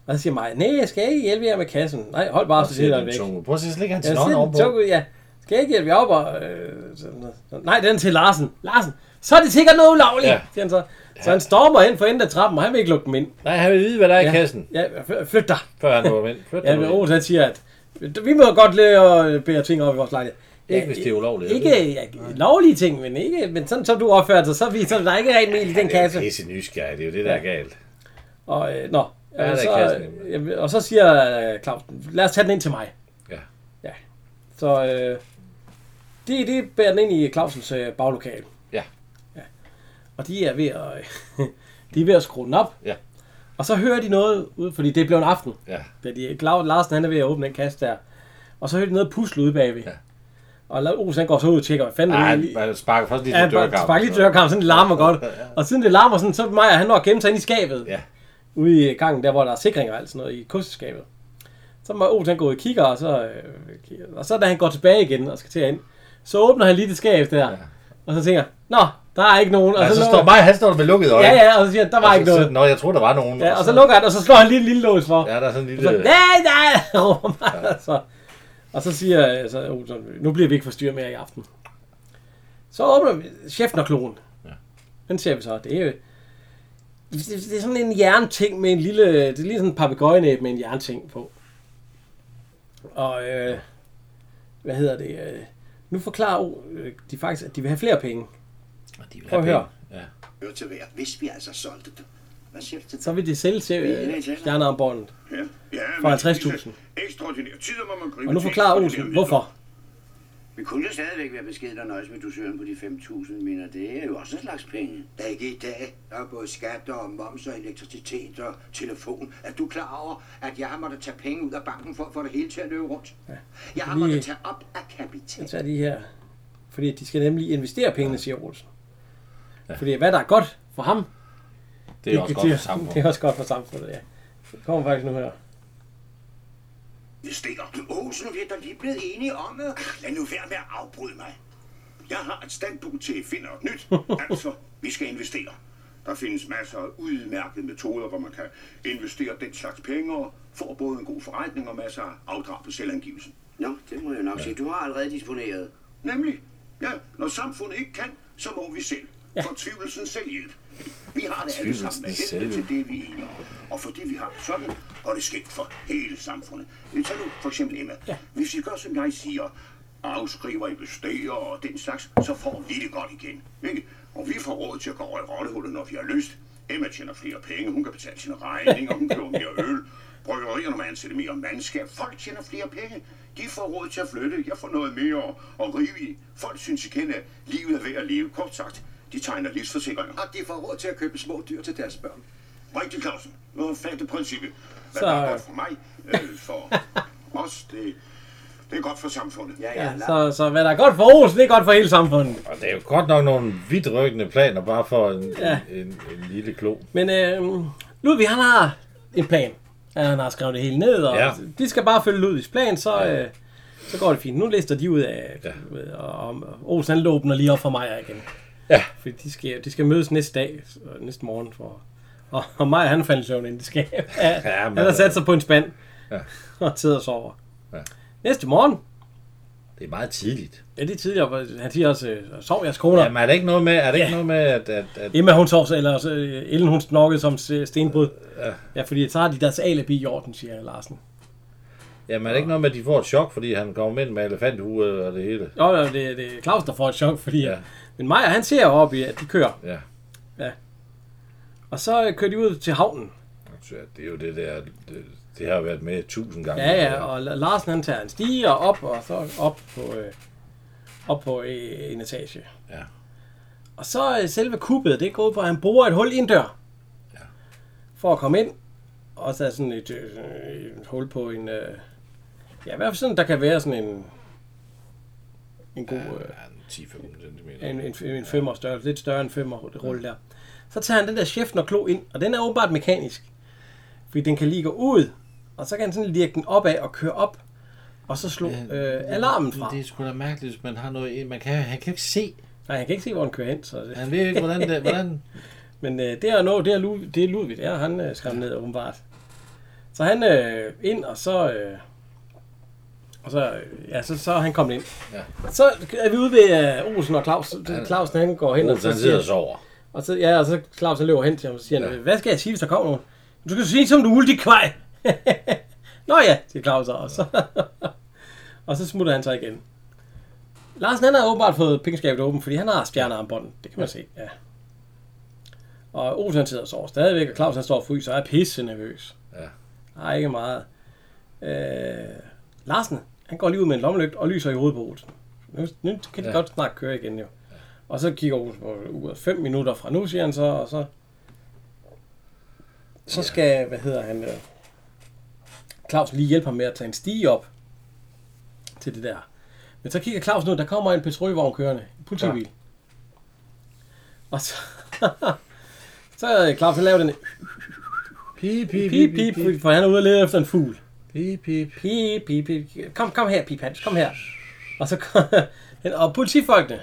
Speaker 1: Og så siger Majer, nej, jeg skal ikke hjælpe jer med kassen. Nej, hold bare,
Speaker 2: Og
Speaker 1: så
Speaker 2: så
Speaker 1: sidder
Speaker 2: siger
Speaker 1: den
Speaker 2: den
Speaker 1: væk.
Speaker 2: tunge. Prøv at se, så ligger han
Speaker 1: Ja,
Speaker 2: sin hånd
Speaker 1: sidder
Speaker 2: ovenpå.
Speaker 1: den tunge ud, ja. Skal jeg ikke hjælpe jer op? Og, øh, sådan noget. Så, Nej, den er til Larsen. Larsen, så er det sikkert noget ulovligt, ja.
Speaker 2: Ja.
Speaker 1: siger han så. Så han stormer hen for enden af trappen, og han vil ikke lukke dem ind.
Speaker 2: Nej, han vil vide, hvad der er i
Speaker 1: Ja.
Speaker 2: kassen,
Speaker 1: Ja, fly- flyt dig.
Speaker 2: før han går ind. Flyt
Speaker 1: Ja,
Speaker 2: dig
Speaker 1: men
Speaker 2: nu ind.
Speaker 1: Olsen han siger, at vi må godt lide at bære ting op i vores lejlighed.
Speaker 2: Ikke hvis det er ulovligt,
Speaker 1: Ikke ja, lovlige ting, men, ikke, men sådan som du opfører dig, så viser der ikke rent mel i den
Speaker 2: Det er jo
Speaker 1: kasse.
Speaker 2: pisse nysgerrig, det er jo det, der er galt.
Speaker 1: Og, øh, nå,
Speaker 2: er
Speaker 1: øh,
Speaker 2: der i
Speaker 1: så,
Speaker 2: kassen, jamen?
Speaker 1: jamen, og så siger øh, Clausen, lad os tage den ind til mig.
Speaker 2: Ja.
Speaker 1: ja. Så øh, det, det bærer den ind i Clausens øh, baglokale.
Speaker 2: Ja.
Speaker 1: ja. Og de er ved at, (laughs) de er ved at skrue den op.
Speaker 2: Ja.
Speaker 1: Og så hører de noget ud, fordi det blev en aften.
Speaker 2: Ja.
Speaker 1: Da de, Claus Larsen han er ved at åbne den kasse der. Og så hører de noget pusle ude bagved. Ja.
Speaker 2: Ja.
Speaker 1: Og La- Olsen han går så ud og tjekker, hvad fanden
Speaker 2: Nej,
Speaker 1: er
Speaker 2: han
Speaker 1: det lige?
Speaker 2: han sparker først lige
Speaker 1: Ja,
Speaker 2: til
Speaker 1: bare
Speaker 2: dørkampen.
Speaker 1: spark lige dørkamp, sådan det larmer godt. Og siden det larmer sådan, så Maja, han når at gemme sig ind i skabet.
Speaker 2: Ja.
Speaker 1: Ude i gangen, der hvor der er sikringer og alt sådan noget, i kosteskabet. Så må Olsen han gå ud og kigger, og så, øh, og så da han går tilbage igen og skal til ind, så åbner han lige det skab der. Og så tænker, jeg, nå, der er ikke nogen. Og
Speaker 2: Ja, så
Speaker 1: lukker-
Speaker 2: står mig, han står med lukkede øjne.
Speaker 1: Ja, ja, og så siger han, der var
Speaker 2: Og så-
Speaker 1: ikke noget.
Speaker 2: så- Nå, jeg tror, der var nogen.
Speaker 1: Ja, og så lukker han, og så slår han lige en lille lås for.
Speaker 2: (laughs) Ja, der er sådan en lille...
Speaker 1: Så, nej, nej, (laughs) råber man, altså. Og så siger øh, så, Olsen, nu bliver vi ikke forstyrret mere i aften. Så åbner vi chefnerkloen. Ja. Den ser vi så. Det er, jo- det, det er sådan en jernting med en lille... Det er lige sådan en papegøjenæb med en jernting på. Og øh, hvad hedder det? Øh, nu forklarer øh, de faktisk, at de vil have flere penge.
Speaker 2: De vil have
Speaker 1: Prøv at høre.
Speaker 2: penge. Ja.
Speaker 3: Hør til hver, hvis vi altså solgte dem. Hvad siger du til
Speaker 1: Så vil de sælge til øh, stjernearmbåndet
Speaker 3: Ja, ja,
Speaker 1: for
Speaker 3: men
Speaker 1: 50.000.
Speaker 3: disse Ekstraordinære tider, hvor man griber
Speaker 1: Og nu
Speaker 3: til
Speaker 1: forklarer
Speaker 3: ekstraordinære
Speaker 1: Olsen,
Speaker 3: midler.
Speaker 1: hvorfor.
Speaker 6: Vi kunne jo stadigvæk være beskedne og nøjes med dusøren på de 5.000, men og det er jo også en slags penge.
Speaker 3: Der er ikke i dag. Der er både skatter og moms og elektricitet og telefon. Er du klar over, at jeg har måttet tage penge ud af banken for at få det hele til at løbe rundt? Ja. Jeg har
Speaker 1: lige-
Speaker 3: måttet tage op af kapital.
Speaker 1: Så er de her. Fordi de skal nemlig investere pengene, siger Olsen. Ja. Fordi hvad der er godt for ham,
Speaker 2: Det er også godt for
Speaker 1: det
Speaker 2: samfundet.
Speaker 1: er også godt for samfundet, ja. Det kommer faktisk nu her.
Speaker 3: Investerer. Olsen, vi er da lige blevet enige om det. Lad nu være med at afbryde mig. Jeg har et standpunkt til at finde noget
Speaker 2: (laughs)
Speaker 3: nyt. altså, vi skal investere. Der findes masser af udmærkede metoder, hvor man kan investere den slags penge og få både en god forretning og masser af afdrag på selvangivelsen.
Speaker 6: Nå, det må jeg nok sige. Du har allerede disponeret.
Speaker 3: Nemlig, ja, når samfundet ikke kan, så må vi selv. Ja. For tvivlsen selv hjælp. Vi har det alle sammen af
Speaker 2: Fortvivlelsens
Speaker 3: hensyn til
Speaker 2: selvhjælp.
Speaker 3: det, vi er enige om. Og fordi vi har det sådan, og det skidt for hele samfundet. Vi tager nu for eksempel Emma. Ja. Hvis vi gør, som jeg siger, afskriver, investerer og den slags, så får vi det godt igen. Ikke? Og vi får råd til at gå over i rollehullet, når vi har lyst. Emma tjener flere penge, hun kan betale sine regninger, hun køber mere øl. Bryggerierne må ansætte mere mandskab. Folk tjener flere penge. De får råd til at flytte. Jeg får noget mere at rive i. Folk synes igen, at livet er ved at leve. Kort sagt, de tegner livsforsikringer.
Speaker 9: Og de får råd til at købe små dyr til deres børn.
Speaker 3: Rigtig, Clausen. Nu er fat i princippet. Hvad
Speaker 1: Så- (laughs)
Speaker 3: der er godt for mig, øh, for os, det Det er godt for samfundet.
Speaker 6: Ja, ja,
Speaker 1: Ja,
Speaker 6: ja.
Speaker 1: så, så hvad der er godt for Olsen, det er godt for hele samfundet.
Speaker 2: Og det er jo godt nok nogle vidtrykkende planer, bare for en,
Speaker 1: Ja.
Speaker 2: ja. en, en, en lille klo.
Speaker 1: Men øh, Ludvig, han har en plan. Ja, Han har skrevet det hele ned, og ja.
Speaker 2: Ja.
Speaker 1: de skal bare følge Ludvigs plan, så, ja. øh, så går det fint. Nu lister de ud af, ja.
Speaker 2: Ja.
Speaker 1: og, og Olsen han åbner lige op for Maja igen.
Speaker 2: Ja.
Speaker 1: Fordi de skal, de skal mødes næste dag, så- næste morgen. For, og, og Maja, han faldt i søvn inden de
Speaker 2: (laughs)
Speaker 1: skal. ja,
Speaker 2: Ja,
Speaker 1: han
Speaker 2: men-
Speaker 1: har sat sig på en spand ja.
Speaker 2: Ja.
Speaker 1: og sidder og sover. Ja.
Speaker 2: Ja.
Speaker 1: Næste morgen,
Speaker 2: Det er meget tidligt.
Speaker 1: ja, det er tidligere, hvor han siger også, øh, sov jeres koner.
Speaker 2: Jamen, er det ikke noget med, er det ikke noget med at, at, at
Speaker 1: Emma hun sov sig, eller også, øh, Ellen hun snorkede som se- stenbrud. Ja. ja, fordi så har de deres alibi i orden, siger Larsen.
Speaker 2: jamen, er det ikke noget med, at de får et chok, fordi han kommer ind med elefanthue og det hele?
Speaker 1: Jo, jo, det, det er Claus, der får et chok, fordi... Ja.
Speaker 2: Ja.
Speaker 1: Men Maja, han ser jo op i, at de kører.
Speaker 2: Ja.
Speaker 1: Og så øh, kører de ud til havnen.
Speaker 2: Så det er jo det der, det, det har været med tusind gange.
Speaker 1: Ja, ja, og La- Larsen han tager en stige og op, og så op på, øh, op på øh, en etage.
Speaker 2: Ja.
Speaker 1: Og så øh, selve kuppet, det går ud på, at han bruger et hul i en dør. Ja. For at komme ind. Og så er sådan et, øh, et hul på en... Øh, ja, i hvert fald sådan, der kan være sådan en... En god... Øh,
Speaker 2: Ja, en 10-15 cm.
Speaker 1: en, en, en femmer størrelse, lidt større end femmer det rulle der. Så tager han den der Schäffner klo ind, og den er åbenbart mekanisk. Fordi den kan lige gå ud, og så kan han sådan lirke den opad og køre op, og så slå øh, alarmen fra.
Speaker 2: Det er sgu da mærkeligt, hvis man har noget... Man kan, han kan jo ikke se.
Speaker 1: Nej, han kan ikke se, hvor den kører hen. Så det.
Speaker 2: Han ved jo ikke,
Speaker 1: (laughs)
Speaker 2: hvordan det... Hvordan...
Speaker 1: Men øh, det er nå, det er, Lu, det er Ludvig, det er han øh, skrev ned åbenbart. Så han øh, ind, og så... Øh, og så, øh, ja, så, så er han kommet ind. Ja. Så er vi ude ved øh, Olsen og Claus. Clausen han går hen og
Speaker 2: Olsen,
Speaker 1: så
Speaker 2: han sidder og sover.
Speaker 1: Og så, ja, og så Claus han løber hen til ham og siger, han, hvad skal jeg sige, hvis der kommer nogen? Du skal sige, som du vil, de kvej. (laughs) Nå ja, siger Claus så, og så. (laughs) og så smutter han så igen. Larsen han har åbenbart fået pengeskabet åbent, fordi han har stjernearmbånd. Det kan man se, ja. Og Olsen han sidder og sover stadigvæk, og Claus han står og fryser og er pisse nervøs.
Speaker 2: Ja.
Speaker 1: Nej, ikke meget. Øh, Larsen, han går lige ud med en lommelygt og lyser i hovedet på Olsen. Nu, nu kan de ja.
Speaker 2: Ja.
Speaker 1: godt snart køre igen jo. Og så kigger Olsen på uret. 5 minutter fra nu, siger han så, og så... Så skal, hvad hedder han... Øh, Claus lige hjælpe ham med at tage en stige op til det der. Men så kigger Claus nu, der kommer en patruljevogn kørende. En politibil. Ja. Og så... (laughs) så øh, Claus, han laver den
Speaker 2: Pip, pip,
Speaker 1: pip, pip, pip, for han er ude og lede efter en fugl.
Speaker 2: pip, pip.
Speaker 1: Pip, pip, pip. Kom, kom her, Pip Hans, kom her. Og så kom, (laughs) og politifolkene.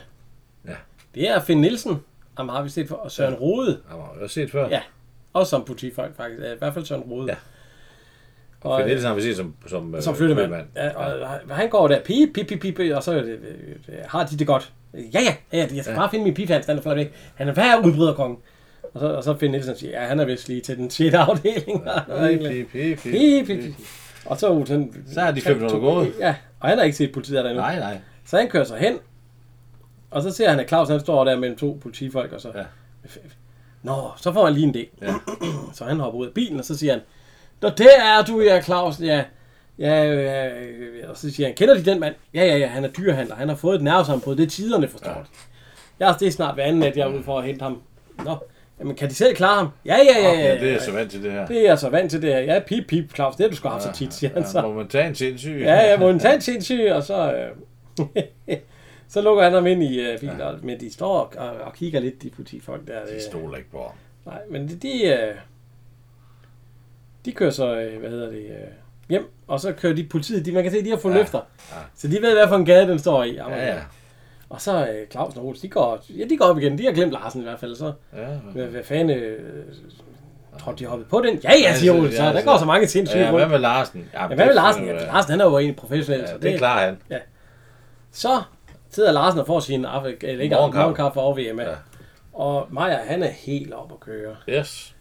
Speaker 2: Ja.
Speaker 1: Det er Finn Nielsen, ham har vi set for, og Søren ja. Rode,
Speaker 2: Han har jo set før.
Speaker 1: Ja. også som politifolk faktisk, i hvert fald Søren Rode.
Speaker 2: Ja.
Speaker 1: Og, øh,
Speaker 2: Og Finn Nielsen har vi set som, øh, som,
Speaker 1: som flyttemand. Ja, og han går der, pip, pip, pip, pip, og så er det, øh, har de det godt. Ja, ja, ja jeg skal ja. bare finde min pipans, den er flot væk. Han er hver udbryderkongen. Og så, og så Finn Nielsen siger, ja, han er vist lige til den 6. afdeling. Ja,
Speaker 2: Pip, pip, pip, pip.
Speaker 1: Pip, pip, pip. Og så, uh, den,
Speaker 2: Så er de fem minutter gået.
Speaker 1: Ja, og han har ikke set politiet er der endnu.
Speaker 2: Nej, nej.
Speaker 1: Så han kører sig hen, og så ser han, at Claus han står der mellem to politifolk, og så... Ja.
Speaker 2: Ja.
Speaker 1: Nå, så får han lige en idé. Ja.
Speaker 2: Ja.
Speaker 1: (clears throat) så han hopper ud af bilen, og så siger han, Nå, der er du, ja, Claus, ja. Ja, ja, ja, og så siger han, kender de den mand? Ja, ja, ja, han er dyrehandler, han har fået et nervesambrud, det er tiderne, forstår ja. Jeg det er snart hver anden nat, jeg er ude for at hente ham. Nå, jamen, kan de selv klare ham? Ja, ja, ja, ja,
Speaker 2: Ja,
Speaker 1: ja.
Speaker 2: det er så vant til det her.
Speaker 1: det er jeg så vant til det her. Ja, pip, pip, Claus, det har du sgu haft så tit, siger han så.
Speaker 2: Ja, må man tage en sindssyg?
Speaker 1: Ja, ja, momentant sindssyg, og så... Øh, (laughs) så lukker han ham ind i øh, bilen, ja. men de står og, og, og kigger lidt, de politifolk der.
Speaker 2: De stoler ikke på ham.
Speaker 1: Nej, men de... De, øh, de kører så, øh, hvad hedder det, øh, hjem, og så kører de politiet. De, man kan se, de har fået ja.
Speaker 2: Ja,
Speaker 1: løfter. Ja. Så de ved, hvad for en gade den står i.
Speaker 2: Ja, ja.
Speaker 1: Og så øh, Clausen og Olsen, de går, ja, de går op igen. De har glemt Larsen i hvert fald, så...
Speaker 2: ja.
Speaker 1: Hvad, hvad fanden... Øh, tror du, de hoppede på den? Ja, ja, siger
Speaker 2: Ja,
Speaker 1: Olsen, så
Speaker 2: ja,
Speaker 1: der
Speaker 2: så-
Speaker 1: går så mange sindssyge
Speaker 2: Ja,
Speaker 1: rundt.
Speaker 2: hvad med Larsen?
Speaker 1: Ja, hvad med Larsen? Ja, Larsen altså. han er jo en professionel,
Speaker 2: øh, Ja,
Speaker 1: så
Speaker 2: det klarer han.
Speaker 1: Så sidder Larsen og får sin affe, eller ikke
Speaker 2: Morgenkaffe.
Speaker 1: morgenkaffe over ved Emma. Ja.
Speaker 2: Ja.
Speaker 1: Og Maja, han er helt op at køre.
Speaker 2: Yes.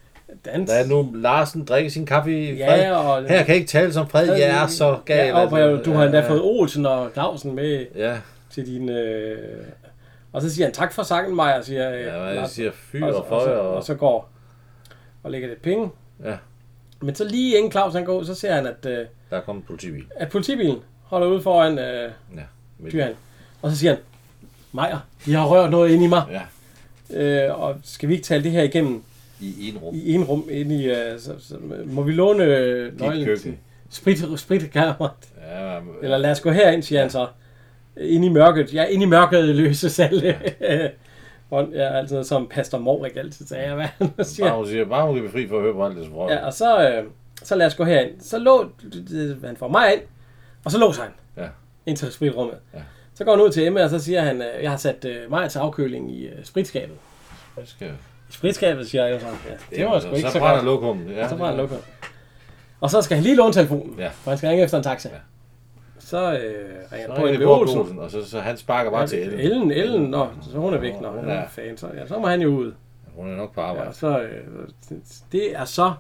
Speaker 1: Dans.
Speaker 2: Lad nu Larsen drikke sin kaffe i
Speaker 1: Ja,
Speaker 2: fred.
Speaker 1: og-
Speaker 2: Her kan I ikke tale som fred. Jeg er så gal.
Speaker 1: Ja, op, og
Speaker 2: altså.
Speaker 1: du har endda
Speaker 2: Ja,
Speaker 1: fået Olsen og Clausen med
Speaker 2: Ja,
Speaker 1: til din... Øh... Og så siger han, tak for sangen, Maja, siger øh,
Speaker 2: ja jeg
Speaker 1: Larsen.
Speaker 2: siger fyr
Speaker 1: og,
Speaker 2: og
Speaker 1: så- og, så,
Speaker 2: føjer.
Speaker 1: og
Speaker 2: Og...
Speaker 1: så går og lægger lidt penge.
Speaker 2: Ja.
Speaker 1: Men så lige inden Claus han går ud, så ser han, at, øh,
Speaker 2: Der er kommet en politibil.
Speaker 1: at politibilen holder ude foran øh,
Speaker 2: Ja. Med-
Speaker 1: dyren. Og så siger han, Maja, de har rørt noget ind i mig.
Speaker 2: Ja.
Speaker 1: Øh, og skal vi ikke tale det her igennem
Speaker 2: I en rum.
Speaker 1: i en rum ind i... Øh, så, så, må vi låne øh, nøglen
Speaker 2: køkken.
Speaker 1: til, Sprit, spritkammeret.
Speaker 2: Ja,
Speaker 1: Eller lad os gå herind, siger han så. Ind i mørket. Ja, ind i mørket løse salve. (laughs) Bånd, ja, altså noget, som Pastor Morik altid sagde, hvad han nu
Speaker 2: bare
Speaker 1: siger.
Speaker 2: hun siger, bare hun kan blive fri for at høre brændt som
Speaker 1: Ja, og så, øh, så lad os gå herind. Så lå, han får mig ind, og så låser han.
Speaker 2: Ja.
Speaker 1: Ind til spritrummet. Ja. Så går han ud til Emma, og så siger han, øh, jeg har sat øh, mig til afkøling i øh, spritskabet.
Speaker 2: Det skal
Speaker 1: I spritskabet, siger jeg jo så. Ja, det var sgu ikke så,
Speaker 2: Så brænder
Speaker 1: godt.
Speaker 2: lokummet. Ja,
Speaker 1: Ja, så var han lukket. Og så skal han lige låne telefonen,
Speaker 2: Ja.
Speaker 1: ja. for han skal ringe efter en taxa.
Speaker 2: Ja.
Speaker 1: Ja. Så øh, ringer
Speaker 2: Så
Speaker 1: han på
Speaker 2: er
Speaker 1: en
Speaker 2: det
Speaker 1: Olsen.
Speaker 2: Borg og så, så han sparker bare til Ellen.
Speaker 1: Ellen, Ellen, nå, så hun er væk, når hun
Speaker 2: Ja.
Speaker 1: er fan. Så, ja, så må han jo ud.
Speaker 2: Hun er nok på
Speaker 1: Ja,
Speaker 2: arbejde.
Speaker 1: så, øh, det er så,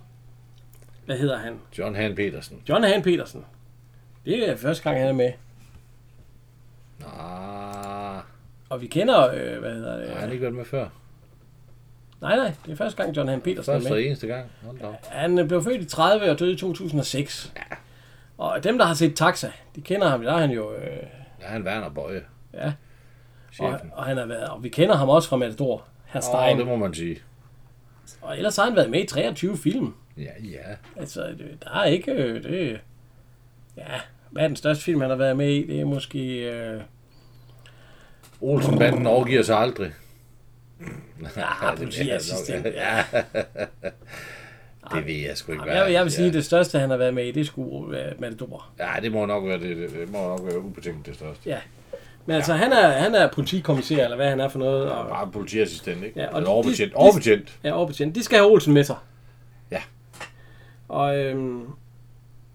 Speaker 1: hvad hedder han?
Speaker 2: John Han Petersen.
Speaker 1: John Han Petersen. Det er første gang, han er med.
Speaker 2: Ah,
Speaker 1: Og vi kender, øh, hvad hedder det?
Speaker 2: har
Speaker 1: Nej,
Speaker 2: han ikke været med før?
Speaker 1: nej, nej, det er første gang, John Han Petersen
Speaker 2: Første
Speaker 1: er
Speaker 2: og
Speaker 1: med.
Speaker 2: eneste gang. Hold da op.
Speaker 1: Han øh, blev født i 30 og døde i 2006. Og dem, der har set Taxa, de kender ham. Der er han jo... Øh,
Speaker 2: Ja, han er Werner Bøje.
Speaker 1: Ja. og,
Speaker 2: Chefen.
Speaker 1: og, han har været, og vi kender ham også fra Matador. Herr
Speaker 2: Åh,
Speaker 1: Stein.
Speaker 2: det må man sige.
Speaker 1: Og ellers har han været med i 23 film.
Speaker 2: Ja, ja.
Speaker 1: Altså, det- der er ikke... øh, Det, ja, hvad er den største film, han har været med i? Det er måske... Øh,
Speaker 2: Olsenbanden overgiver sig aldrig. (laughs)
Speaker 1: ja, ah, politiassistent.
Speaker 2: nok-
Speaker 1: Ja.
Speaker 2: (laughs) Det ved jeg sgu ikke, hvad
Speaker 1: Jeg, vil- jeg
Speaker 2: er.
Speaker 1: vil sige, at det største, han har været med i, det skulle være Matador.
Speaker 2: Ja, det må nok være, det, det- det må nok være ubetinget det største.
Speaker 1: Ja. Men altså, han er, han er politikommissær, eller hvad han er for noget. Og,
Speaker 2: Bare politiassistent, ikke?
Speaker 1: Ja, og
Speaker 2: Eller
Speaker 1: de-
Speaker 2: overbetjent.
Speaker 1: de-
Speaker 2: Overbetjent.
Speaker 1: ja, overbetjent. De skal have Olsen med sig.
Speaker 2: Ja.
Speaker 1: Og øhm,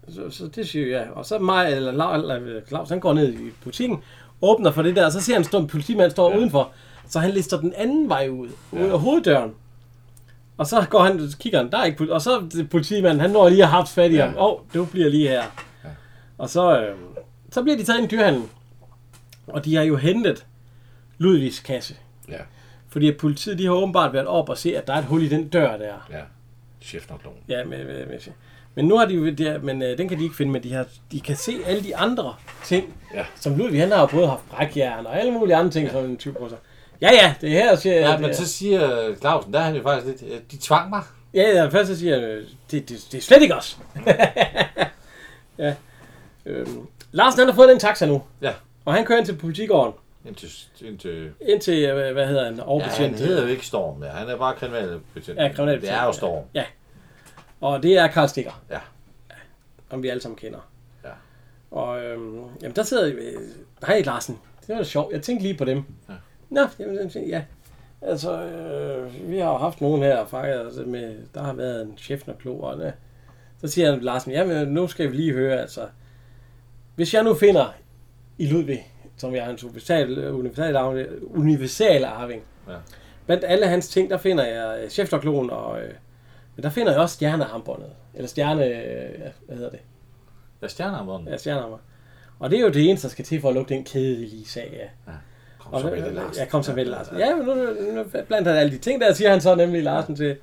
Speaker 1: så, så det siger jeg. Og så mig, eller Lau- eller øh, Claus, han går ned i butikken, åbner for det der, og så ser han en politimand står ja. udenfor. Så han lister den anden vej ud, ud af hoveddøren. Og så går han, så kigger han, der er ikke politi- Og så det politimanden, han når lige at have haft fat i ja. ham. Åh, oh, du bliver lige her. Ja. Og så, øh, så bliver de taget ind i dyrhandlen. Og de har jo hentet Ludvigs kasse.
Speaker 2: Ja,
Speaker 1: Fordi at politiet, de har åbenbart været op og se, at der er et hul i den dør der.
Speaker 2: ja. Chef nok nogen.
Speaker 1: Ja, med, med, med. Men nu har de jo der, men øh, den kan de ikke finde, men de, har, de kan se alle de andre ting,
Speaker 2: Ja.
Speaker 1: som Ludvig, han har jo både haft brækjern og alle mulige andre ting, ja. som en type sig. Ja, ja, det er her, siger jeg.
Speaker 8: Ja,
Speaker 1: det
Speaker 8: men
Speaker 1: er-
Speaker 8: så siger Clausen, der er han jo faktisk lidt, øh, de tvang mig.
Speaker 1: Ja, ja, først så siger jeg, øh, det, det, det er slet
Speaker 8: (laughs)
Speaker 1: ikke os. ja. Øhm, Larsen, han har fået den taxa nu.
Speaker 8: Ja.
Speaker 1: Og han kører ind til politigården,
Speaker 8: Indtil, indtil,
Speaker 1: ind til, øh, hvad hedder han,
Speaker 8: ja,
Speaker 1: overbetjent.
Speaker 8: han hedder jo ikke Storm, ja. han er bare kriminalbetjent.
Speaker 1: Ja, kriminalbetjent.
Speaker 8: Det er jo Storm.
Speaker 1: Ja. Og det er Karl Stikker.
Speaker 8: Ja.
Speaker 1: Om vi alle sammen kender.
Speaker 8: Ja.
Speaker 1: Og øhm, jamen, der sidder... Øh, hej Larsen. Det var da sjovt. Jeg tænkte lige på dem. Ja. Nå, jamen, jeg tænkte, ja. Altså, øh, vi har jo haft nogen her faktisk, altså, med, der har været en chef og klo, og ja. så siger han, Larsen, jamen øh, nu skal vi lige høre, altså. Hvis jeg nu finder i Ludvig, som jeg er hans universal, universal, arving- universal arving,
Speaker 8: Ja.
Speaker 1: blandt alle hans ting, der finder jeg øh, chefdoklonen, og øh, men der finder jeg også stjernearmbåndet. Eller stjerne... Øh, ja, hvad hedder det?
Speaker 8: Ja, stjernearmbånden.
Speaker 1: Ja, stjernearmer. Og det er jo det eneste, der skal til for at lukke den kedelige sag af.
Speaker 8: Kom
Speaker 1: Og
Speaker 8: så med det, Lars.
Speaker 1: Jeg kom så med det, Larsen. Ja, men nu, nu, nu blandt andet alle de ting der, siger han så nemlig Larsen til,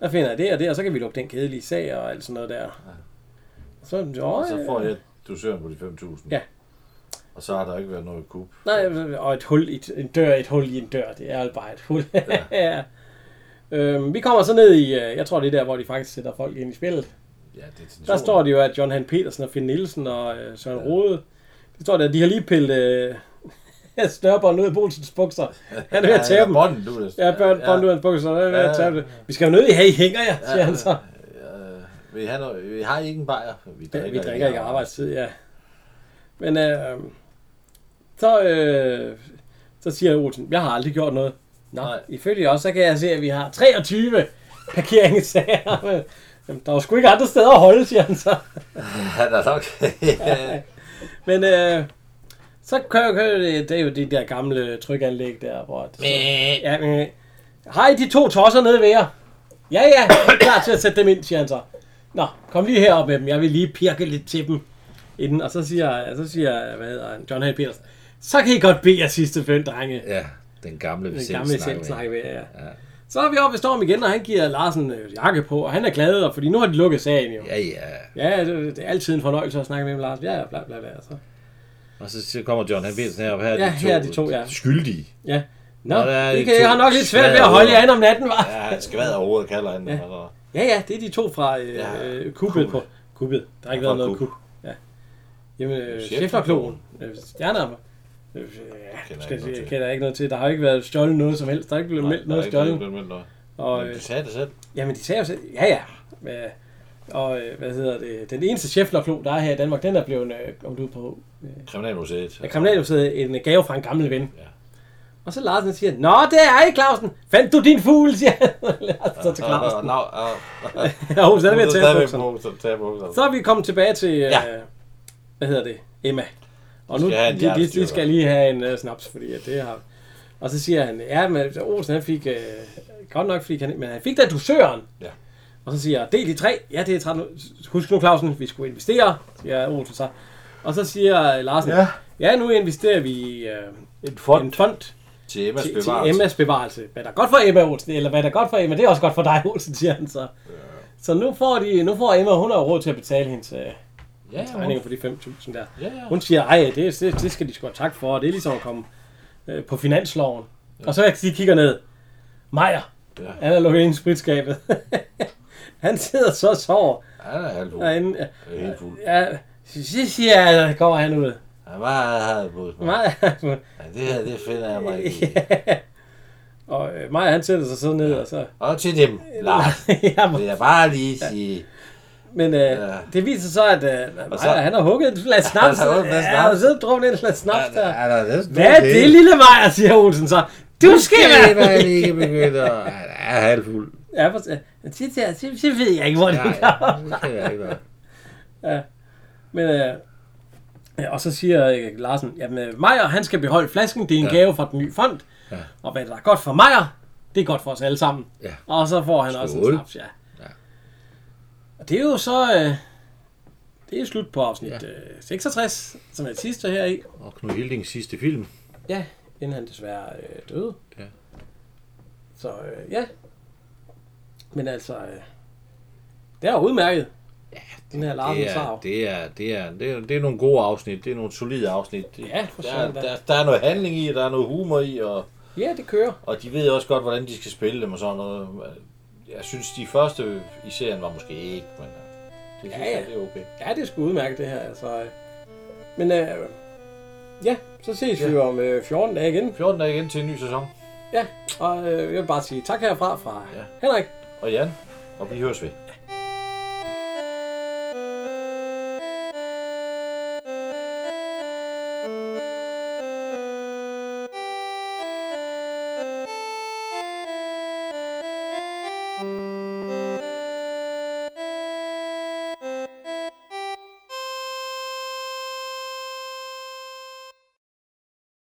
Speaker 1: der finder jeg det og det, og så kan vi lukke den kedelige sag og alt sådan noget der. Så, øh, jo,
Speaker 8: Og så får jeg dusøren på de 5.000.
Speaker 1: Ja.
Speaker 8: Og så har der ikke været noget kub.
Speaker 1: Nej, øh, og et hul i et, en dør, i et hul i en dør, det er jo bare et hul. (laughs) ja. øhm, vi kommer så ned i, øh, jeg tror det er der, hvor de faktisk sætter folk ind i spillet.
Speaker 8: Ja, det er sådan
Speaker 1: Der
Speaker 8: to-
Speaker 1: står det jo, at John Han Petersen og Finn Nielsen og øh, Søren ja. Rode, det står der, at de har lige pillet øh, (laughs) snørbånd ud af Bolsens bukser. Han er ved at
Speaker 8: Ja,
Speaker 1: tage dem.
Speaker 8: bånden, du ved.
Speaker 1: Ja, børn, bånd ud af hans bukser, han er ved at
Speaker 8: Ja.
Speaker 1: tage dem. Vi skal jo ned i, hey, hænger jeg, siger han så.
Speaker 8: Øh, vi, har, noget- vi har ikke en bajer. Vi
Speaker 1: Ja, vi drikker ikke
Speaker 8: (laughs)
Speaker 1: arbejdstid, ja. Men øh, så, øh, så siger Olsen, jeg har aldrig gjort noget. Nå,
Speaker 8: Nej.
Speaker 1: ifølge os, så kan jeg se, at vi har 23 parkeringssager. (laughs) Men, Jamen, der var sgu ikke andre steder at holde, siger han så.
Speaker 8: Han er nok.
Speaker 1: Men øh, så kører, kører det, det er jo de der gamle trykanlæg der, hvor... Det, ja, men, øh, Hej, de to tosser nede ved jer. Ja, ja, jeg er klar til at sætte dem ind, siger han så. Nå, kom lige herop med dem. Jeg vil lige pirke lidt til dem. Inden, og så siger, så siger hvad hedder han, John H. Petersen, så kan I godt bede jer sidste fem drenge.
Speaker 2: Ja, den gamle vi
Speaker 1: Den
Speaker 2: selv
Speaker 1: gamle
Speaker 2: snakker
Speaker 1: selv
Speaker 2: med.
Speaker 1: snakker med, ja. ja. Så er vi oppe ved Storm igen, og han giver Larsen øh, jakke på, og han er glad, og- fordi nu har de lukket sagen jo.
Speaker 2: Ja, ja.
Speaker 1: Ja, det, det er altid en fornøjelse at snakke med dem, Larsen. Ja, ja, bla bla bla. Så.
Speaker 2: Og så så kommer John Han Petersen herop. Her er
Speaker 1: Ja,
Speaker 2: de to,
Speaker 1: her er de to, ja.
Speaker 2: skyldige.
Speaker 1: Ja. Nå,
Speaker 2: Nå, der er
Speaker 1: I,
Speaker 2: de
Speaker 1: kan, I
Speaker 2: to
Speaker 1: har nok lidt svært ved at
Speaker 2: smadre
Speaker 1: holde jer
Speaker 2: hoveder.
Speaker 1: an om natten, var.
Speaker 2: Ja, han skal være overhovedet, kalder han. Ja.
Speaker 1: Ja, ja, det er de to fra øh, ja, kuppet på. Kuppet. Der har ikke
Speaker 2: Fra
Speaker 1: været noget
Speaker 2: Kup.
Speaker 1: kub. Jamen, øh,
Speaker 2: Schæferkloen.
Speaker 1: Schæferkloen. Øh, Stjerner. Øh, ja, du
Speaker 2: ikke
Speaker 1: skal
Speaker 2: noget
Speaker 1: sige, jeg
Speaker 2: til.
Speaker 1: kender ikke noget til. Der har ikke været stjålet noget som helst. Der er ikke blevet meldt noget stjålet.
Speaker 2: stjålet.
Speaker 1: Og, øh,
Speaker 2: Du sagde det selv.
Speaker 1: Jamen, de sagde jo selv, ja ja. Øh, Og øh, hvad hedder det? Den eneste chefloklo, der er her i Danmark, den er blevet øh, kommet ud på
Speaker 2: Kriminalmuseet.
Speaker 1: af Kriminalhuset en gave fra en gammel ven.
Speaker 2: Ja.
Speaker 1: Og så Larsen siger, Nå, det er I, Clausen. Fandt du din fugl, siger han. (laughs) Larsen så til Clausen.
Speaker 2: Nå,
Speaker 1: (laughs) Ja, hun er ved at tage bukserne.
Speaker 2: tage bukserne.
Speaker 1: Så er vi kommet tilbage til, ja.
Speaker 2: Ja.
Speaker 1: øh, hvad hedder det, Emma. Og nu,
Speaker 2: Skal have
Speaker 1: de,
Speaker 2: en
Speaker 1: de, de
Speaker 2: hjertestyrker.
Speaker 1: skal lige have en uh, snaps, fordi at det har... Og så siger han, ja, men Olsen han fik, øh, godt nok fik han, men han fik da dusøren.
Speaker 2: Ja.
Speaker 1: Og så siger jeg, del i tre, ja, det er 13, husk nu Clausen, vi skulle investere, siger Olsen så. Og så siger øh, Larsen, ja,
Speaker 2: Ja.
Speaker 1: ja nu investerer vi i øh,
Speaker 2: En
Speaker 1: en
Speaker 2: fond
Speaker 1: fond
Speaker 2: til Emmas
Speaker 1: til, til
Speaker 2: bevarelse.
Speaker 1: Emmas bevarelse. Hvad der er godt for Emma Olsen, eller hvad der er godt for Emma, det er også godt for dig, Olsen, siger han så. Ja. Så nu får, de, nu får Emma, hun har jo råd til at betale hendes øh,
Speaker 2: Ja, hun-
Speaker 1: regninger for de 5.000 der.
Speaker 2: Ja, ja.
Speaker 1: Hun siger, ej, det, det, det skal de sgu have tak for, og det er ligesom at komme øh, på finansloven. Og så de kigger ned. Meier,
Speaker 2: Ja.
Speaker 1: han er lukket ind i spritskabet. (laughs) han sidder så og sover
Speaker 2: Han er halvt ude.
Speaker 1: derinde.
Speaker 2: Han er helt fuld.
Speaker 1: Ja, så siger jeg, at der kommer han ud.
Speaker 2: Han var halvt ude.
Speaker 1: Meier,
Speaker 2: Ja, det her, det finder jeg mig ikke i.
Speaker 1: (laughs) og øh, Meier, han sætter sig så ned, og så... (laughs)
Speaker 2: Og til dem, Lars,
Speaker 1: ja,
Speaker 2: vil jeg bare lige sige,
Speaker 1: Men øh, ja.
Speaker 2: Ja.
Speaker 1: det viser sig, at øh, Maja,
Speaker 2: så-
Speaker 1: han har hugget en flaske snaps.
Speaker 2: Han har hugget en
Speaker 1: Ja,
Speaker 2: flaske
Speaker 1: Han har
Speaker 2: snaps.
Speaker 1: siddet og drukket en flaske snaps
Speaker 2: er,
Speaker 1: der.
Speaker 2: er der næsten
Speaker 1: Hvad er det, lille Maja, siger Olsen så. Du skal
Speaker 2: Det
Speaker 1: være...
Speaker 2: er ikke begyndt at... Han er halvt fuld.
Speaker 1: (laughs) Ja, for, det, det, det, det ved jeg ikke, hvor det
Speaker 2: Nej,
Speaker 1: er.
Speaker 2: det kan jeg ikke være.
Speaker 1: Men, øh, ja, og så siger øh, Larsen, jamen øh, Maja, han skal beholde flasken. Det er en ja. gave fra den nye fond. Ja. Og hvad der er godt for Maja, det er godt for os alle sammen.
Speaker 2: Ja.
Speaker 1: Og så får han også en
Speaker 2: Skål.
Speaker 1: snaps, ja. ja. Og det er jo så... Øh, det er slut på afsnit ja. øh, 66, som er det sidste her i.
Speaker 10: Og Knud Hildings sidste film.
Speaker 1: Ja, inden han desværre øh, døde.
Speaker 10: Ja.
Speaker 1: Så øh, ja. Men altså, øh, det er jo udmærket. Ja, den her Larsen
Speaker 10: Det er,
Speaker 1: Sarv.
Speaker 10: det, er, det, er, det, er, det er nogle gode afsnit. Det er nogle solide afsnit.
Speaker 1: Ja, for
Speaker 2: Der,
Speaker 1: søren da.
Speaker 2: der, der er noget handling i, der er noget humor i, og,
Speaker 1: Ja, det kører.
Speaker 2: og de ved også godt, hvordan de skal spille dem og sådan noget. Jeg synes, de første i serien var måske ikke, men øh, det synes
Speaker 1: Ja, ja.
Speaker 2: jeg, det er okay.
Speaker 1: Ja, det er sgu udmærket det her. Altså. øh. Men øh, ja, så ses ja. vi jo om øh, 14 dage igen.
Speaker 2: 14 dage igen til en ny sæson.
Speaker 1: Ja, og øh, jeg vil bare sige tak herfra fra ja.
Speaker 2: Ja.
Speaker 1: Henrik.
Speaker 2: Og Jan, og vi høres ved.